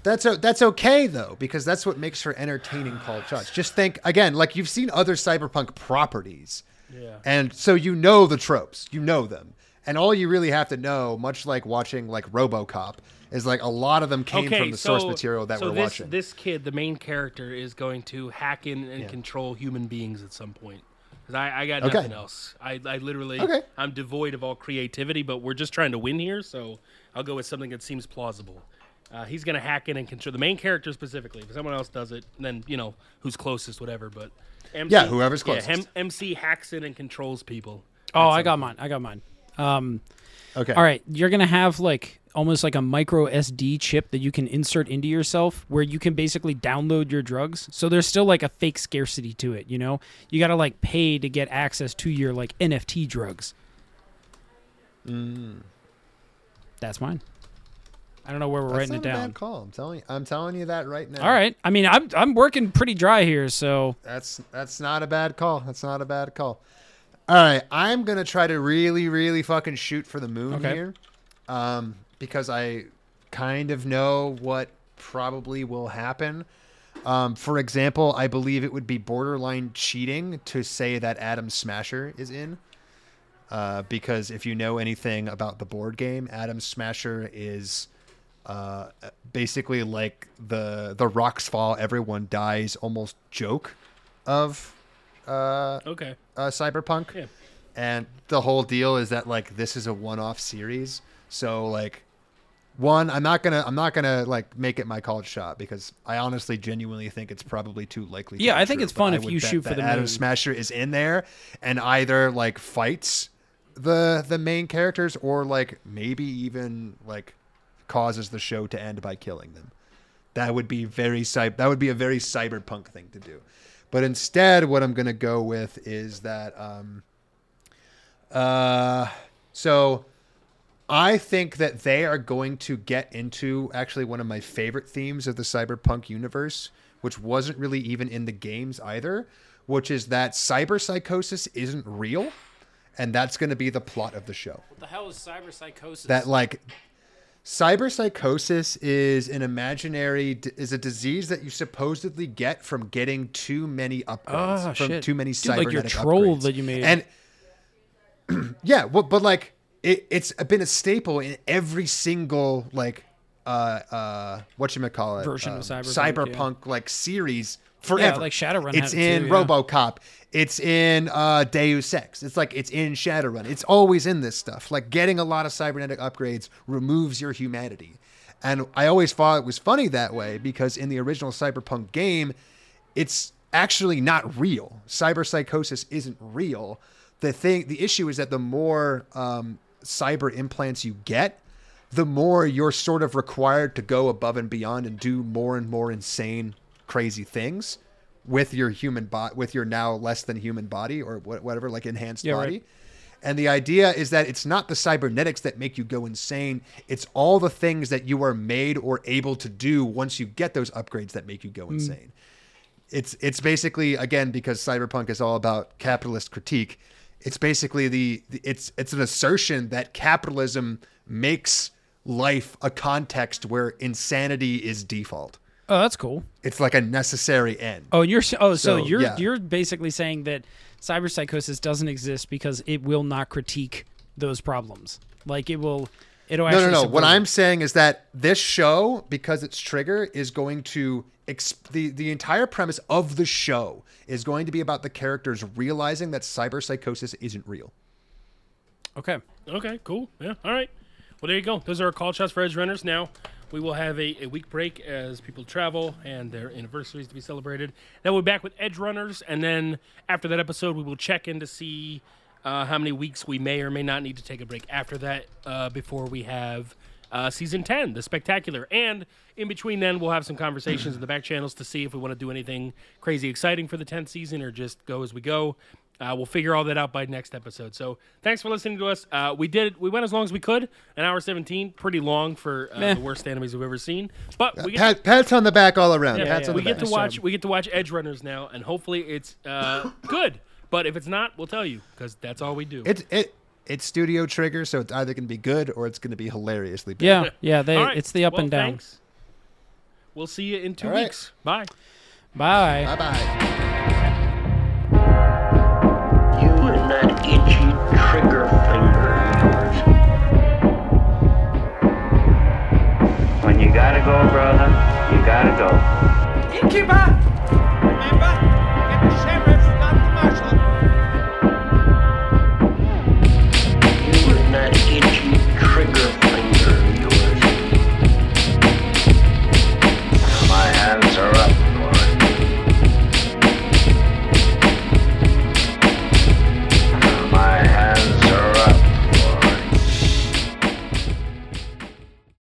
Speaker 3: That's o- that's okay though because that's what makes for entertaining called shots. Just think again, like you've seen other cyberpunk properties, yeah, and so you know the tropes, you know them, and all you really have to know, much like watching like RoboCop, is like a lot of them came from the source material that
Speaker 6: so
Speaker 3: we're
Speaker 6: this,
Speaker 3: watching.
Speaker 6: This kid, the main character, is going to hack in and control human beings at some point. 'Cause I, I got
Speaker 3: Okay.
Speaker 6: nothing else. I, I literally,
Speaker 3: Okay.
Speaker 6: I'm devoid of all creativity, but we're just trying to win here, so I'll go with something that seems plausible. Uh, he's going to hack in and control the main character specifically. If someone else does it, then, you know, who's closest, whatever. But MC,
Speaker 3: Yeah, whoever's closest.
Speaker 6: Yeah, M- MC hacks in and controls people.
Speaker 5: Oh, I got mine. I got mine. Um,
Speaker 3: okay,
Speaker 5: all right, you're gonna have like almost like a micro SD chip that you can insert into yourself, where you can basically download your drugs. So there's still like a fake scarcity to it. You know, you gotta like pay to get access to your like NFT drugs. That's mine. I don't know where we're
Speaker 3: That's
Speaker 5: writing
Speaker 3: not
Speaker 5: it
Speaker 3: a bad
Speaker 5: down.
Speaker 3: call. I'm telling you, I'm telling you that right now.
Speaker 5: All right. I mean, I'm I'm working pretty dry here, so
Speaker 3: That's that's not a bad call. That's not a bad call. All right, I'm gonna try to really, really fucking shoot for the moon
Speaker 5: Okay.
Speaker 3: here, um, because I kind of know what probably will happen. Um, for example, I believe it would be borderline cheating to say that Adam Smasher is in, uh, because if you know anything about the board game, Adam Smasher is uh, basically like the the rocks fall, everyone dies almost joke of uh,
Speaker 6: Okay.
Speaker 3: uh, Cyberpunk.
Speaker 6: Yeah.
Speaker 3: And the whole deal is that like this is a one-off series, so like one, I'm not gonna I'm not gonna like make it my called shot because I honestly genuinely think it's probably too likely. to
Speaker 5: Yeah,
Speaker 3: be
Speaker 5: I think
Speaker 3: true,
Speaker 5: it's
Speaker 3: but
Speaker 5: fun
Speaker 3: I
Speaker 5: if
Speaker 3: would
Speaker 5: you
Speaker 3: bet
Speaker 5: shoot for
Speaker 3: that
Speaker 5: the
Speaker 3: Adam
Speaker 5: moon.
Speaker 3: Smasher is in there and either like fights the the main characters or like maybe even like causes the show to end by killing them. That would be very cy- that would be a very cyberpunk thing to do. But instead, what I'm gonna go with is that um, uh, so I think that they are going to get into actually one of my favorite themes of the cyberpunk universe, which wasn't really even in the games either, which is that cyber psychosis isn't real, and that's going to be the plot of the show
Speaker 5: the hell is cyber psychosis?
Speaker 3: that like cyber psychosis is an imaginary d- is a disease that you supposedly get from getting too many upgrades
Speaker 5: Ah,
Speaker 3: from
Speaker 5: shit.
Speaker 3: too many
Speaker 5: Dude, like
Speaker 3: cybernetic
Speaker 5: your troll
Speaker 3: upgrades.
Speaker 5: that you made.
Speaker 3: and yeah well, but like it, it's been a staple in every single like uh uh what you call it
Speaker 5: Version of cyberpunk, yeah.
Speaker 3: cyberpunk like series forever
Speaker 5: like Shadowrun
Speaker 3: it's
Speaker 5: had it
Speaker 3: in
Speaker 5: too, yeah.
Speaker 3: robo RoboCop. It's in uh, Deus Ex. It's like it's in Shadowrun. It's always in this stuff. Like getting a lot of cybernetic upgrades removes your humanity. And I always thought it was funny that way because in the original Cyberpunk game, it's actually not real. Cyber psychosis isn't real. The thing, the issue is that the more um, cyber implants you get, the more you're sort of required to go above and beyond and do more and more insane, crazy things with your human bot, with your now less than human body or wha- whatever, like enhanced
Speaker 5: Yeah,
Speaker 3: body.
Speaker 5: right.
Speaker 3: And the idea is that it's not the cybernetics that make you go insane. It's all the things that you are made or able to do once you get those upgrades that make you
Speaker 5: Mm.
Speaker 3: go insane it's it's basically again because cyberpunk is all about capitalist critique it's basically the, the- it's it's an assertion that capitalism makes life a context where insanity is default
Speaker 5: Oh, that's cool.
Speaker 3: It's like a necessary end.
Speaker 5: Oh, you're s- oh, so,
Speaker 3: So,
Speaker 5: you're
Speaker 3: yeah.
Speaker 5: you're basically saying that cyber psychosis doesn't exist because it will not critique those problems. Like it will, it'll
Speaker 3: No,
Speaker 5: actually
Speaker 3: no, no. What
Speaker 5: subvert it.
Speaker 3: I'm saying is that this show, because it's Trigger, is going to exp- the the entire premise of the show is going to be about the characters realizing that cyber psychosis isn't real.
Speaker 5: okay.
Speaker 4: Okay, cool. Yeah, all right. Well, there you go. Those are our call shots for Edge Runners. Now, we will have a, a week break as people travel and their anniversaries to be celebrated. Then we'll be back with Edge Runners, and then after that episode, we will check in to see uh, how many weeks we may or may not need to take a break after that uh, before we have uh, season 10, The Spectacular. And in between then, we'll have some conversations in the back channels to see if we want to do anything crazy exciting for the 10th season or just go as we go. Uh, we'll figure all that out by next episode. So thanks for listening to us. Uh, we did we went as long as we could, an hour seventeen, pretty long for uh, the worst enemies we've ever seen. But we get
Speaker 8: Pat, pats on the back all around. pats
Speaker 5: yeah.
Speaker 8: on
Speaker 5: We
Speaker 8: the
Speaker 4: we get
Speaker 8: back.
Speaker 4: to watch we get to watch Edge Runners now, and hopefully it's uh, good. But if it's not, we'll tell you because that's all we do.
Speaker 3: It it it's Studio Trigger, so it's either going to be good or it's going to be hilariously bad.
Speaker 5: Yeah, yeah. They,
Speaker 4: All right.
Speaker 5: it's the up
Speaker 4: Well,
Speaker 5: and down.
Speaker 4: thanks. We'll see you in two
Speaker 8: All right.
Speaker 4: weeks. Bye.
Speaker 5: Bye.
Speaker 8: Bye bye.